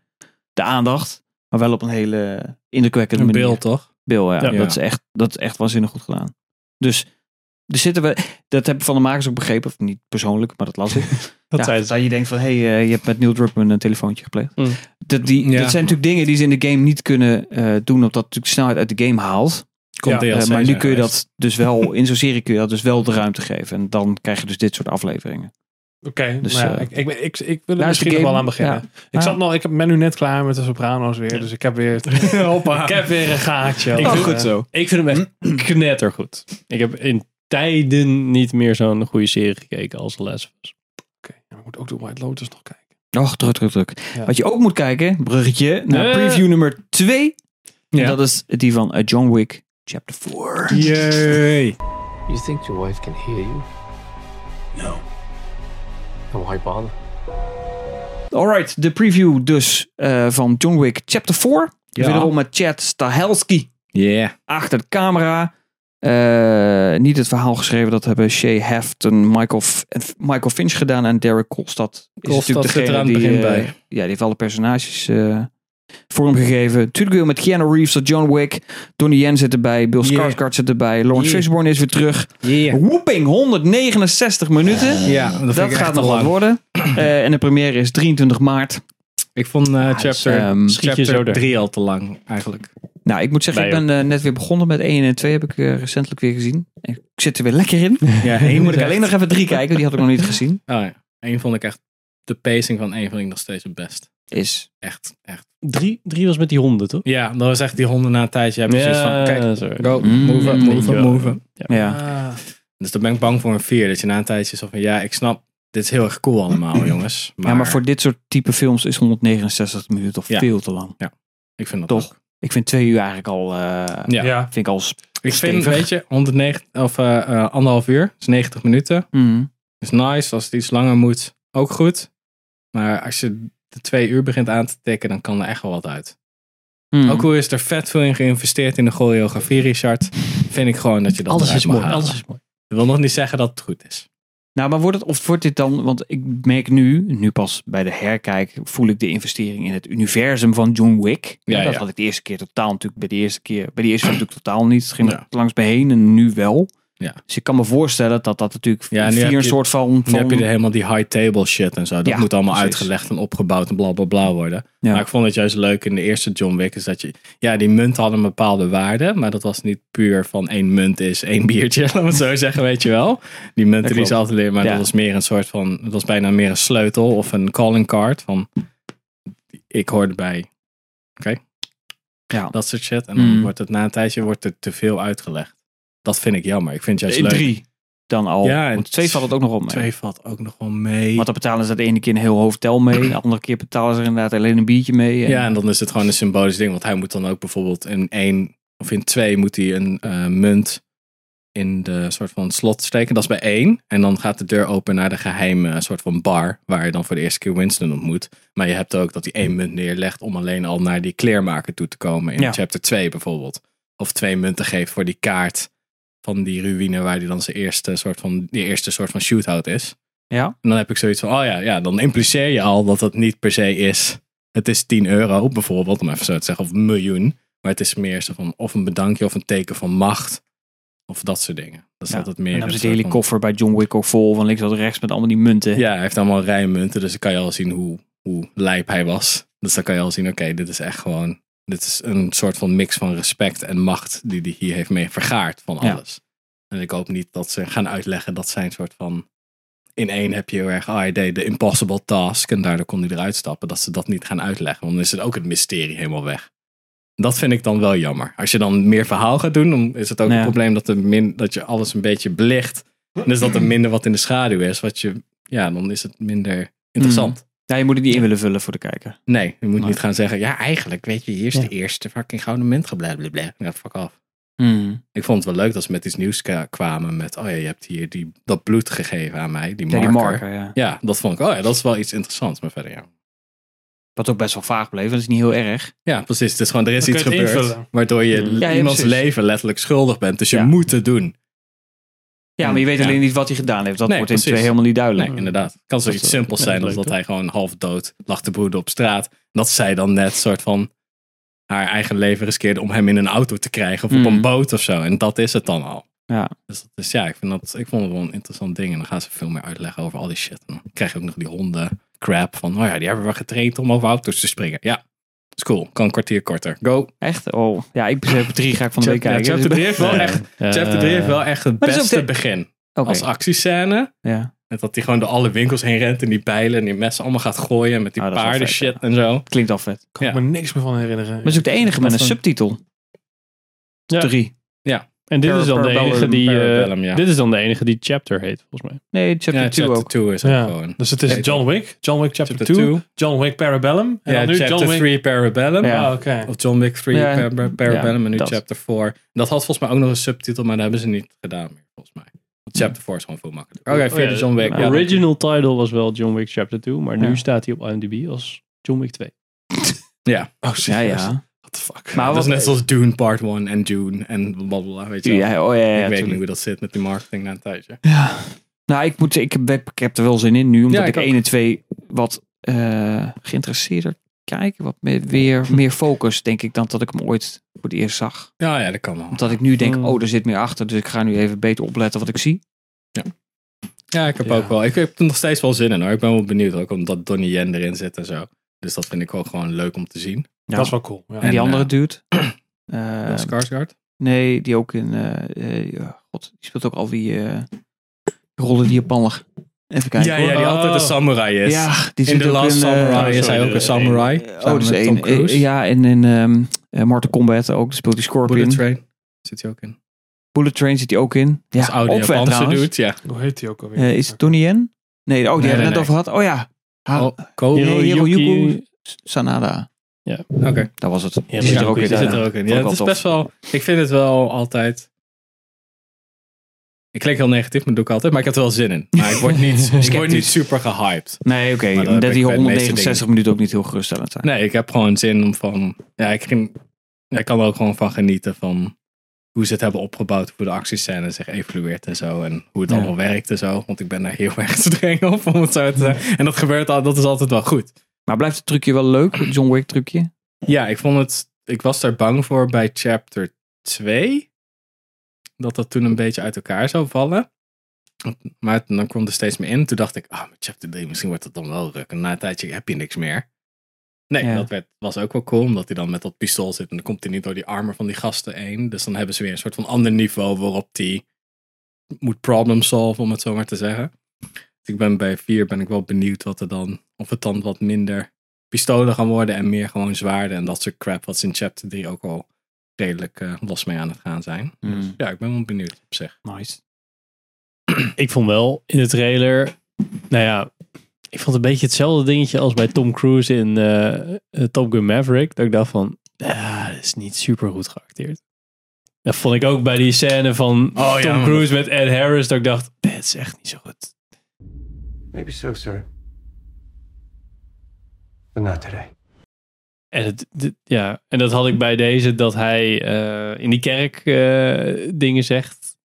de aandacht. Maar wel op een hele indrukwekkende Een manier. beeld, toch? Bill, ja. Ja. Dat, is echt, dat is echt waanzinnig goed gedaan. Dus er zitten we, dat heb ik van de makers ook begrepen. Of niet persoonlijk, maar dat las ik. Dat ja, zeiden dat je denkt van, hé, hey, eh, je hebt met Neil Druckmann een telefoontje gepleegd. Mm. Dat, die, Ja. dat zijn natuurlijk dingen die ze in de game niet kunnen eh, doen, omdat dat natuurlijk snelheid uit de game haalt. Komt Eh, DLC maar nu zijn kun je dat geweest. dus wel, in zo'n serie kun je dat dus wel de ruimte geven. En dan krijg je dus dit soort afleveringen. Oké, Dus, maar ja, eh, ik, ik, ben- ik, ik wil er daar is de misschien nog game, wel aan beginnen. ja. Ah. Ik, Ja. zat nog, ik ben nu net klaar met de Soprano's weer, dus ik heb weer, ik heb weer een gaatje. Ik Oh, vind- goed zo. Ik vind hem echt knettergoed. Ik heb in tijden niet meer zo'n goede serie gekeken als The Last of Us. Ik moet ook de White Lotus nog kijken. Och, druk, druk, druk. Ja. Wat je ook moet kijken, bruggetje, naar Eh. preview nummer 2. En dat is die van eh, John Wick, chapter 4. Yay! You think your wife can hear you? No. Then why bother? Alright, de preview dus eh, van John Wick Chapter 4. Ja. Wederom met Chad Stahelski Yeah. achter de camera. Eh, niet het verhaal geschreven, dat hebben Shea Hefton, Michael, F- Michael Finch gedaan en Derek Kolstad. Kolstad zit er aan het die, begin eh, bij. Ja, die heeft alle personages eh, vormgegeven. Natuurlijk weer met Keanu Reeves, dat John Wick. Donnie Yen zit erbij. Bill Yeah. Skarsgård zit erbij. Lawrence Yeah. Fishburne is weer terug. Whooping, 169 minuten. Ja, dat vind dat ik echt gaat te nog wat lang. worden. Eh, en de première is 23 maart. Ik vond eh, chapter, ehm, schiet je zo chapter door. 3 al te lang, eigenlijk. Nou, ik moet zeggen, Bij ik ben eh, net weer begonnen met 1 en 2. Heb ik eh, recentelijk weer gezien. Ik zit er weer lekker in. Ja, Nu één moet is ik alleen echt- nog even 3 kijken. Die had ik nog niet gezien. Oh ja. Eén vond ik echt... De pacing van één vond ik nog steeds het best. Is. Echt, echt. Drie, drie was met die honden, toch? Ja, dat was echt die honden na een tijdje. Ja, precies Ja, van, kijk, sorry. go, Mm, move up, weet move je up, wel. move up. Ja. Ah. Dus dan ben ik bang voor een vier. Dat je na een tijdje zo van, ja, ik snap, dit is heel erg cool allemaal, jongens. Maar, Ja, maar voor dit soort type films is 169 minuten toch Ja. veel te lang. Ja, ik vind dat toch. Ik vind twee uur eigenlijk al. eh, Ja. ja. Vind ik al. s- Ik vind, stevig. weet je, 109, of, eh eh, anderhalf uur is 90 minuten. Mhm. Is nice. Als het iets langer moet, ook goed. Maar als je de twee uur begint aan te tikken, dan kan er echt wel wat uit. Mhm. Ook hoe is er vet veel in geïnvesteerd in de choreografie, Richard. Vind ik gewoon dat je dat Alles eruit is mag mooi, halen. alles is mooi. Dat wil nog niet zeggen dat het goed is. Nou, maar wordt het, of wordt dit dan, want ik merk nu, nu pas bij de herkijk, voel ik de investering in het universum van John Wick. Ja, dat ja. had ik de eerste keer totaal natuurlijk, bij de eerste keer, bij de eerste film natuurlijk totaal niet. Het ging er langs me heen en nu wel. Ja. Dus ik kan me voorstellen dat dat natuurlijk Ja, nu vier heb je- een soort van... Nu van heb je er helemaal die high table shit en zo. Dat Ja, moet allemaal precies. uitgelegd en opgebouwd en bla bla bla worden. Ja. Maar ik vond het juist leuk in de eerste John Wick is dat je... Ja, die munt hadden een bepaalde waarde. Maar dat was niet puur van één munt is één biertje. Laten we het zo zeggen, weet je wel. Die Dat munten die klopt. ze altijd leren. Maar Ja. dat was meer een soort van... Dat was bijna meer een sleutel of een calling card. Van, ik hoorde bij... Oké? Ja. Dat soort shit. En dan Mm. wordt het na een tijdje wordt er te veel uitgelegd. Dat vind ik jammer. Ik vind het in juist leuk. Eh, drie dan al. Ja, en Want twee valt het ook nog op mee. Twee valt ook nog wel mee. Want dan betalen ze de ene keer een heel hotel mee. De andere keer betalen ze er inderdaad alleen een biertje mee. En- Ja, en dan is het gewoon een symbolisch ding. Want hij moet dan ook bijvoorbeeld in één of in twee moet hij een eh, munt in de soort van slot steken. Dat is bij één. En dan gaat de deur open naar de geheime eh, soort van bar. Waar je dan voor de eerste keer Winston ontmoet. Maar je hebt ook dat hij één munt neerlegt om alleen al naar die kleermaker toe te komen. In Ja. chapter 2 bijvoorbeeld. Of twee munten geeft voor die kaart van die ruïne waar die dan zijn eerste soort van, die eerste soort van shootout is. Ja. En dan heb ik zoiets van, oh ja, ja, dan impliceer je al dat dat niet per se is. Het is 10 euro bijvoorbeeld, om even zo te zeggen, of een miljoen. Maar het is meer zo van of een bedankje of een teken van macht. Of dat soort dingen. Dat is Ja. altijd meer. en dan een zit de soort hele van- koffer bij John Wick ook vol. Van links tot rechts met allemaal die munten. Ja, hij heeft allemaal rijmunten, dus dan kan je al zien hoe, hoe lijp hij was. Dus dan kan je al zien, oké, dit is echt gewoon. Dit is een soort van mix van respect en macht die hij hier heeft mee vergaard van Ja. alles. En ik hoop niet dat ze gaan uitleggen dat zijn soort van. In één heb je heel erg, ah, hij deed de impossible task en daardoor kon hij eruit stappen. Dat ze dat niet gaan uitleggen, want dan is het ook het mysterie helemaal weg. Dat vind ik dan wel jammer. Als je dan meer verhaal gaat doen, dan is het ook Ja. een probleem dat, er min, dat je alles een beetje belicht. Dus dat er minder wat in de schaduw is, wat je, ja, dan is het minder interessant. Ja, je moet het niet in willen vullen voor de kijker. Nee, je moet Nee. niet gaan zeggen, ja, eigenlijk, weet je, hier is de eerste fucking gouden munt geblablabla. Ja, fuck af. Ik vond het wel leuk dat ze met iets nieuws ka- kwamen met, oh ja, je hebt hier die, dat bloed gegeven aan mij, die Ja, marker. die marker, ja. dat vond ik, oh ja, dat is wel iets interessants, maar verder ja. Wat ook best wel vaag bleef. Dat is niet heel erg. Ja, precies. Het is gewoon, er is Dan iets kun je het gebeurd invullen. waardoor je Ja, ja, iemands precies. leven letterlijk schuldig bent. Dus je moet het doen. Ja, maar je weet Ja. alleen niet wat hij gedaan heeft. Dat Nee, wordt in precies. twee helemaal niet duidelijk. Nee, inderdaad. Het Mhm. kan Dat zoiets is- simpels ja, zijn dat als is dat leuk, hij gewoon half dood lag te broeden op straat. Dat zij dan net soort van haar eigen leven riskeerde om hem in een auto te krijgen of Mm. op een boot of zo. En dat is het dan al. Ja. Dus, dat is, ja, ik, vind dat, ik vond het wel een interessant ding. En dan gaan ze veel meer uitleggen over al die shit. En dan krijg je ook nog die honden crap van, oh ja, die hebben we getraind om over auto's te springen. Ja, is cool. Kan een kwartier korter. Go. Echt? Oh, ja, ik besef drie ga ik van de week Chapter, kijken. chapter 3 heeft wel Ja. echt, chapter 3 heeft wel echt het Maar dat is ook beste de- begin. Oké. Als actiescène. Ja. Met dat hij gewoon door alle winkels heen rent en die pijlen en die messen allemaal gaat gooien met die Ah, dat is wel paarden vet, shit en zo. Klinkt al vet. Ik kan me niks meer van herinneren. Maar het is ook de enige met een subtitel. Drie. Ja. En dit is dan de Parabellum, enige die. eh, parabellum, ja. Dit is dan de enige die chapter heet, volgens mij. Nee, Ja, chapter 2 is ook Ja. gewoon. Dus het is Heet John Wick, John Wick Chapter Chapter 2, two. John Wick Parabellum. En Ja, dan nu John chapter Wick 3 Parabellum. Ja. Ah, oké. Of John Wick 3 Ja, Par- Parabellum ja, en nu dat. chapter 4. Dat had volgens mij ook nog een subtitel, maar dat hebben ze niet gedaan meer, volgens mij. Want chapter 4 is gewoon veel makkelijker. Oké, Oh verder ja, John Wick. De Ja, dat- original title was wel John Wick Chapter 2, maar Ja. nu staat hij op IMDb als John Wick 2. Ja. Oh, Ja, ja. What the fuck. Maar Maar dat is wat- net zoals Dune Part 1 en Dune en blablabla, weet je wel. Ja, oh ja, ja, Ik weet niet tuurlijk. hoe dat zit met die marketing na een tijdje. Ja. Nou, ik, moet, ik, heb, ik heb er wel zin in nu, omdat Ja, ik, ik ook. 1 en 2 wat eh geïnteresseerder kijken. Wat meer, weer meer focus, denk ik, dan dat ik hem ooit voor het eerst zag. Ja, ja, dat kan wel. Omdat ik nu denk, oh, er zit meer achter. Dus ik ga nu even beter opletten wat ik zie. Ja, ik heb ook wel. Ik heb er nog steeds wel zin in hoor. Ik ben wel benieuwd ook omdat Donnie Yen erin zit en zo. Dus dat vind ik ook gewoon leuk om te zien. Ja. Dat is wel cool, En die andere dude. Uh, eh, Skarsgård? Nee, die ook in. eh, eh, ja, God, die speelt ook al die eh, rollen die Japaner. Even kijken. Ja, ja, die hoor. altijd een samurai is. oh. Ja, die in zit The ook Last in, eh, Samurai is hij sorry, ook de- een samurai. Oh, samen dus met Tom één. eh, Cruise. Ja, en in ehm eh, Mortal Kombat ook. die speelt die Scorpion. Bullet Train zit hij ook in. Bullet Train zit hij ook in. Ja, Als oude ook vet Japanse trouwens. dude, ja. Hoe heet die ook alweer? Eh, is het Donnie Yen? Nee, oh, die Nee, hebben we nee, net nee. over gehad. Oh ja. Ha Oh, Ko- nee, Hiroyuki- Hiroyuki Sanada. Ja. Oké. Dat was het. Ja, Die zit er ook in. Die zit er ook in. Ja, Vond ik het is wel best tof. wel. Ik vind het wel altijd. Ik klink heel negatief, maar dat doe ik altijd. Maar ik heb er wel zin in. Maar ik word niet, ik word niet Sceptisch. super gehyped. Nee, oké. Maar dan omdat heb die ik bij de meeste 169 minuten ook niet heel geruststellend zijn. Nee, ik heb gewoon zin om van. Ja, ik, ging- ja, ik kan er ook gewoon van genieten van hoe ze het hebben opgebouwd, hoe de actiescène zich evolueert en zo. En hoe het Ja. allemaal werkt en zo. Want ik ben daar heel erg streng op, om het zo te zeggen. En dat gebeurt al, dat is altijd wel goed. Maar blijft het trucje wel leuk? Het John Wick trucje? Ja, ik vond het. Ik was daar bang voor bij chapter 2. Dat dat toen een beetje uit elkaar zou vallen. Maar dan kwam er steeds meer in. Toen dacht ik, ah, met chapter 3, misschien wordt het dan wel ruk. En na een tijdje heb je niks meer. Nee, Ja. dat werd, was ook wel cool, omdat hij dan met dat pistool zit. En dan komt hij niet door die armen van die gasten heen. Dus dan hebben ze weer een soort van ander niveau waarop hij moet problem solven, om het zo maar te zeggen. Dus ik ben bij 4 ben ik wel benieuwd wat er dan, of het dan wat minder pistolen gaan worden en meer gewoon zwaarden en dat soort crap wat ze in chapter 3 ook al redelijk eh, los mee aan het gaan zijn. Dus Hm. ja, ik ben wel benieuwd op zich. Nice. ik vond wel in de trailer. Nou ja, ik vond het een beetje hetzelfde dingetje als bij Tom Cruise in eh, eh, Top Gun Maverick. Dat ik dacht van, ah, dat is niet super goed geacteerd. Dat vond ik ook bij die scène van Oh ja, Tom maar Cruise met Ed Harris. Dat ik dacht, dit is echt niet zo goed. Maybe so, sir. But not today. En, het, dit- ja. en dat had ik bij deze, dat hij eh, in die kerk eh, dingen zegt.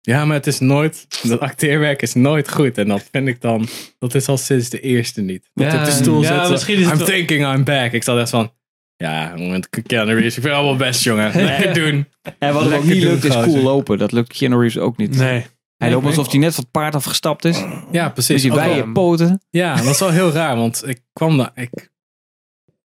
Ja, maar het is nooit, dat acteerwerk is nooit goed en dat vind ik dan, dat is al sinds de eerste niet. Dat Ja, op de stoel ja, zitten, misschien is het I'm wel- thinking I'm back. Ik zat echt van, ja, met Keanu Reeves, ik vind het allemaal best jongen. Lekker doen. En wat er ook Lekker niet doen, lukt is gozer. cool lopen. Dat lukt Keanu Reeves ook niet. Nee. Hij Nee, loopt nee. alsof hij net van het paard afgestapt is. Ja, Dus precies. die Ook wel- wijde poten. Ja, dat is wel heel raar, want ik kwam daar. Ik,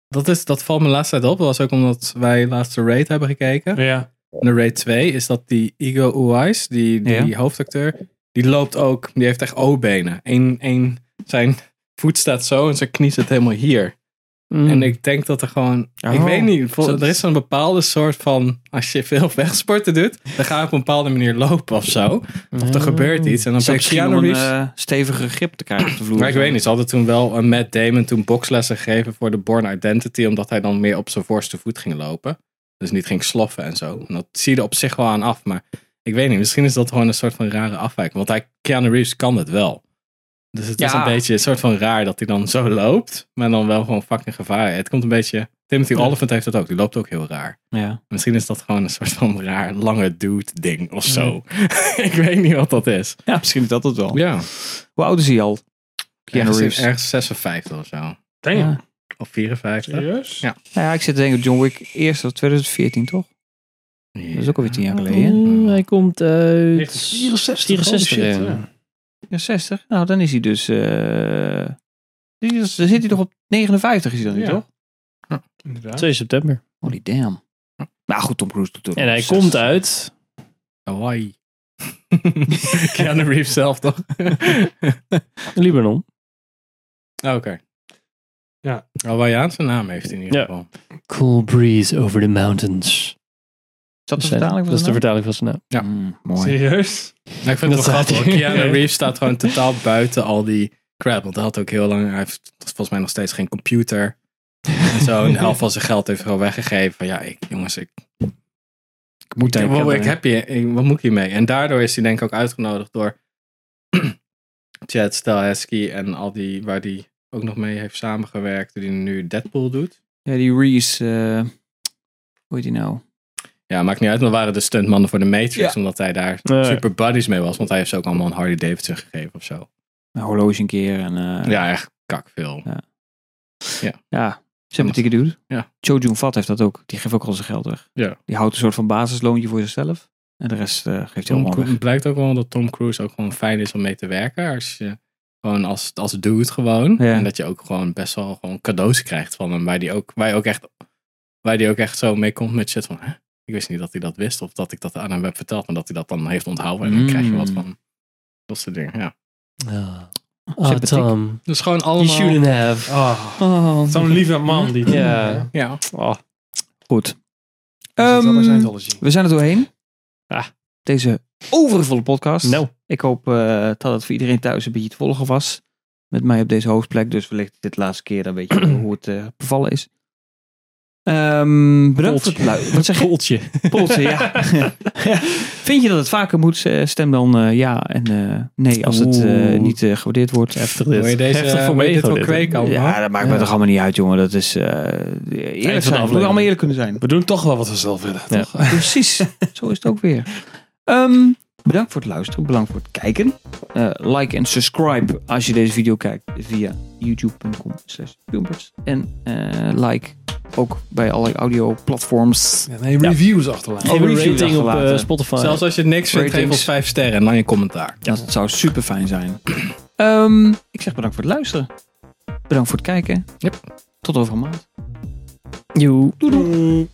dat, is, dat valt me laatst tijd op. Dat was ook omdat wij laatst de Raid hebben gekeken. Ja. En de Raid 2 is dat die Igo Uwais, die, die Ja. hoofdacteur, die loopt ook, die heeft echt O-benen. Eén, één, zijn voet staat zo en zijn knie zit helemaal hier. En ik denk dat er gewoon, ik Hmm. Oh. weet niet, vol- Zo- er is zo'n bepaalde soort van, als je veel wegsporten doet, dan ga je op een bepaalde manier lopen of zo. Of er gebeurt iets en dan Hmm. Is dat misschien ben je Keanu om een Reeves. eh, stevige grip te krijgen op de vloer? Maar ik weet niet, ze hadden toen wel een Matt Damon toen bokslessen gegeven voor de Born Identity, omdat hij dan meer op zijn voorste voet ging lopen. Dus niet ging sloffen en zo. En dat zie je er op zich wel aan af, maar ik weet niet, misschien is dat gewoon een soort van rare afwijking. Want hij, Keanu Reeves kan het wel. Dus het is Ja. een beetje een soort van raar dat hij dan zo loopt, maar dan wel gewoon fucking gevaar. Het komt een beetje, Timothy Ja. Olyphant heeft dat ook, die loopt ook heel raar. Ja. Misschien is dat gewoon een soort van raar lange dude ding of zo. ik weet niet wat dat is. ja, misschien is dat het wel. Ja, Hoe oud is hij al? Keanu ergens, Reeves. ergens 56 of zo. Damn. Ja. Of 54. Serieus? Ja. Nou ja, ik zit te denken, John Wick eerst was 2014, toch? Dat is ook alweer tien jaar geleden. Mm, hij komt uit 1964, 64. holy shit, ja. ja. Ja, 60. Nou, dan is hij dus... eh, die is- dan zit hij toch op 59, is hij dan nu, Ja. toch? Inderdaad. 2 september. Holy damn. Nou goed, Tom Cruise doet het. En hij komt uit. Hawaii. Keanu Reeves zelf toch? Libanon. Oké. Ja. Hawaiiaanse naam heeft hij in ieder Ja. geval. Cool breeze over the mountains. dat de Zijn- vertaling van Dat is de zijn vertaling van zijn naam. Ja. Mm, mooi. Serieus? Nou, ik vind Dat het wel staat grappig. hier. Keanu Reeves staat gewoon totaal buiten al die crap. Want hij had ook heel lang, hij heeft volgens mij nog steeds geen computer. En zo, en de helft van zijn geld heeft hij al weggegeven. Van, Ja, ik, jongens, ik, Ik moet ik, daar wat, ik heb je, ik- wat moet ik hiermee? En daardoor is hij denk ik ook uitgenodigd door Chad Stahelski en al die, waar hij ook nog mee heeft samengewerkt. Die nu Deadpool doet. Ja, die Reese... eh, hoe heet die nou? Ja, maakt niet uit, maar waren de stuntmannen voor de Matrix. Ja. Omdat hij daar Nee. super buddies mee was. Want hij heeft ze ook allemaal een Harley Davidson gegeven of zo. Een horloge een keer en... eh, Ja, echt kakveel. Ja, Sympathieke dude. Ja. Cho Jun Fat heeft dat ook. Die geeft ook al zijn geld weg. Ja. Die houdt een soort van basisloonje voor zichzelf. En de rest eh, geeft hij Tom allemaal Cruise- weg. het blijkt ook wel dat Tom Cruise ook gewoon fijn is om mee te werken. Als je gewoon als, als dude gewoon. Ja. En dat je ook gewoon best wel gewoon cadeaus krijgt van hem. Waar die ook, waar je ook, echt, waar die ook echt zo mee komt met shit van... Hè? Ik wist niet dat hij dat wist of dat ik dat aan hem heb verteld. Maar dat hij dat dan heeft onthouden. En dan krijg je wat Hmm. Mm. van. Dat soort dingen, ja. Ja. Ah, Sympathiek. Tom. Dus gewoon You allemaal... shouldn't have. Oh, Oh. Zo'n lieve man die. Ja. Ja. Oh. Goed. wel bij Ehm, Scientology. we zijn er doorheen. Deze overvolle podcast. Nou. Ik hoop eh, dat het voor iedereen thuis een beetje te volgen was. Met mij op deze hoofdplek. Dus wellicht dit laatste keer. Dan weet je hoe het eh, bevallen is. Ehm, bedankt voor het luisteren. Wat zeg je? Poltje. Polsen, ja. Ja. Vind je dat het vaker moet? eh, Stem dan eh, ja en eh, nee als het eh, Oeh. niet eh, gewaardeerd wordt. Heftig Wil je dit. deze Heftig wil je dit ego wel dit. kweken allemaal? Ja, dat maakt me Ja. toch allemaal niet uit, jongen. Dat is eh, eerlijk zijn. We moeten allemaal eerlijk kunnen zijn. We doen toch wel wat we zelf willen. Ja, Toch? precies. Zo is het ook weer. Ehm, bedankt voor het luisteren. Bedankt voor het kijken. Eh, like en subscribe als je deze video kijkt via youtube.com slash filmpers. En eh, like ook bij alle audio platforms. Ja, nee, reviews achterlaten. Geef een Een rating rating op achterlaten. eh, Spotify. Zelfs als je niks vindt, geef Ratings. ons vijf sterren en dan je commentaar. Dat zou super fijn zijn. Ehm, ik zeg bedankt voor het luisteren. Bedankt voor het kijken. Yep. Tot over een maand. Joe. Doei doei.